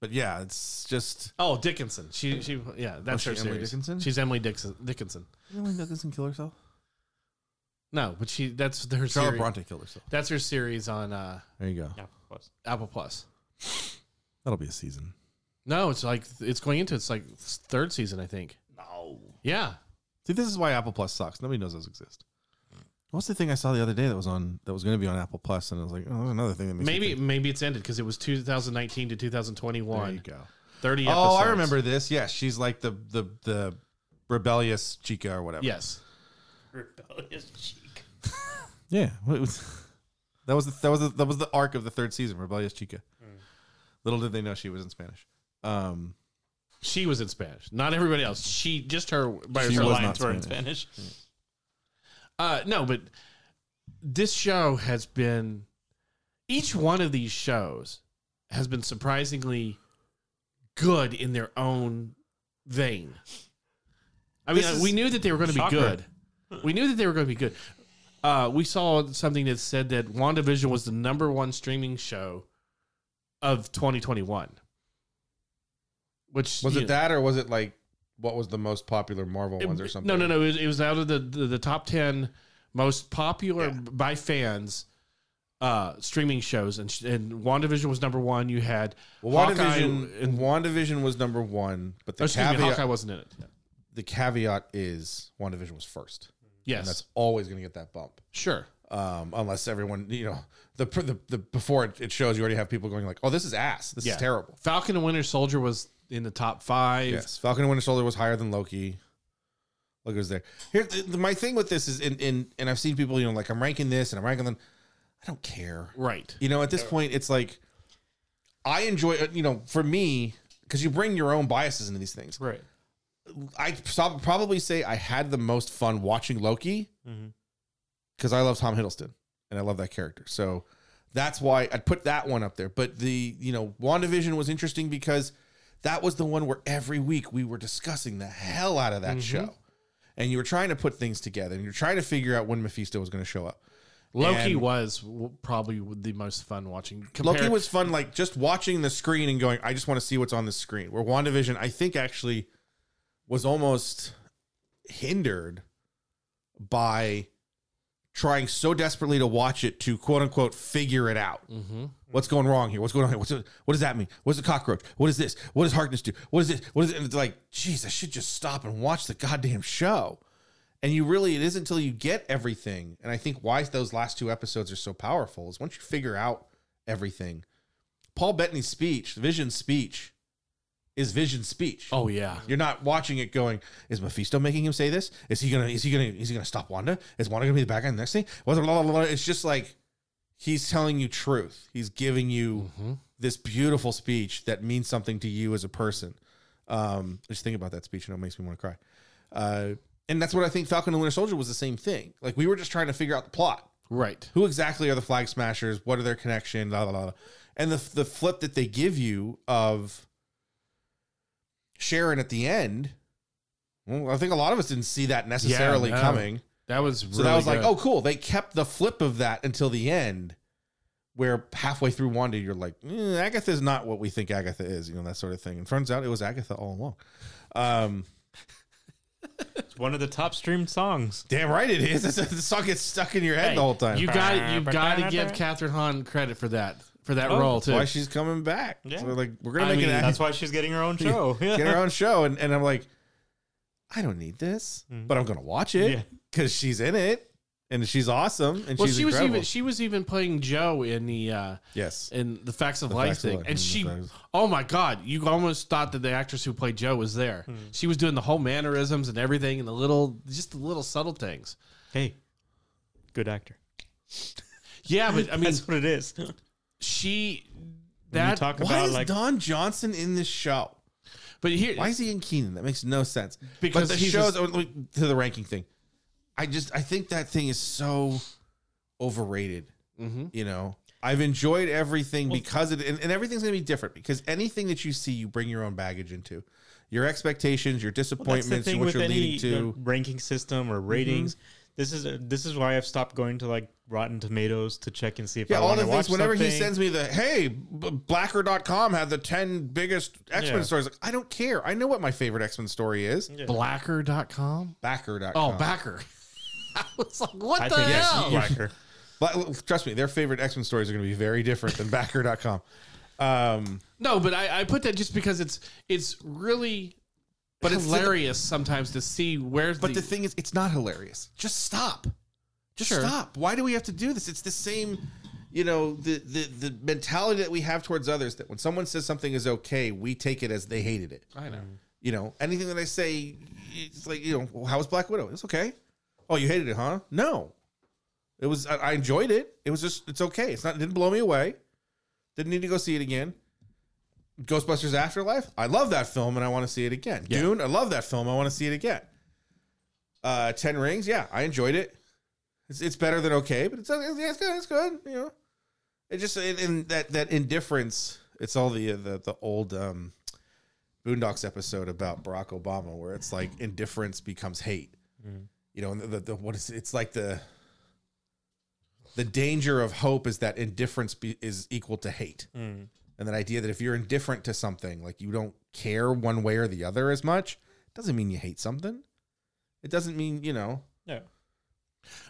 [SPEAKER 5] But yeah, it's just.
[SPEAKER 1] oh Dickinson. She she yeah that's
[SPEAKER 5] she
[SPEAKER 1] her
[SPEAKER 5] Emily
[SPEAKER 1] series.
[SPEAKER 5] Dickinson?
[SPEAKER 1] She's Emily Dixon Dickinson.
[SPEAKER 5] Didn't Emily Dickinson kill herself?
[SPEAKER 1] No, but she that's her
[SPEAKER 5] Charlotte
[SPEAKER 1] series.
[SPEAKER 5] Bronte killed herself.
[SPEAKER 1] That's her series on uh,
[SPEAKER 5] There you go.
[SPEAKER 2] Yeah, of course.
[SPEAKER 1] Apple Plus.
[SPEAKER 5] That'll be a season.
[SPEAKER 1] No, it's like it's going into its like third season, I think.
[SPEAKER 5] No.
[SPEAKER 1] Yeah,
[SPEAKER 5] See, this is why Apple Plus sucks. Nobody knows those exist. What's the thing I saw the other day that was on that was going to be on Apple Plus, and I was like, oh, there's another thing that makes me
[SPEAKER 1] maybe
[SPEAKER 5] think-
[SPEAKER 1] maybe it's ended because it was 2019 to
[SPEAKER 5] There
[SPEAKER 1] 2021.
[SPEAKER 5] you go.
[SPEAKER 1] 30.
[SPEAKER 5] Oh, I
[SPEAKER 1] episodes.
[SPEAKER 5] remember this. Yes, she's like the the the rebellious chica or whatever.
[SPEAKER 1] Yes,
[SPEAKER 2] Rebellious cheek.
[SPEAKER 5] yeah. It was, that was the, that was the, that was the arc of the third season, rebellious chica.
[SPEAKER 1] Mm.
[SPEAKER 5] Little did they know she was in Spanish. Um,
[SPEAKER 1] she was in Spanish. Not everybody else. She just her by
[SPEAKER 5] She
[SPEAKER 1] herself.
[SPEAKER 5] was
[SPEAKER 2] Lions
[SPEAKER 5] not
[SPEAKER 2] were in
[SPEAKER 5] Spanish.
[SPEAKER 2] Spanish.
[SPEAKER 1] Uh, no, but this show has been each one of these shows has been surprisingly good in their own vein. I mean, uh,
[SPEAKER 5] This is
[SPEAKER 1] we knew that they were going to be
[SPEAKER 2] shocker.
[SPEAKER 1] good. We knew that they were going to be good. Uh, we saw something that said that WandaVision was the number one streaming show of 2021. Which
[SPEAKER 3] Was
[SPEAKER 1] you
[SPEAKER 3] it that, or was it like what was the most popular Marvel
[SPEAKER 1] it-
[SPEAKER 3] ones or something?
[SPEAKER 1] No, no, no. It was, it was out of the, the, the top 10 most popular b- by fans uh, streaming shows. And, sh- and WandaVision was number one. You had
[SPEAKER 3] Well,
[SPEAKER 1] Hawkeye
[SPEAKER 3] WandaVision,
[SPEAKER 1] and-
[SPEAKER 3] WandaVision was number one, but
[SPEAKER 1] oh,
[SPEAKER 3] the
[SPEAKER 1] excuse me,
[SPEAKER 3] caveat,
[SPEAKER 1] Hawkeye wasn't in it.
[SPEAKER 3] the caveat is WandaVision was first. And
[SPEAKER 1] Yes.
[SPEAKER 3] that's always going to get that bump.
[SPEAKER 1] Sure.
[SPEAKER 3] Um, unless everyone, you know, the, pr- the, the before it, it shows, you already have people going like, oh, this is ass. This
[SPEAKER 1] Yeah.
[SPEAKER 3] is terrible.
[SPEAKER 1] Falcon and Winter Soldier was in the top five.
[SPEAKER 3] Yes, Falcon and Winter Soldier was higher than Loki. Look, it was there. Here, th- th- my thing with this is, in in and I've seen people, you know, like I'm ranking this and I'm ranking them. I don't care.
[SPEAKER 1] Right.
[SPEAKER 3] You know, at this point, it's like I enjoy. uh, You know, for me, because you bring your own biases into these things.
[SPEAKER 1] Right.
[SPEAKER 3] I prob- probably say I had the most fun watching Loki because I love Tom Hiddleston and I love that character. So that's why I'd put that one up there. But the, you know, WandaVision was interesting because that was the one where every week we were discussing the hell out of that show. And you were trying to put things together and you're trying to figure out when Mephisto was going to show up.
[SPEAKER 1] Loki
[SPEAKER 3] And-
[SPEAKER 1] was w- probably the most fun watching. Compare-
[SPEAKER 3] Loki was fun, like just watching the screen and going, I just want to see what's on the screen. Where WandaVision, I think, actually was almost hindered by trying so desperately to watch it to quote unquote figure it out.
[SPEAKER 1] Mhm.
[SPEAKER 3] What's going wrong here? What's going on here? What's what does that mean? What's a cockroach? What is this? What does Harkness do? What is this? What is it? And it's like, geez, I should just stop and watch the goddamn show. And you really, it isn't until you get everything. And I think why those last two episodes are so powerful is once you figure out everything. Paul Bettany's speech, Vision speech, is Vision speech.
[SPEAKER 1] Oh, yeah.
[SPEAKER 3] You're not watching it going, is Mephisto making him say this? Is he gonna is he gonna is he gonna stop Wanda? Is Wanda gonna be the bad guy in the next thing? Blah, blah, blah, blah, blah. It's just like he's telling you truth. He's giving you
[SPEAKER 1] Mhm.
[SPEAKER 3] this beautiful speech that means something to you as a person. Um, just think about that speech and it makes me want to cry. Uh, and that's what I think Falcon and Winter Soldier was the same thing. Like we were just trying to figure out the plot.
[SPEAKER 1] Right.
[SPEAKER 3] Who exactly are the Flag Smashers? What are their connection? La la la. la. And the the flip that they give you of Sharon at the end. Well, I think a lot of us didn't see that necessarily
[SPEAKER 1] no.
[SPEAKER 3] coming.
[SPEAKER 1] That was
[SPEAKER 3] So that was like, oh, cool. They kept the flip of that until the end, where halfway through Wanda, you're like, "Eh, Agatha's not what we think Agatha is, you know, that sort of thing. And turns out it was Agatha all along. Um,
[SPEAKER 2] It's one of the top streamed songs.
[SPEAKER 3] damn right it is. the song gets stuck in your head the whole time.
[SPEAKER 1] you got you got to give Catherine Hahn credit for that for that
[SPEAKER 2] Oh,
[SPEAKER 1] role
[SPEAKER 3] that's
[SPEAKER 1] too.
[SPEAKER 3] why she's coming back.
[SPEAKER 2] Yeah.
[SPEAKER 3] So, like, we're gonna
[SPEAKER 1] I
[SPEAKER 3] make
[SPEAKER 1] mean,
[SPEAKER 3] an
[SPEAKER 2] That's why she's getting her own show.
[SPEAKER 3] get her own show, and, and I'm like, I don't need this, but I'm gonna watch
[SPEAKER 2] Mm-hmm. Yeah.
[SPEAKER 3] it because she's in it and she's awesome and
[SPEAKER 1] well,
[SPEAKER 3] she's
[SPEAKER 1] she was
[SPEAKER 3] incredible.
[SPEAKER 1] even she was even playing Joe in the uh
[SPEAKER 3] yes,
[SPEAKER 1] in the Facts of Life
[SPEAKER 3] Facts of
[SPEAKER 1] thing,
[SPEAKER 3] Life,
[SPEAKER 1] and
[SPEAKER 3] mm,
[SPEAKER 1] she,
[SPEAKER 3] the facts.
[SPEAKER 1] oh my god, you almost thought that the actress who played Joe was there.
[SPEAKER 3] Mm.
[SPEAKER 1] She was doing the whole mannerisms and everything, and the little just the little subtle things.
[SPEAKER 2] Hey, good actor.
[SPEAKER 1] Yeah, but I mean,
[SPEAKER 2] That's what it is.
[SPEAKER 1] she
[SPEAKER 2] When you
[SPEAKER 1] that.
[SPEAKER 2] talk
[SPEAKER 3] why
[SPEAKER 2] about
[SPEAKER 3] is
[SPEAKER 2] like
[SPEAKER 3] Don Johnson in this show?
[SPEAKER 1] but here,
[SPEAKER 3] Why is he in Keenan? That makes no sense.
[SPEAKER 1] Because
[SPEAKER 3] but the
[SPEAKER 1] he's
[SPEAKER 3] shows
[SPEAKER 1] just-
[SPEAKER 3] oh, let me- to the ranking thing. I just I think that thing is so overrated.
[SPEAKER 1] Mhm.
[SPEAKER 3] You know, I've enjoyed everything
[SPEAKER 2] Mm-hmm. Well-
[SPEAKER 3] because it and, and everything's gonna be different because anything that you see, you bring your own baggage into your expectations, your
[SPEAKER 2] Well, that's the
[SPEAKER 3] disappointments,
[SPEAKER 2] thing
[SPEAKER 3] what
[SPEAKER 2] with
[SPEAKER 3] you're leading
[SPEAKER 2] any, uh,
[SPEAKER 3] to.
[SPEAKER 2] ranking system or ratings. This is this is why I've stopped going to like Rotten Tomatoes to check and see if
[SPEAKER 3] Yeah,
[SPEAKER 2] I
[SPEAKER 3] all
[SPEAKER 2] want
[SPEAKER 3] the
[SPEAKER 2] to watch
[SPEAKER 3] things. Whenever he
[SPEAKER 2] something.
[SPEAKER 3] sends me the hey, b- blacker.com had the 10 biggest X Men
[SPEAKER 2] Yeah.
[SPEAKER 3] stories, like, I don't care. I know what my favorite X Men story is.
[SPEAKER 2] Yeah.
[SPEAKER 1] blacker.com?
[SPEAKER 3] Backer.com.
[SPEAKER 1] Oh, backer. I was like, what
[SPEAKER 2] I
[SPEAKER 1] the
[SPEAKER 2] think that's
[SPEAKER 1] hell?
[SPEAKER 2] blacker.
[SPEAKER 3] But trust me, their favorite X Men stories are going to be very different than Backer.com. Um,
[SPEAKER 1] No, but I, I put that just because it's it's really
[SPEAKER 3] But
[SPEAKER 1] but
[SPEAKER 3] it's-
[SPEAKER 1] hilarious sometimes to see where's
[SPEAKER 3] but
[SPEAKER 1] the,
[SPEAKER 3] the thing is, it's not hilarious. Just stop. Just
[SPEAKER 1] Sure.
[SPEAKER 3] stop. Why do we have to do this? It's the same, you know, the, the the mentality that we have towards others that when someone says something is okay, we take it as they hated it.
[SPEAKER 1] I know.
[SPEAKER 3] You know, anything that I say, it's like, you know, well, how was Black Widow? It's okay. Oh, you hated it, huh? No. It was, I, I enjoyed it. It was just, it's okay. It's not, it didn't blow me away. Didn't need to go see it again. Ghostbusters Afterlife, I love that film and I want to see it again. Dune, I love that film. I want to see it again. Uh, Ten Rings, yeah, I enjoyed it. It's, it's better than okay, but it's, yeah, it's good. It's good. You know, it just, and, and that, that indifference, it's all the, the, the old, um, Boondocks episode about Barack Obama, where it's like indifference becomes hate. You know, and the, the, the what is it's like the the danger of hope is that indifference be, is equal to hate,
[SPEAKER 2] Mm.
[SPEAKER 3] and that idea that if you're indifferent to something, like you don't care one way or the other as much, doesn't mean you hate something. It doesn't mean you know.
[SPEAKER 2] Yeah.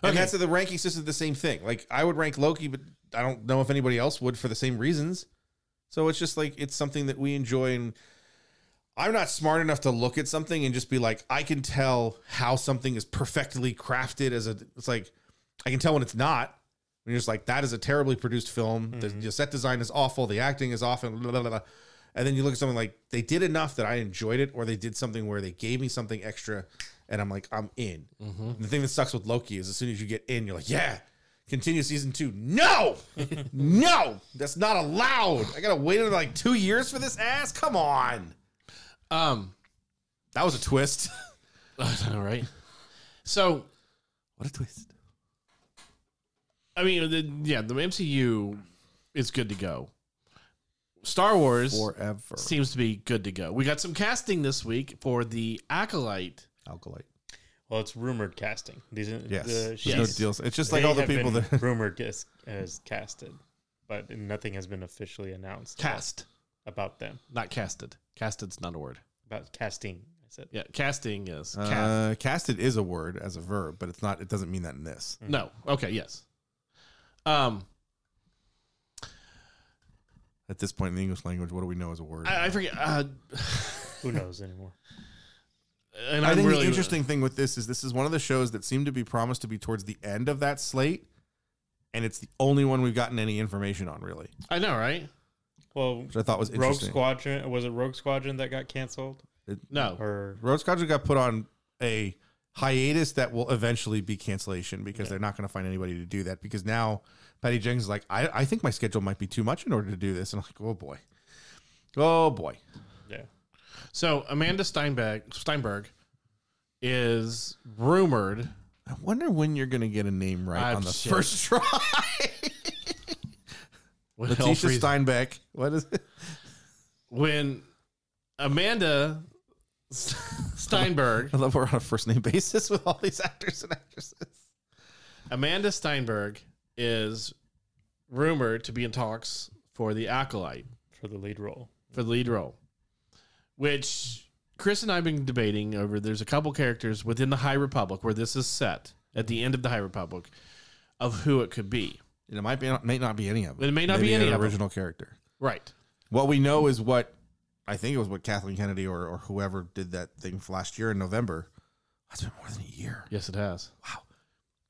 [SPEAKER 3] And
[SPEAKER 1] Okay.
[SPEAKER 3] that's the ranking system is the same thing. Like I would rank Loki, but I don't know if anybody else would for the same reasons. So it's just like it's something that we enjoy and I'm not smart enough to look at something and just be like, I can tell how something is perfectly crafted as a it's like I can tell when it's not. When you're just like, that is a terribly produced film. The, the set design is awful, the acting is awful, blah, blah, blah, blah. and then you look at something like they did enough that I enjoyed it, or they did something where they gave me something extra and I'm like, I'm in.
[SPEAKER 2] Mm-hmm.
[SPEAKER 3] The thing that sucks with Loki is as soon as you get in, you're like, yeah, continue season two. No, no, that's not allowed. I gotta wait another like two years for this ass. Come on.
[SPEAKER 1] Um
[SPEAKER 3] That was a twist.
[SPEAKER 1] all right. So
[SPEAKER 3] what a twist.
[SPEAKER 1] I mean the, yeah, the MCU is good to go. Star Wars
[SPEAKER 5] Forever.
[SPEAKER 1] seems to be good to go. We got some casting this week for the Acolyte.
[SPEAKER 5] Alkalite.
[SPEAKER 2] Well, it's rumored casting. These are-
[SPEAKER 5] Yes.
[SPEAKER 2] the-
[SPEAKER 5] There's
[SPEAKER 2] she's-
[SPEAKER 5] no deals. It's just like
[SPEAKER 2] they
[SPEAKER 5] all the
[SPEAKER 2] have
[SPEAKER 5] people
[SPEAKER 2] been
[SPEAKER 5] that.
[SPEAKER 2] rumored as, as casted, but nothing has been officially announced
[SPEAKER 1] Cast,
[SPEAKER 2] about them.
[SPEAKER 1] not casted. Casted's not a word.
[SPEAKER 2] About casting, I said.
[SPEAKER 1] Yeah, casting is cast.
[SPEAKER 5] Uh, casted is a word as a verb, but it's not. It doesn't mean that in this.
[SPEAKER 1] No. Okay, yes. Um
[SPEAKER 5] At this point in the English language, what do we know as a word?
[SPEAKER 1] I, I forget uh
[SPEAKER 2] Who knows anymore?
[SPEAKER 1] and
[SPEAKER 5] I
[SPEAKER 1] I'm
[SPEAKER 5] think
[SPEAKER 1] really
[SPEAKER 5] the interesting thing with this is this is one of the shows that seemed to be promised to be towards the end of that slate, and it's the only one we've gotten any information on really,
[SPEAKER 1] I know, right?
[SPEAKER 2] Well,
[SPEAKER 5] which I thought was
[SPEAKER 2] Rogue
[SPEAKER 5] interesting.
[SPEAKER 2] Squadron was it Rogue Squadron that got canceled
[SPEAKER 1] No.
[SPEAKER 2] or
[SPEAKER 5] Road Squadron got put on a hiatus that will eventually be cancellation because they're not going to find anybody to do that because now
[SPEAKER 3] Patty Jennings is like, I, I think my schedule might be too much in order to do this. And I'm like, oh boy. Oh boy.
[SPEAKER 2] Yeah.
[SPEAKER 1] So Amanda Steinberg Steinberg is rumored.
[SPEAKER 3] I wonder when you're going to get a name right
[SPEAKER 1] Ah,
[SPEAKER 3] on the
[SPEAKER 1] shit.
[SPEAKER 3] first try.
[SPEAKER 1] Well,
[SPEAKER 3] Letitia
[SPEAKER 1] Freeze-
[SPEAKER 3] Steinbeck. What is it?
[SPEAKER 1] when Amanda S- Steinberg,
[SPEAKER 3] I love we're on a first name basis with all these actors and actresses.
[SPEAKER 1] Amanda Steinberg is rumored to be in talks for the acolyte
[SPEAKER 2] For the lead role.
[SPEAKER 1] for the lead role, which Chris and I've been debating over. There's a couple characters within the High Republic where this is set at the end of the High Republic of who it could be.
[SPEAKER 3] And it might be may not be any of them.
[SPEAKER 1] It may not
[SPEAKER 3] Maybe
[SPEAKER 1] be any
[SPEAKER 3] an
[SPEAKER 1] of 'em.
[SPEAKER 3] original character.
[SPEAKER 1] Right.
[SPEAKER 3] What we know is what I think it was what Kathleen Kennedy or, or whoever did that thing from last year in November. That's been more than a year.
[SPEAKER 1] Yes, it has.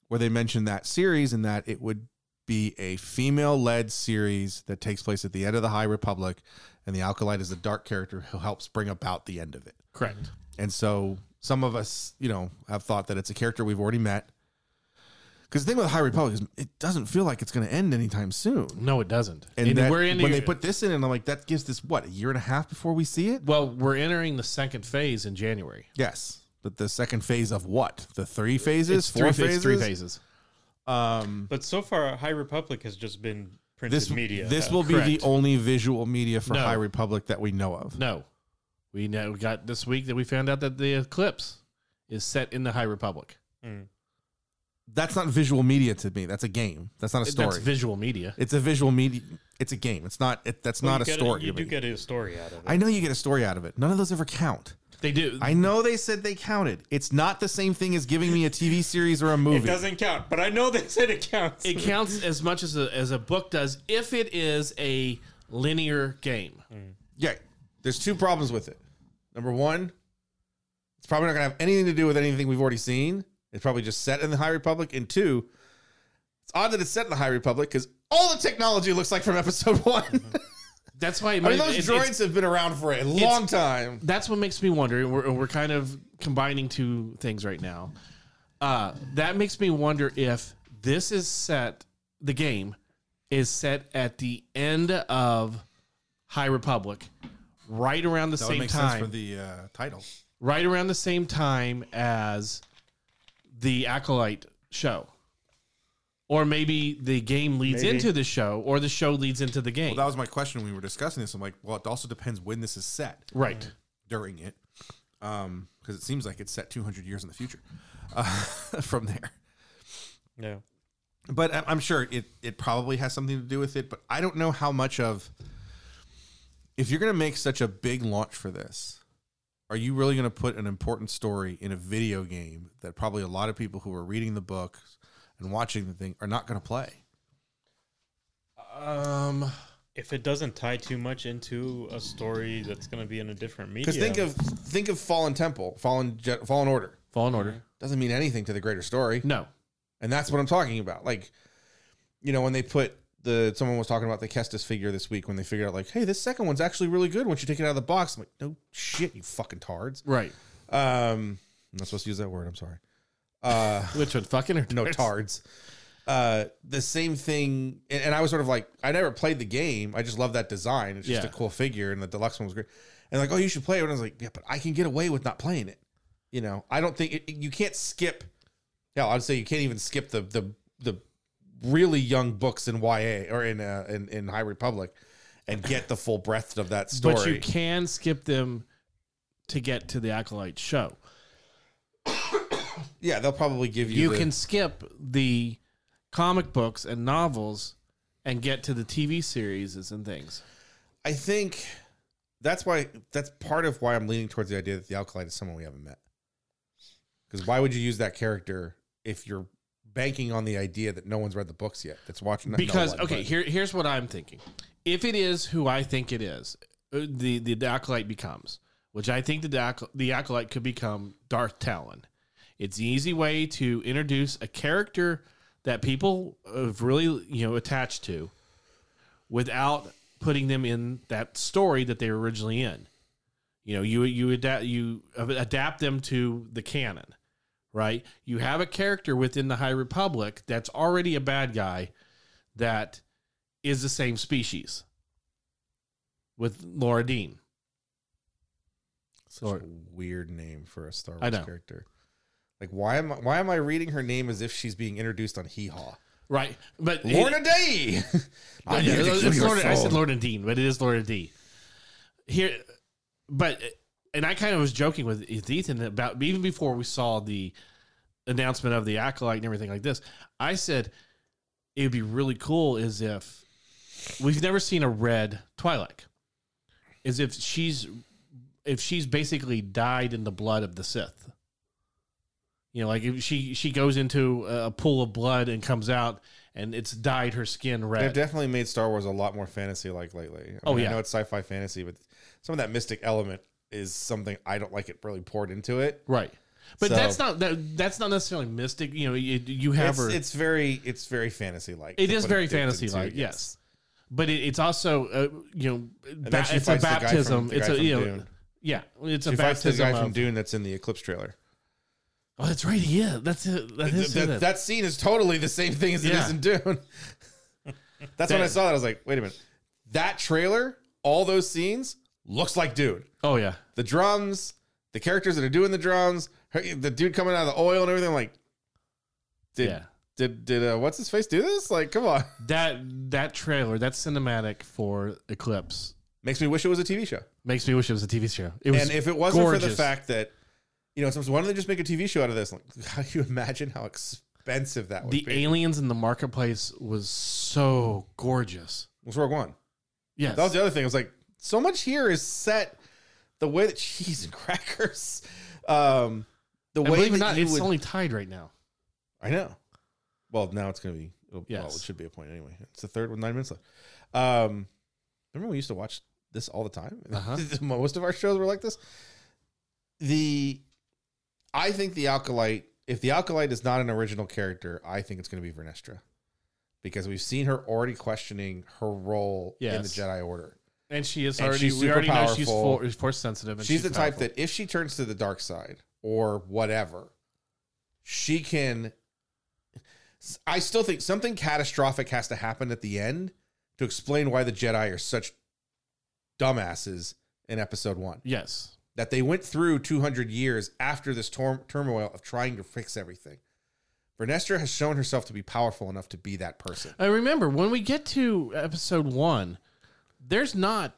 [SPEAKER 3] Where they mentioned that series and that it would be a female led series that takes place at the end of the High Republic and the Alkalite is the dark character who helps bring about the end of it.
[SPEAKER 1] Correct.
[SPEAKER 3] And so some of us, you know, have thought that it's a character we've already met. Because the thing with the High Republic is it doesn't feel like it's going to end anytime soon.
[SPEAKER 1] No, it doesn't.
[SPEAKER 3] And, that-
[SPEAKER 1] we're in
[SPEAKER 3] when they put this in, and I'm like, that gives this what a year and a half before we see it.
[SPEAKER 1] well, we're entering the second phase in January.
[SPEAKER 3] Yes, but the second phase of what? The three phases, four
[SPEAKER 1] three,
[SPEAKER 3] phases,
[SPEAKER 1] it's three phases.
[SPEAKER 3] Um,
[SPEAKER 2] But so far, High Republic has just been printed
[SPEAKER 3] this
[SPEAKER 2] media.
[SPEAKER 3] This
[SPEAKER 2] Uh,
[SPEAKER 3] will be
[SPEAKER 1] Correct.
[SPEAKER 3] the only visual media for
[SPEAKER 1] No.
[SPEAKER 3] High Republic that we know of.
[SPEAKER 1] No, we know we got this week that we found out that the eclipse is set in the High Republic.
[SPEAKER 2] mm.
[SPEAKER 3] That's not visual media to me. That's a game. That's not a story.
[SPEAKER 1] That's visual media.
[SPEAKER 3] it's a visual media. It's a game. It's not. It, that's
[SPEAKER 2] Well, you
[SPEAKER 3] not a
[SPEAKER 2] get
[SPEAKER 3] story.
[SPEAKER 2] you
[SPEAKER 3] to
[SPEAKER 2] do
[SPEAKER 3] me.
[SPEAKER 2] get a story out of it.
[SPEAKER 3] I know you get a story out of it. None of those ever count.
[SPEAKER 1] They do.
[SPEAKER 3] I know they said they counted. It's not the same thing as giving me a TV series or a movie.
[SPEAKER 2] it doesn't count, but I know they said it counts.
[SPEAKER 1] it counts as much as a, as a book does if it is a linear game.
[SPEAKER 3] Yeah, there's two problems with it. Number one, it's probably not going to have anything to do with anything we've already seen. It's probably just set in the High Republic. And two, it's odd that it's set in the High Republic because all the technology looks like from Episode One.
[SPEAKER 1] That's why. It
[SPEAKER 3] I
[SPEAKER 1] might,
[SPEAKER 3] mean, those
[SPEAKER 1] it- it's-
[SPEAKER 3] droids have been around for a long time.
[SPEAKER 1] that's what makes me wonder. and We're, we're kind of combining two things right now. Uh, that makes me wonder if this is set, the game is set at the end of High Republic, right around the same time,
[SPEAKER 3] the uh, title.
[SPEAKER 1] right around the same time as the Acolyte show. Or maybe the game leads
[SPEAKER 2] Maybe.
[SPEAKER 1] into the show, or the show leads into the game.
[SPEAKER 3] Well, that was my question when we were discussing this. I'm like, well, it also depends when this is set
[SPEAKER 1] right.
[SPEAKER 3] during it, because it seems like it's set 200 years in the future uh, from there.
[SPEAKER 2] no.
[SPEAKER 3] but I- I'm sure it it probably has something to do with it. But I don't know how much of if you're going to make such a big launch for this, are you really going to put an important story in a video game that probably a lot of people who are reading the book and watching the thing are not going to play?
[SPEAKER 1] Um,
[SPEAKER 2] If it doesn't tie too much into a story that's going to be in a different media.
[SPEAKER 3] Because think of think of Fallen Temple, Fallen Je- Fallen Order
[SPEAKER 1] Fallen Order.
[SPEAKER 3] doesn't mean anything to the greater story.
[SPEAKER 1] No.
[SPEAKER 3] And that's what I'm talking about. Like, you know, when they put the someone was talking about the Kestis figure this week when they figured out like, hey, this second one's actually really good once you take it out of the box. I'm like, no shit, you fucking tards.
[SPEAKER 1] Right.
[SPEAKER 3] Um, I'm not supposed to use that word. I'm sorry. Uh,
[SPEAKER 1] Which one? Fucking or
[SPEAKER 3] no tards. Uh, the same thing, and, and I was sort of like, I never played the game. I just love that design. It's just
[SPEAKER 1] Yeah.
[SPEAKER 3] a cool figure, and the deluxe one was great. And like, oh, you should play it. And I was like, yeah, but I can get away with not playing it. You know, I don't think it, it- you can't skip. Hell, I'd say you can't even skip the the the really young books in YA or in uh, in, in High Republic, and get the full breadth of that story.
[SPEAKER 1] But you can skip them to get to the Acolyte show.
[SPEAKER 3] yeah, they'll probably give you.
[SPEAKER 1] You
[SPEAKER 3] the-
[SPEAKER 1] can skip the comic books and novels and get to the TV series and things.
[SPEAKER 3] I think that's why that's part of why I'm leaning towards the idea that the alkaline is someone we haven't met. Because why would you use that character if you're banking on the idea that no one's read the books yet? That's watching. not no
[SPEAKER 1] because
[SPEAKER 3] one,
[SPEAKER 1] okay,
[SPEAKER 3] but-
[SPEAKER 1] here here's what I'm thinking. If it is who I think it is, uh, the the, the acolyte becomes, which I think the Dac- the acolyte could become Darth Talon. It's an easy way to introduce a character that people have really you know attached to, without putting them in that story that they were originally in. You know, you you adapt you adapt them to the canon, right? You have a character within the High Republic that's already a bad guy that is the same species with Laura Dean.
[SPEAKER 3] Such
[SPEAKER 1] Or-
[SPEAKER 3] a weird name for a Star
[SPEAKER 1] I
[SPEAKER 3] Wars
[SPEAKER 1] know.
[SPEAKER 3] character. Like why am I, why am I reading her name as if she's being introduced on Hee Haw?
[SPEAKER 1] Right. But it-
[SPEAKER 3] Lorna Day.
[SPEAKER 1] I,
[SPEAKER 3] I need to kill
[SPEAKER 1] it's
[SPEAKER 3] your
[SPEAKER 1] Lorna, I
[SPEAKER 3] soul.
[SPEAKER 1] said Lorna Dean, but it is Lorna D. Here, but and I kind of was joking with with Ethan about even before we saw the announcement of the acolyte and everything like this. I said it would be really cool is if we've never seen a red Twilight, is if she's if she's basically died in the blood of the Sith. You know, like if she she goes into a a pool of blood and comes out and it's dyed her skin red.
[SPEAKER 3] They've definitely made Star Wars a lot more fantasy like lately. I mean,
[SPEAKER 1] Oh,
[SPEAKER 3] I
[SPEAKER 1] yeah.
[SPEAKER 3] know it's sci-fi fantasy, but some of that mystic element is something I don't like. It really poured into it.
[SPEAKER 1] Right. But
[SPEAKER 3] So-
[SPEAKER 1] that's not that, that's not necessarily mystic. You know, you, you have
[SPEAKER 3] It's,
[SPEAKER 1] her.
[SPEAKER 3] it's very it's very fantasy like.
[SPEAKER 1] it is very fantasy like, yes. But it, it's also uh, you know,
[SPEAKER 3] And
[SPEAKER 1] ba-
[SPEAKER 3] then she
[SPEAKER 1] it's a
[SPEAKER 3] fights the guy from-
[SPEAKER 1] baptism.
[SPEAKER 3] the
[SPEAKER 1] It's
[SPEAKER 3] guy
[SPEAKER 1] a
[SPEAKER 3] from
[SPEAKER 1] you know,
[SPEAKER 3] Dune.
[SPEAKER 1] yeah, it's
[SPEAKER 3] She
[SPEAKER 1] a
[SPEAKER 3] fights the
[SPEAKER 1] baptism.
[SPEAKER 3] guy from
[SPEAKER 1] of-
[SPEAKER 3] Dune that's in the Eclipse trailer.
[SPEAKER 1] Oh, that's right. Yeah, that's it. That
[SPEAKER 3] Th-
[SPEAKER 1] is
[SPEAKER 3] that,
[SPEAKER 1] it.
[SPEAKER 3] that scene is totally the same thing as it
[SPEAKER 1] Yeah.
[SPEAKER 3] is in Dune. That's when I
[SPEAKER 1] That-
[SPEAKER 3] saw that. I was like, wait a minute. That trailer, all those scenes, looks like Dune.
[SPEAKER 1] Oh yeah,
[SPEAKER 3] The drums, the characters that are doing the drums, her- the dude coming out of the oil and everything. I'm like, did
[SPEAKER 1] yeah.
[SPEAKER 3] did did uh, what's his face do this? Like, come on.
[SPEAKER 1] That that trailer, that cinematic for Eclipse,
[SPEAKER 3] Makes me wish it was a TV show.
[SPEAKER 1] makes me wish it was a TV show. It was
[SPEAKER 3] and if it wasn't for the
[SPEAKER 1] gorgeous.
[SPEAKER 3] fact that, you know, sometimes why don't they just make a TV show out of this? Like, how do you imagine how expensive that would
[SPEAKER 1] the
[SPEAKER 3] be?
[SPEAKER 1] aliens in the marketplace was so gorgeous.
[SPEAKER 3] It was Rogue One.
[SPEAKER 1] Yes,
[SPEAKER 3] That was the other thing. It was like so much here is set the way that cheese and crackers, um, the
[SPEAKER 1] and
[SPEAKER 3] way
[SPEAKER 1] believe it
[SPEAKER 3] that
[SPEAKER 1] or not,
[SPEAKER 3] you
[SPEAKER 1] it's
[SPEAKER 3] would-
[SPEAKER 1] only tied right now.
[SPEAKER 3] I know. Well, now it's gonna be. it'll- Well,
[SPEAKER 1] Yes.
[SPEAKER 3] it should be a point anyway. It's the third with nine minutes left. Um, remember we used to watch this all the time.
[SPEAKER 1] Uh-huh.
[SPEAKER 3] Most of our shows were like this. The, I think the Alkalite. If the Alkalite is not an original character, I think it's gonna be Vernestra, because we've seen her already questioning her role in the
[SPEAKER 1] Yes.
[SPEAKER 3] Jedi Order.
[SPEAKER 1] And she is
[SPEAKER 3] And
[SPEAKER 1] already.
[SPEAKER 3] she's
[SPEAKER 1] we already
[SPEAKER 3] super
[SPEAKER 1] know she's
[SPEAKER 3] powerful.
[SPEAKER 1] for, force sensitive. And
[SPEAKER 3] she's, the type
[SPEAKER 1] powerful.
[SPEAKER 3] that if she turns to the dark side or whatever, she can. I still think something catastrophic has to happen at the end to explain why the Jedi are such dumbasses in episode one.
[SPEAKER 1] Yes.
[SPEAKER 3] That they went through 200 years after this tor- turmoil of trying to fix everything. Vernestra has shown herself to be powerful enough to be that person.
[SPEAKER 1] I remember when we get to episode one, there's not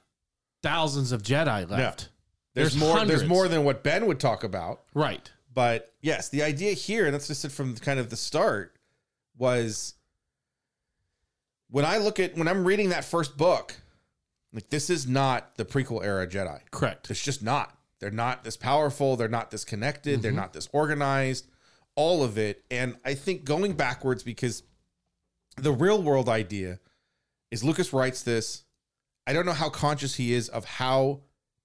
[SPEAKER 1] thousands of Jedi left.
[SPEAKER 3] There's,
[SPEAKER 1] There's
[SPEAKER 3] more. There's
[SPEAKER 1] hundreds.
[SPEAKER 3] more than what Ben would talk about.
[SPEAKER 1] Right.
[SPEAKER 3] But yes, the idea here, and that's just it from kind of the start, was when I look at when I'm reading that first book, like this is not the prequel era Jedi.
[SPEAKER 1] Correct.
[SPEAKER 3] It's just not. They're not this powerful. They're not this connected. They're not this organized. All of it. And I think going backwards because the real world idea is Lucas writes this. I don't know how conscious he is of how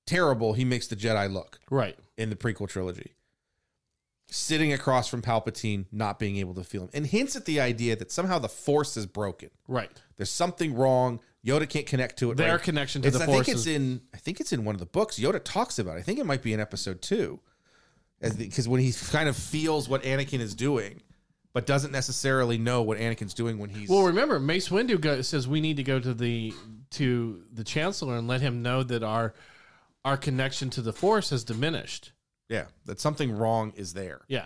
[SPEAKER 3] terrible he makes the Jedi look
[SPEAKER 1] Right.
[SPEAKER 3] in the prequel trilogy. Sitting across from Palpatine, not being able to feel him, and hints at the idea that somehow the Force is broken.
[SPEAKER 1] Right.
[SPEAKER 3] There's something wrong. Yoda can't connect to it.
[SPEAKER 1] Their
[SPEAKER 3] right?
[SPEAKER 1] connection to
[SPEAKER 3] It's-
[SPEAKER 1] the
[SPEAKER 3] I
[SPEAKER 1] force.
[SPEAKER 3] think it's
[SPEAKER 1] is-
[SPEAKER 3] in. I think it's in one of the books. Yoda talks about. It. I think it might be in episode two, because when he kind of feels what Anakin is doing, but doesn't necessarily know what Anakin's doing when he's.
[SPEAKER 1] well, remember Mace Windu go, says we need to go to the to the Chancellor and let him know that our our connection to the force has diminished.
[SPEAKER 3] yeah, that something wrong is there.
[SPEAKER 1] Yeah.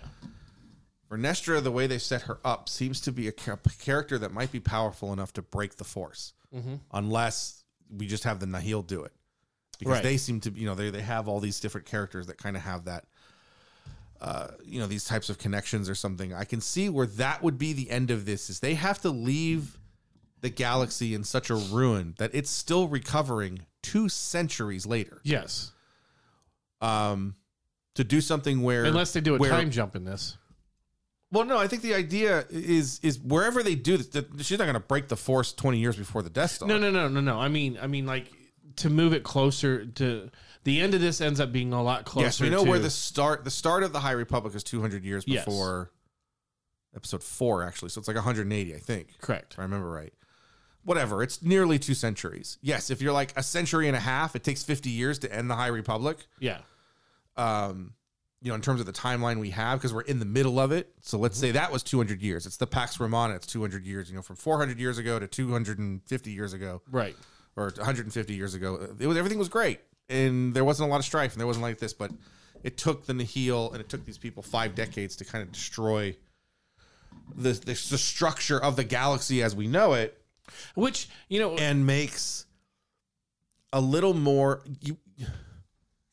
[SPEAKER 3] Vernestra, the way they set her up, seems to be a cha- character that might be powerful enough to break the Force,
[SPEAKER 1] Mm-hmm.
[SPEAKER 3] unless we just have the Nahil do it, because
[SPEAKER 1] Right.
[SPEAKER 3] they seem to, you know, they they have all these different characters that kind of have that, uh, you know, these types of connections or something. I can see where that would be the end of this is they have to leave the galaxy in such a ruin that it's still recovering two centuries later.
[SPEAKER 1] Yes.
[SPEAKER 3] Um, to do something where
[SPEAKER 1] Unless they do a
[SPEAKER 3] where-
[SPEAKER 1] time jump in this.
[SPEAKER 3] well, no, I think the idea is is wherever they do this, that she's not going to break the force twenty years before the Death Star.
[SPEAKER 1] No, no, no, no, no. I mean, I mean, like to move it closer to the end of this ends up being a lot closer.
[SPEAKER 3] Yes, we know
[SPEAKER 1] to,
[SPEAKER 3] where the start the start of the High Republic is two hundred years
[SPEAKER 1] Yes.
[SPEAKER 3] before Episode Four, actually. So it's like one hundred and eighty, I think.
[SPEAKER 1] correct.
[SPEAKER 3] If I remember right. Whatever, it's nearly two centuries. Yes, if you're like a century and a half, it takes fifty years to end the High Republic.
[SPEAKER 1] Yeah.
[SPEAKER 3] Um, you know, in terms of the timeline we have, because we're in the middle of it. So let's say that was 200 years. It's the Pax Romana. It's 200 years, you know, from 400 years ago to 250 years ago
[SPEAKER 1] Right.
[SPEAKER 3] or 150 years ago. It was everything was great, and there wasn't a lot of strife, and there wasn't like this. But it took the Nihil, and it took these people five decades to kind of destroy the the, the structure of the galaxy as we know it,
[SPEAKER 1] Which you know,
[SPEAKER 3] and makes a little more you.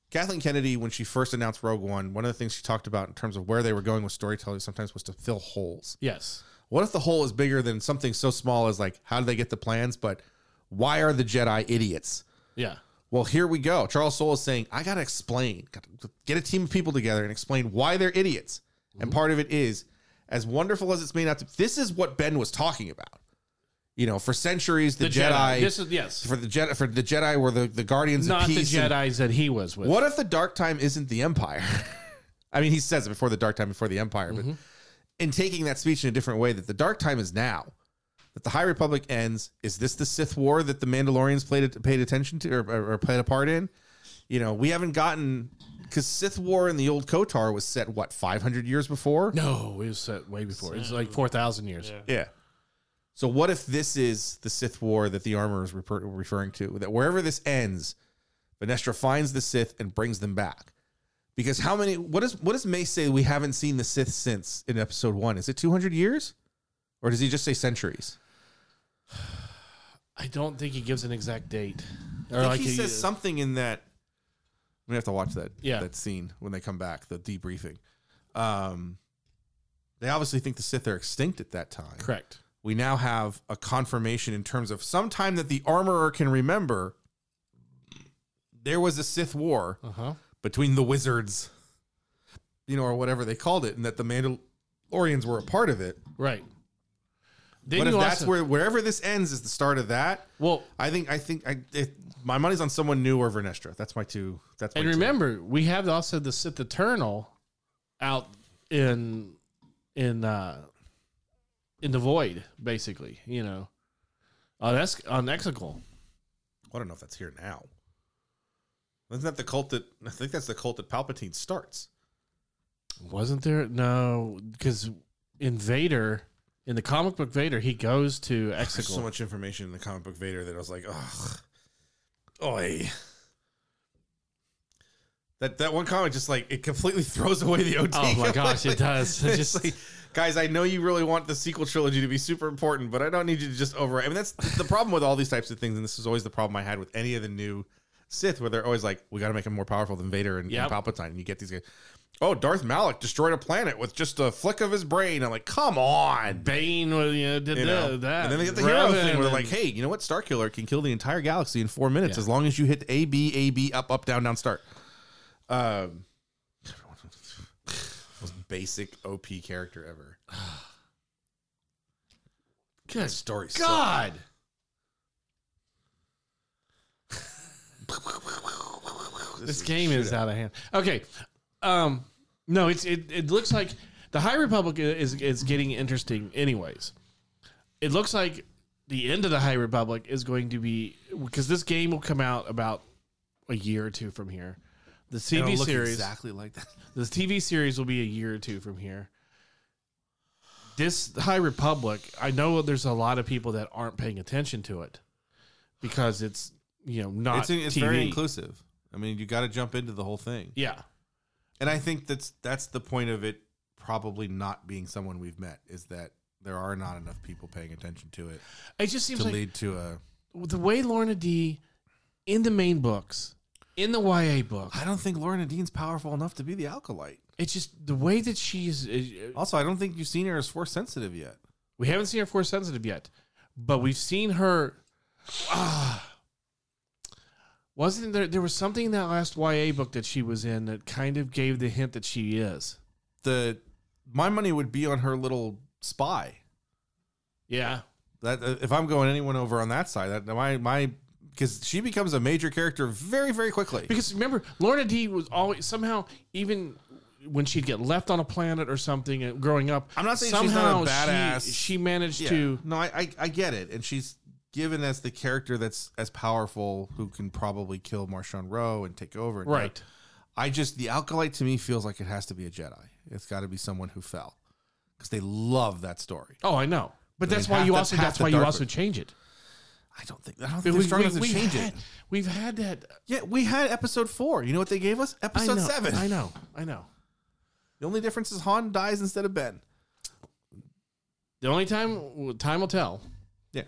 [SPEAKER 3] Kathleen Kennedy, when she first announced Rogue One, one of the things she talked about in terms of where they were going with storytelling sometimes was to fill holes.
[SPEAKER 1] yes,
[SPEAKER 3] What if the hole is bigger than something so small as like how do they get the plans? But why are the Jedi idiots?
[SPEAKER 1] yeah,
[SPEAKER 3] Well, here we go. Charles Soule is saying, I got to explain, gotta get a team of people together and explain why they're idiots. And
[SPEAKER 1] Mm-hmm.
[SPEAKER 3] part of it is, as wonderful as it's made out to, this is what Ben was talking about. You know, for centuries, the, Jedi,
[SPEAKER 1] This is yes,
[SPEAKER 3] for the Jedi, for the Jedi were the, the guardians
[SPEAKER 1] not
[SPEAKER 3] of
[SPEAKER 1] the
[SPEAKER 3] peace. and-
[SPEAKER 1] Jedi's that he was with.
[SPEAKER 3] what if the dark time isn't the empire? I mean, he says it before the dark time, before the empire, but in taking that speech in a different way, that the dark time is now, that the High Republic ends. Is this the Sith War that the Mandalorians played paid attention to or, or- or played a part in? You know, we haven't gotten because Sith War in the old Kotar was set what five hundred years before.
[SPEAKER 1] No, it was set way before. It's like four thousand years.
[SPEAKER 2] Yeah.
[SPEAKER 3] Yeah. So what if this is the Sith War that the armor is refer- referring to? That wherever this ends, Venestra finds the Sith and brings them back. Because how many? What is what does May say? We haven't seen the Sith since in Episode One. Is it two hundred years, or does he just say centuries?
[SPEAKER 1] I don't think he gives an exact date. Or
[SPEAKER 3] I think
[SPEAKER 1] like
[SPEAKER 3] he says something in that. We have to watch that
[SPEAKER 1] Yeah.
[SPEAKER 3] that scene when they come back, the debriefing. Um, they obviously think the Sith are extinct at that time.
[SPEAKER 1] Correct.
[SPEAKER 3] we now have a confirmation in terms of some time that the armorer can remember there was a Sith war
[SPEAKER 1] Uh huh.
[SPEAKER 3] between the wizards, you know, or whatever they called it, and that the Mandalorians were a part of it.
[SPEAKER 1] Right. Then
[SPEAKER 3] but
[SPEAKER 1] you
[SPEAKER 3] if that's
[SPEAKER 1] also-
[SPEAKER 3] where wherever this ends is the start of that,
[SPEAKER 1] well,
[SPEAKER 3] I think I think I if, my money's on someone new or Vernestra. That's my two. That's my
[SPEAKER 1] and
[SPEAKER 3] two.
[SPEAKER 1] remember we have also the Sith Eternal out in in uh in the void, basically. You know, on that's on Exegol.
[SPEAKER 3] I don't know if that's here now. Isn't that the cult that I think that's the cult that Palpatine starts?
[SPEAKER 1] Wasn't there? No, because in Vader, in the comic book Vader, he goes to Exegol.
[SPEAKER 3] Oh, There's so much information in the comic book Vader that I was like, ugh, oi. That that one comic just like it completely throws away the OT.
[SPEAKER 1] Oh my gosh, it does. It
[SPEAKER 3] It's
[SPEAKER 1] just
[SPEAKER 3] like, guys, I know you really want the sequel trilogy to be super important, but I don't need you to just overwrite. I mean, that's the problem with all these types of things, and this is always the problem I had with any of the new Sith, where they're always like, "We got to make him more powerful than Vader and, and
[SPEAKER 1] Yep.
[SPEAKER 3] Palpatine," and you get these guys. Oh, Darth Malik destroyed a planet with just a flick of his brain. I'm like, come on,
[SPEAKER 1] Bane was, you know, did
[SPEAKER 3] you know?
[SPEAKER 1] the- that.
[SPEAKER 3] And then they get the hero
[SPEAKER 1] Revan
[SPEAKER 3] thing where they're
[SPEAKER 1] and-
[SPEAKER 3] like, hey, you know what? Starkiller can kill the entire galaxy in four minutes
[SPEAKER 1] Yeah.
[SPEAKER 3] as long as you hit A, B, A, B, up, up, down, down, start. Um, most basic OP character ever.
[SPEAKER 1] Good
[SPEAKER 3] Story
[SPEAKER 1] God.
[SPEAKER 3] sucked.
[SPEAKER 1] This game is out of hand. Okay. Um, no, it's it, it looks like the High Republic is is getting interesting anyways. It looks like the end of the High Republic is going to be because this game will come out about a year or two from here. The
[SPEAKER 3] It'll
[SPEAKER 1] TV
[SPEAKER 3] look
[SPEAKER 1] series
[SPEAKER 3] exactly like that.
[SPEAKER 1] the TV series will be a year or two from here. This High Republic, I know there's a lot of people that aren't paying attention to it because it's you know not
[SPEAKER 3] It's, it's
[SPEAKER 1] TV.
[SPEAKER 3] very inclusive. I mean, you got to jump into the whole thing,
[SPEAKER 1] Yeah,
[SPEAKER 3] and I think that's that's the point of it. Probably not being someone we've met is that there are not enough people paying attention to it
[SPEAKER 1] it just seems
[SPEAKER 3] to
[SPEAKER 1] like
[SPEAKER 3] lead to a
[SPEAKER 1] the way Lorna D in the main books, in the YA book,
[SPEAKER 3] I don't think Lorna Dean's powerful enough to be the alkalite.
[SPEAKER 1] it's just the way that she's. uh,
[SPEAKER 3] Also, I don't think you've seen her as force sensitive yet.
[SPEAKER 1] We haven't seen her force sensitive yet, but we've seen her. Ah, wasn't there? There was something in that last YA book that she was in that kind of gave the hint that she is.
[SPEAKER 3] The my money would be on her little spy.
[SPEAKER 1] Yeah,
[SPEAKER 3] That uh, if I'm going anyone over on that side, that my my because she becomes a major character very very quickly.
[SPEAKER 1] because remember, Lorna D was always somehow even when she'd get left on a planet or something uh, growing up.
[SPEAKER 3] I'm not saying she's not a
[SPEAKER 1] she- She,
[SPEAKER 3] badass.
[SPEAKER 1] managed
[SPEAKER 3] Yeah.
[SPEAKER 1] to.
[SPEAKER 3] no, I, I I get it, and she's given as the character that's as powerful who can probably kill Marshawn Rowe and take over. And
[SPEAKER 1] Right.
[SPEAKER 3] I just the alkalite to me feels like it has to be a Jedi. It's got to be someone who fell because they love that story.
[SPEAKER 1] Oh, I know. But that's
[SPEAKER 3] mean,
[SPEAKER 1] why
[SPEAKER 3] half-
[SPEAKER 1] you
[SPEAKER 3] that's
[SPEAKER 1] also
[SPEAKER 3] half
[SPEAKER 1] that's
[SPEAKER 3] the
[SPEAKER 1] why you
[SPEAKER 3] Darth
[SPEAKER 1] also
[SPEAKER 3] Vader.
[SPEAKER 1] change it.
[SPEAKER 3] I don't think I don't think
[SPEAKER 1] We,
[SPEAKER 3] they're strong enough to
[SPEAKER 1] we- we
[SPEAKER 3] change
[SPEAKER 1] had,
[SPEAKER 3] it.
[SPEAKER 1] We've had that.
[SPEAKER 3] Yeah, we had episode four. You know what they gave us?
[SPEAKER 1] I
[SPEAKER 3] Episode
[SPEAKER 1] know,
[SPEAKER 3] seven.
[SPEAKER 1] I know. I know.
[SPEAKER 3] The only difference is Han dies instead of Ben.
[SPEAKER 1] The only time time will tell.
[SPEAKER 3] Yeah.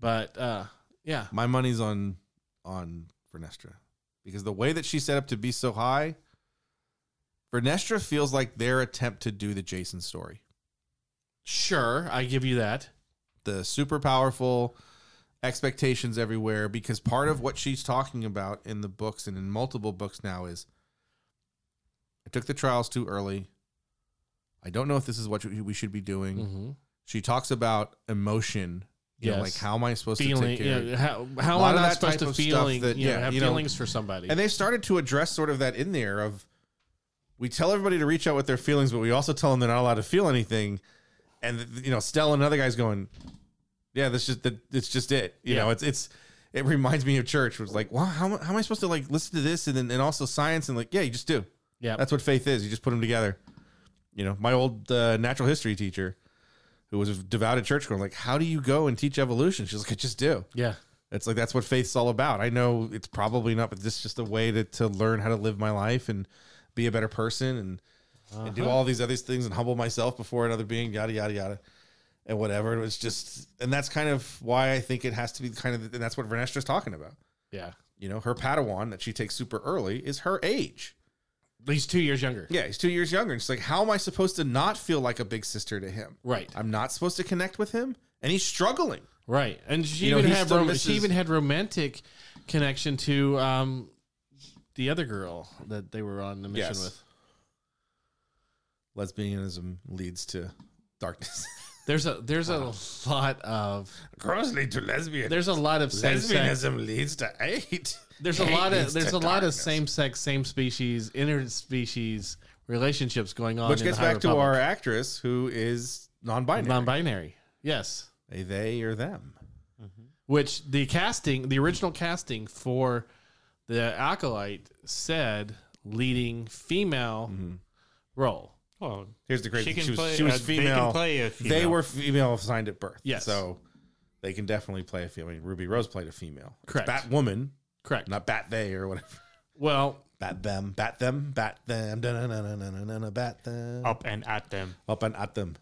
[SPEAKER 1] But uh, yeah,
[SPEAKER 3] My money's on on Vernestra because the way that she's set up to be so high, Vernestra feels like their attempt to do the Jason story.
[SPEAKER 1] sure, I give you that.
[SPEAKER 3] the super powerful expectations everywhere because part of what she's talking about in the books and in multiple books now is I took the trials too early. I don't know if this is what we should be doing.
[SPEAKER 1] Mm-hmm.
[SPEAKER 3] She talks about emotion. You know,
[SPEAKER 1] Yes.
[SPEAKER 3] like how am I supposed
[SPEAKER 1] Feeling,
[SPEAKER 3] to take care? of
[SPEAKER 1] yeah, how how
[SPEAKER 3] lot
[SPEAKER 1] am
[SPEAKER 3] of
[SPEAKER 1] I
[SPEAKER 3] that
[SPEAKER 1] supposed
[SPEAKER 3] type
[SPEAKER 1] to
[SPEAKER 3] of stuff
[SPEAKER 1] feeling?
[SPEAKER 3] that-
[SPEAKER 1] you know,
[SPEAKER 3] yeah,
[SPEAKER 1] have
[SPEAKER 3] you know,
[SPEAKER 1] feelings for somebody.
[SPEAKER 3] And they started to address sort of that in there of we tell everybody to reach out with their feelings, but we also tell them they're not allowed to feel anything. And you know, Stella and other guys going, yeah, this just that it's just it. You know,
[SPEAKER 1] Yeah.
[SPEAKER 3] it's it's it reminds me of church. It was like, wow, how, am I- how am I supposed to like listen to this and then and also science and like, yeah, you just do.
[SPEAKER 1] yeah,
[SPEAKER 3] That's what faith is. You just put them together. You know, my old uh, natural history teacher, who was a devout church, going like, how do you go and teach evolution? She's like, I just do.
[SPEAKER 1] yeah,
[SPEAKER 3] It's like that's what faith's all about. I know it's probably not, but this is just a way to, to learn how to live my life and be a better person and, and do all these other things and humble myself before another being, yada yada yada, and whatever. It was just, and that's kind of why I think it has to be kind of, and that's what Vernestra's talking about.
[SPEAKER 1] yeah.
[SPEAKER 3] You know, her Padawan that she takes super early is her age.
[SPEAKER 1] He's two years younger.
[SPEAKER 3] Yeah, he's two years younger, and she's like, how am I supposed to not feel like a big sister to him?
[SPEAKER 1] Right,
[SPEAKER 3] I'm not supposed to connect with him, and he's struggling.
[SPEAKER 1] right. And she
[SPEAKER 3] You know,
[SPEAKER 1] even
[SPEAKER 3] he
[SPEAKER 1] had
[SPEAKER 3] still
[SPEAKER 1] rom-
[SPEAKER 3] misses-
[SPEAKER 1] she even had romantic connection to um, the other girl that they were on the mission
[SPEAKER 3] Yes.
[SPEAKER 1] with.
[SPEAKER 3] Lesbianism leads to darkness.
[SPEAKER 1] There's a there's a lot of
[SPEAKER 3] Girls lead to lesbianism.
[SPEAKER 1] there's a lot of same sex.
[SPEAKER 3] Lesbianism leads to hate.
[SPEAKER 1] There's a
[SPEAKER 3] Hate
[SPEAKER 1] lot of
[SPEAKER 3] leads
[SPEAKER 1] there's a
[SPEAKER 3] to
[SPEAKER 1] lot of
[SPEAKER 3] darkness.
[SPEAKER 1] same sex, same species, interspecies relationships going on.
[SPEAKER 3] Which
[SPEAKER 1] in
[SPEAKER 3] gets
[SPEAKER 1] the High
[SPEAKER 3] back to our
[SPEAKER 1] Republic.
[SPEAKER 3] actress who is non-binary.
[SPEAKER 1] non-binary. Yes.
[SPEAKER 3] A they or them.
[SPEAKER 1] which the casting, the original casting for the acolyte said leading female
[SPEAKER 3] Mm-hmm.
[SPEAKER 1] role.
[SPEAKER 2] Well,
[SPEAKER 3] Here's the crazy.
[SPEAKER 2] she
[SPEAKER 3] She,
[SPEAKER 2] can
[SPEAKER 3] was,
[SPEAKER 2] play.
[SPEAKER 3] she was
[SPEAKER 2] uh, They
[SPEAKER 3] female.
[SPEAKER 2] can play a female.
[SPEAKER 3] They were female assigned at birth.
[SPEAKER 1] Yes.
[SPEAKER 3] So they can definitely play a female. I mean, Ruby Rose played a female. It's
[SPEAKER 1] Correct.
[SPEAKER 3] Batwoman,
[SPEAKER 1] Correct.
[SPEAKER 3] not Bat they or whatever.
[SPEAKER 1] Well,
[SPEAKER 3] Bat them, bat them, bat them, da-na-na-na-na-na-na, bat them.
[SPEAKER 2] up and at them.
[SPEAKER 3] Up and at them.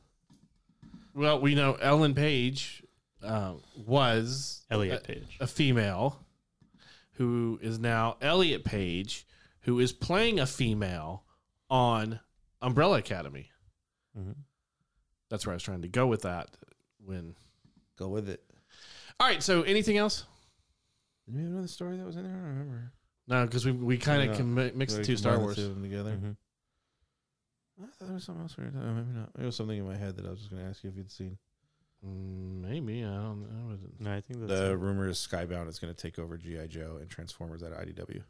[SPEAKER 1] well, we know Ellen Page uh, was
[SPEAKER 2] Elliot
[SPEAKER 1] a-
[SPEAKER 2] Page.
[SPEAKER 1] a female who is now Elliot Page, who is playing a female on Umbrella Academy. Mm-hmm.
[SPEAKER 2] Mhm.
[SPEAKER 1] That's where I was trying to go with that. When
[SPEAKER 3] Go with it.
[SPEAKER 1] all right, so anything else?
[SPEAKER 3] Did we have another story that was in there? I don't remember.
[SPEAKER 1] No, because we, we kind
[SPEAKER 3] No.
[SPEAKER 1] of can mi- mix the two Star
[SPEAKER 3] Combine
[SPEAKER 1] Wars.
[SPEAKER 3] two Mm-hmm. of them together.
[SPEAKER 2] Mhm.
[SPEAKER 3] I thought there was something else we were talking about. Maybe not. It was something in my head that I was just going to ask you if you'd seen.
[SPEAKER 1] Mm, Maybe I don't. I wouldn't.
[SPEAKER 2] No, I think that's
[SPEAKER 3] The rumor is Skybound is going to take over G.I. Joe and Transformers at IDW.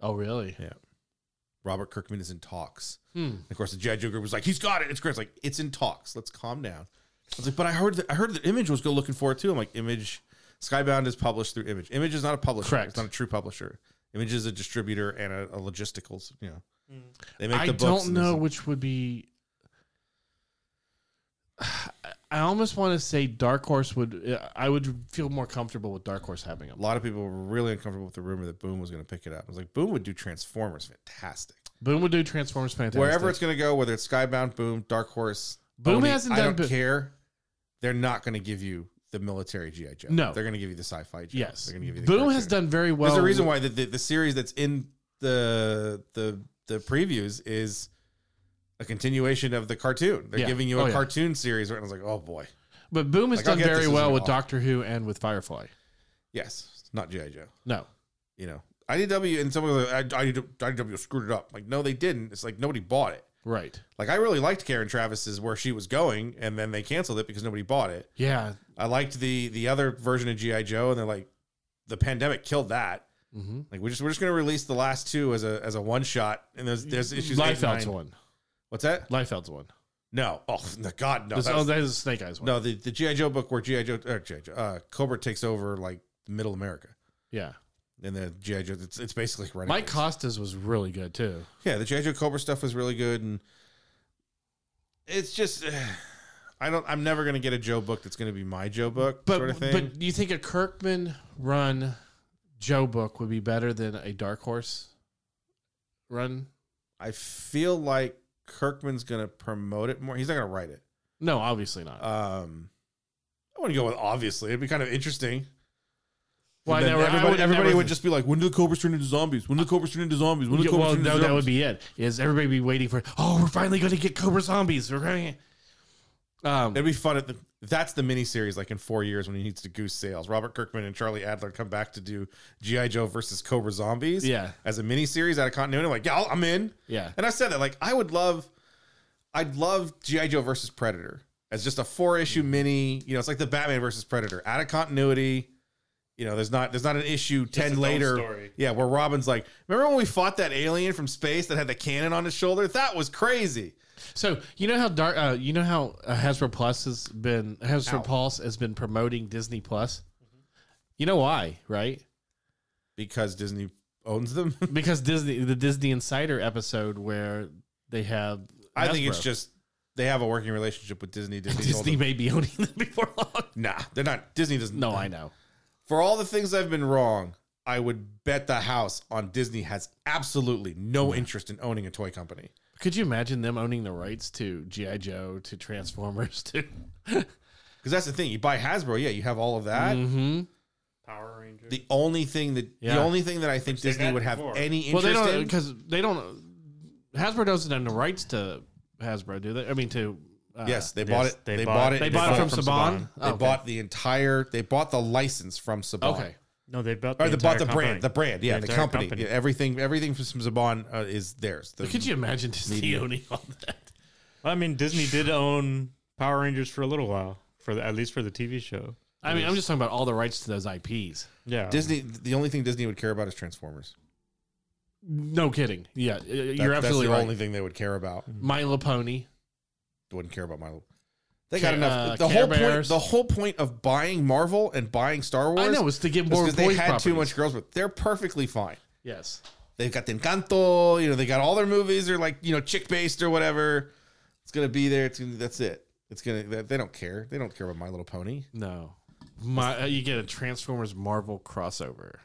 [SPEAKER 1] Oh, really?
[SPEAKER 3] Robert Kirkman is in talks.
[SPEAKER 1] Hmm.
[SPEAKER 3] Of course, the G.I. Joe group was like, he's got it. It's great. It's like, it's in talks. Let's calm down. I was like, but I heard that, I heard that Image was go looking for it too. I'm like, Image, Skybound is published through Image. Image is not a publisher.
[SPEAKER 1] Correct.
[SPEAKER 3] It's not a true publisher. Image is a distributor and a, a logistical, you know. They
[SPEAKER 1] I
[SPEAKER 3] books
[SPEAKER 1] don't
[SPEAKER 3] and this
[SPEAKER 1] know
[SPEAKER 3] and-
[SPEAKER 1] which would be. I almost want to say Dark Horse would. I would feel more comfortable with Dark Horse having
[SPEAKER 3] A
[SPEAKER 1] him.
[SPEAKER 3] lot of people were really uncomfortable with the rumor that Boom was going to pick it up. I was like, Boom would do Transformers, fantastic.
[SPEAKER 1] Boom would do Transformers fantastic.
[SPEAKER 3] Wherever it's going to go, whether it's Skybound, Boom, Dark Horse,
[SPEAKER 1] Boom
[SPEAKER 3] Oni,
[SPEAKER 1] hasn't
[SPEAKER 3] I
[SPEAKER 1] done
[SPEAKER 3] don't
[SPEAKER 1] Bo-
[SPEAKER 3] care. They're not going to give you the military GI Joe.
[SPEAKER 1] No.
[SPEAKER 3] they're going to give you the sci-fi. Joe.
[SPEAKER 1] yes,
[SPEAKER 3] they're going to give you. The
[SPEAKER 1] Boom has
[SPEAKER 3] cartoon.
[SPEAKER 1] done very well.
[SPEAKER 3] There's a reason why the, the the series that's in the the the previews is a continuation of the cartoon. They're
[SPEAKER 1] Yeah.
[SPEAKER 3] giving you a
[SPEAKER 1] Oh, yeah.
[SPEAKER 3] cartoon series, right? And I was like, oh boy,
[SPEAKER 1] But Boom has
[SPEAKER 3] Like, I'll
[SPEAKER 1] done
[SPEAKER 3] get this
[SPEAKER 1] very
[SPEAKER 3] as
[SPEAKER 1] well
[SPEAKER 3] an
[SPEAKER 1] with
[SPEAKER 3] offer.
[SPEAKER 1] Doctor Who and with Firefly.
[SPEAKER 3] yes, it's not GI Joe.
[SPEAKER 1] No,
[SPEAKER 3] you know, IDW and some of the I- IDW, IDW screwed it up. Like, no, they didn't. It's like nobody bought it.
[SPEAKER 1] right?
[SPEAKER 3] Like, I really liked Karen Travis's where she was going, and then they canceled it because nobody bought it.
[SPEAKER 1] Yeah.
[SPEAKER 3] I liked the the other version of GI Joe, and they're like, the pandemic killed that.
[SPEAKER 1] hmm
[SPEAKER 3] Like, we're just we're just gonna release the last two as a as a one shot, and there's there's issues. eight and
[SPEAKER 1] Liefeld's
[SPEAKER 3] nine.
[SPEAKER 1] one.
[SPEAKER 3] What's that?
[SPEAKER 1] Liefeld's one.
[SPEAKER 3] No. Oh no, God, no.
[SPEAKER 1] This-
[SPEAKER 3] That
[SPEAKER 1] oh,
[SPEAKER 3] was-
[SPEAKER 1] that is Snake Eyes one.
[SPEAKER 3] no, the uh, the GI Joe book where GI Joe, or G.I. Joe uh, Cobra takes over like middle America.
[SPEAKER 1] Yeah.
[SPEAKER 3] And the GI Joe, it's, it's basically right.
[SPEAKER 1] Mike Costas was really good too.
[SPEAKER 3] Yeah, the G.I. Joe Cobra stuff was really good, and it's just I don't. I'm never gonna get a Joe book that's gonna be my Joe book
[SPEAKER 1] But
[SPEAKER 3] sort of thing.
[SPEAKER 1] but do you think a Kirkman run Joe book would be better than a Dark Horse run?
[SPEAKER 3] I feel like Kirkman's gonna promote it more. He's not gonna write it.
[SPEAKER 1] No, obviously not.
[SPEAKER 3] Um, I want to go with obviously. It'd be kind of interesting.
[SPEAKER 1] well, I
[SPEAKER 3] And then
[SPEAKER 1] never,
[SPEAKER 3] everybody, everybody
[SPEAKER 1] never,
[SPEAKER 3] would just be like, "When do the Cobras turn into zombies? When do the Cobras turn into zombies? When do the
[SPEAKER 1] Yeah,
[SPEAKER 3] Cobras
[SPEAKER 1] well,
[SPEAKER 3] turn into
[SPEAKER 1] no, that
[SPEAKER 3] zombies?"
[SPEAKER 1] would be it. Is everybody be waiting for? Oh, we're finally going to get Cobra zombies. We're going. Um,
[SPEAKER 3] It'd be fun. At the, that's the miniseries, like in four years when he needs to goose sales. Robert Kirkman and Charlie Adler come back to do GI Joe versus Cobra Zombies.
[SPEAKER 1] Yeah.
[SPEAKER 3] as a miniseries out of continuity. I'm like, yeah, I'll- I'm in.
[SPEAKER 1] yeah,
[SPEAKER 3] And I said that like I would love, I'd love GI Joe versus Predator as just a four
[SPEAKER 2] Mm.
[SPEAKER 3] issue mini. You know, it's like the Batman versus Predator out of continuity. You know, there's not there's not an issue ten
[SPEAKER 2] its own
[SPEAKER 3] later.
[SPEAKER 2] story.
[SPEAKER 3] Yeah, where Robin's like, remember when we fought that alien from space that had the cannon on his shoulder? That was crazy.
[SPEAKER 1] So you know how dark, uh, you know how uh, Hasbro Plus has been Hasbro
[SPEAKER 3] Ow.
[SPEAKER 1] Pulse has been promoting Disney Plus. You know why, right?
[SPEAKER 3] Because Disney owns them.
[SPEAKER 1] Because Disney, the Disney Insider episode where they have,
[SPEAKER 3] I think
[SPEAKER 1] Hasbro.
[SPEAKER 3] it's just they have a working relationship with Disney. Disney,
[SPEAKER 1] Disney may be owning them before long.
[SPEAKER 3] Nah, they're not. Disney doesn't.
[SPEAKER 1] No, I know.
[SPEAKER 3] For all the things I've been wrong, I would bet the house on Disney has absolutely no interest in owning a toy company.
[SPEAKER 1] Could you imagine them owning the rights to GI Joe, to Transformers, to?
[SPEAKER 3] Because that's the thing. You buy Hasbro, yeah, you have all of that.
[SPEAKER 1] Mhm.
[SPEAKER 2] Power Rangers.
[SPEAKER 3] The only thing that
[SPEAKER 1] Yeah.
[SPEAKER 3] the only thing that I think
[SPEAKER 2] They've
[SPEAKER 3] Disney
[SPEAKER 2] had
[SPEAKER 3] would have
[SPEAKER 2] before.
[SPEAKER 3] any
[SPEAKER 1] Well,
[SPEAKER 3] interest
[SPEAKER 1] they don't
[SPEAKER 3] in
[SPEAKER 1] because they don't. Hasbro doesn't own the rights to Hasbro, do they? I mean, to uh,
[SPEAKER 3] Yes, they bought
[SPEAKER 2] Yes,
[SPEAKER 3] it. They,
[SPEAKER 2] they
[SPEAKER 3] bought,
[SPEAKER 2] bought-
[SPEAKER 3] it.
[SPEAKER 1] they, bought, it from Oh, Saban.
[SPEAKER 3] They bought the entire. They bought the license from Saban.
[SPEAKER 1] okay.
[SPEAKER 2] no, they bought the,
[SPEAKER 3] Or they bought
[SPEAKER 2] entire
[SPEAKER 3] the brand.
[SPEAKER 2] company.
[SPEAKER 3] The brand. Yeah,
[SPEAKER 2] The
[SPEAKER 3] the,
[SPEAKER 2] entire
[SPEAKER 3] company.
[SPEAKER 2] company.
[SPEAKER 3] Yeah, everything. Everything from Saban uh, is theirs. The-
[SPEAKER 1] Could you imagine Disney owning all that?
[SPEAKER 2] I mean, Disney did own Power Rangers for a little while, for the, at least for the TV show.
[SPEAKER 1] I mean, I'm just talking about all the rights to those IPs.
[SPEAKER 2] Yeah,
[SPEAKER 3] Disney. The only thing Disney would care about is Transformers.
[SPEAKER 1] No kidding. Yeah, y- y-
[SPEAKER 3] That-
[SPEAKER 1] you're absolutely
[SPEAKER 3] that's the
[SPEAKER 1] right.
[SPEAKER 3] only thing they would care about.
[SPEAKER 1] My Little Pony.
[SPEAKER 3] Wouldn't care about Marvel. They got
[SPEAKER 1] Ca-
[SPEAKER 3] enough.
[SPEAKER 1] uh,
[SPEAKER 3] the
[SPEAKER 1] Care
[SPEAKER 3] whole point.
[SPEAKER 1] Bears.
[SPEAKER 3] The whole point of buying Marvel and buying Star Wars.
[SPEAKER 1] I know it's to get more
[SPEAKER 3] because
[SPEAKER 1] boys
[SPEAKER 3] they had
[SPEAKER 1] properties.
[SPEAKER 3] too much girls, but they're perfectly fine.
[SPEAKER 1] Yes.
[SPEAKER 3] They've got the Encanto, you know, they got all their movies are like, you know, chick based or whatever. It's gonna be there. It's gonna, that's it. It's gonna. They, they don't care. They don't care about My Little Pony.
[SPEAKER 1] No. My, uh, you get a Transformers Marvel crossover.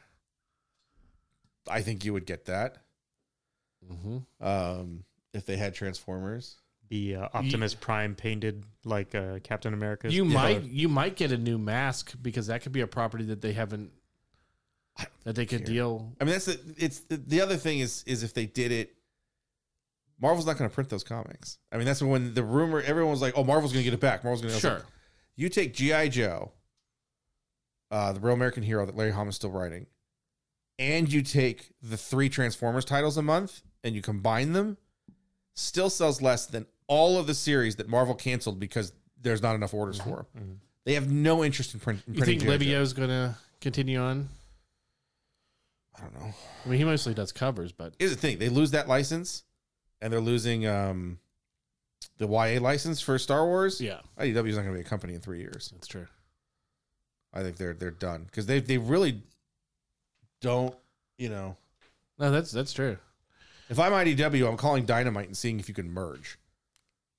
[SPEAKER 3] I think you would get that
[SPEAKER 1] Mm-hmm.
[SPEAKER 3] um, if they had Transformers.
[SPEAKER 2] the uh, Optimus Prime painted like uh, Captain America.
[SPEAKER 1] You might you might get a new mask because that could be a property that they haven't that they could deal.
[SPEAKER 3] I mean, that's the. It's the, the other thing is is if they did it. Marvel's not going to print those comics. I mean, that's when the rumor everyone was like, "Oh, Marvel's going to get it back." Marvel's going to
[SPEAKER 1] Sure.
[SPEAKER 3] you take GI Joe, uh, the Real American Hero that Larry Hama is still writing, and you take the three Transformers titles a month and you combine them, still sells less than all of the series that Marvel canceled because there's not enough orders for them. They have no interest in, print,
[SPEAKER 1] Mm-hmm.
[SPEAKER 3] in
[SPEAKER 1] You
[SPEAKER 3] printing.
[SPEAKER 1] think
[SPEAKER 3] G.I. Joe.
[SPEAKER 1] Livio's going to continue on?
[SPEAKER 3] I don't know.
[SPEAKER 1] I mean, he mostly does covers, but
[SPEAKER 3] Here's the thing: they lose that license, and they're losing um, the YA license for Star Wars.
[SPEAKER 1] yeah,
[SPEAKER 3] IDW is not going to be a company in three years.
[SPEAKER 1] that's true.
[SPEAKER 3] I think they're they're done because they they really don't you know
[SPEAKER 1] No, that's that's true.
[SPEAKER 3] If I'm IDW, I'm calling Dynamite and seeing if you can merge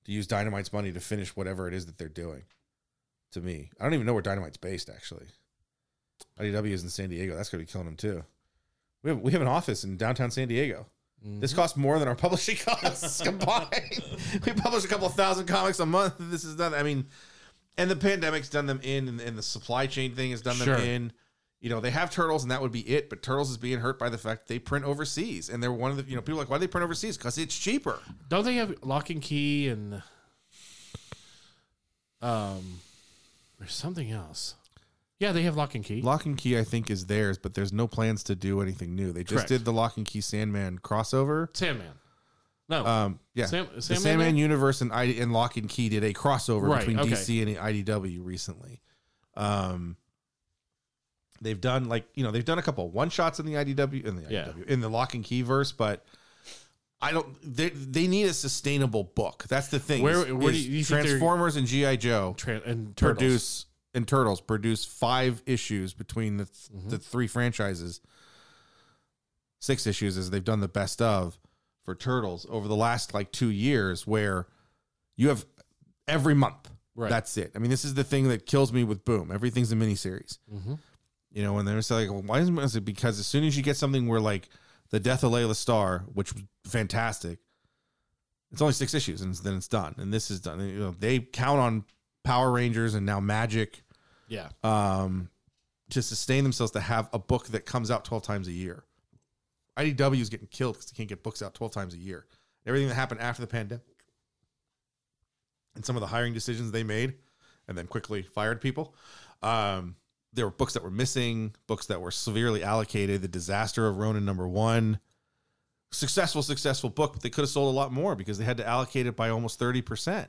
[SPEAKER 3] to use Dynamite's money to finish whatever it is that they're doing. To me, I don't even know where Dynamite's based actually. IDW is in San Diego. That's going to be killing them too. We have, we have an office in downtown San Diego. This costs more than our publishing costs combined. we publish a couple of thousand comics a month. This is done. I mean, and the pandemic's done them in, and, and the supply chain thing has done
[SPEAKER 1] Sure.
[SPEAKER 3] them in. You know, they have turtles, and that would be it. But turtles is being hurt by the fact they print overseas, and they're one of the you know people are like why do they print overseas because it's cheaper.
[SPEAKER 1] Don't they have lock and key and um there's something else. Yeah, they have lock and key.
[SPEAKER 3] Lock and Key, I think, is theirs, but there's no plans to do anything new. They just
[SPEAKER 1] Correct.
[SPEAKER 3] did the Lock and Key Sandman crossover.
[SPEAKER 1] Sandman. No.
[SPEAKER 3] Um, yeah,
[SPEAKER 1] Oh. Sam-
[SPEAKER 3] the
[SPEAKER 1] Sandman
[SPEAKER 3] Sandman
[SPEAKER 1] did?
[SPEAKER 3] universe and I and Lock and Key did a crossover
[SPEAKER 1] Right,
[SPEAKER 3] between
[SPEAKER 1] okay.
[SPEAKER 3] DC and IDW recently. Um, they've done like you know they've done a couple one shots in the IDW in the
[SPEAKER 1] Yeah.
[SPEAKER 3] IDW in the Lock and Key verse, but. I don't. They, they need a sustainable book. That's the thing.
[SPEAKER 1] Where-
[SPEAKER 3] is-
[SPEAKER 1] where do
[SPEAKER 3] is
[SPEAKER 1] you think they're-
[SPEAKER 3] Transformers and GI Joe
[SPEAKER 1] Tran- and turtles. Mm-hmm.
[SPEAKER 3] produce and Turtles produce five issues between the th- the three franchises. six issues is they've done the best of for turtles over the last like two years where you have every month
[SPEAKER 1] Right.
[SPEAKER 3] that's it i mean this is the thing that kills me with boom everything's a miniseries
[SPEAKER 1] Mhm.
[SPEAKER 3] you know and they're just like well, why isn't is it because as soon as you get something where like the death of layla star which was fantastic it's only six issues and then it's done and this is done you know they count on power rangers and now magic
[SPEAKER 1] Yeah.
[SPEAKER 3] um, to sustain themselves to have a book that comes out 12 times a year. IDW is getting killed because they can't get books out 12 times a year. Everything that happened after the pandemic and some of the hiring decisions they made and then quickly fired people. Um, there were books that were missing, books that were severely allocated, the disaster of Ronin number one. Successful, successful book, but they could have sold a lot more because they had to allocate it by almost 30%.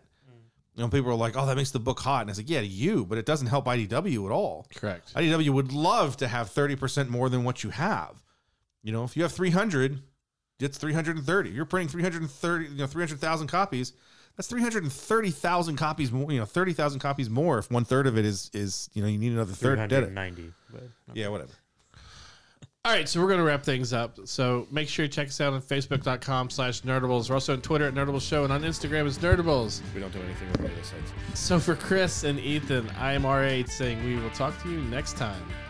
[SPEAKER 3] You know, people are like, oh, that makes the book hot. And I said, yeah, to you, but it doesn't help IDW at all.
[SPEAKER 1] Correct.
[SPEAKER 3] IDW would love to have 30% more than what you have. You know, if you have 300, it's 330. You're printing 330, you know, 300,000 copies. That's 330,000 copies more, you know, 30,000 copies more if one third of it is, is you know, you need another third to get it.
[SPEAKER 2] 390. But
[SPEAKER 3] Yeah, whatever.
[SPEAKER 1] All right, so we're going to wrap things up. So make sure you check us out on facebook.com slash nerdables. We're also on Twitter at Nerdables Show and on Instagram as Nerdables.
[SPEAKER 6] We don't do anything with any of those sites.
[SPEAKER 1] So for Chris and Ethan, I am R8 saying we will talk to you next time.